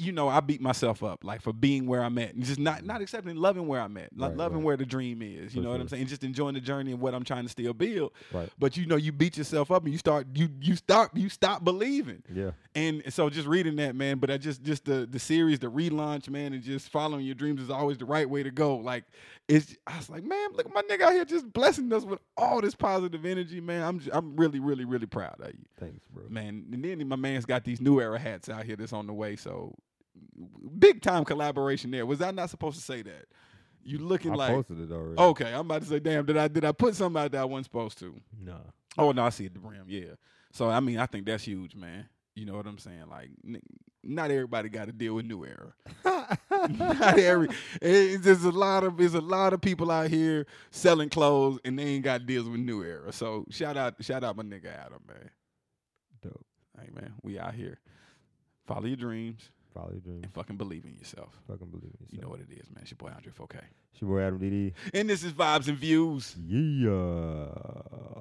Speaker 1: you know, I beat myself up like for being where I'm at and just not, not accepting, loving where I'm at, like
Speaker 2: Right,
Speaker 1: loving
Speaker 2: right.
Speaker 1: where the dream is. You
Speaker 2: For
Speaker 1: know what I'm
Speaker 2: sure.
Speaker 1: saying? Just enjoying the journey and what I'm trying to still build.
Speaker 2: Right.
Speaker 1: But you know, you beat yourself up and you start, you, you stop, you stop believing.
Speaker 2: Yeah.
Speaker 1: And so just reading that, man, but I just just the the series, the relaunch, man, and just following your dreams is always the right way to go. Like it's I was like, man, look at my nigga out here just blessing us with all this positive energy, man. I'm j- I'm really, really, really proud of you.
Speaker 2: Thanks, bro.
Speaker 1: Man, and then my man's got these new era hats out here that's on the way. So big time collaboration there. Was I not supposed to say that? You looking
Speaker 2: I
Speaker 1: like Oh.
Speaker 2: posted it already.
Speaker 1: okay, I'm about to say, damn, did I did I put something out that I wasn't supposed to?
Speaker 2: Nah.
Speaker 1: Oh no, I see it the rim. Yeah. So I mean, I think that's huge, man. You know what I'm saying? Like, n- not everybody got to deal with new era. (laughs) (laughs) not every. It's, there's a lot of there's a lot of people out here selling clothes and they ain't got deals with new era. So shout out shout out my nigga Adam, man.
Speaker 2: Dope.
Speaker 1: Hey man, we out here. Follow your dreams
Speaker 2: Follow your dreams.
Speaker 1: and fucking believe in yourself.
Speaker 2: Fucking believe in
Speaker 1: You know
Speaker 2: yourself.
Speaker 1: what it is, man. It's your boy Andre 4K.
Speaker 2: It's your boy Adam DD.
Speaker 1: And this is Vibes and Views.
Speaker 2: Yeah.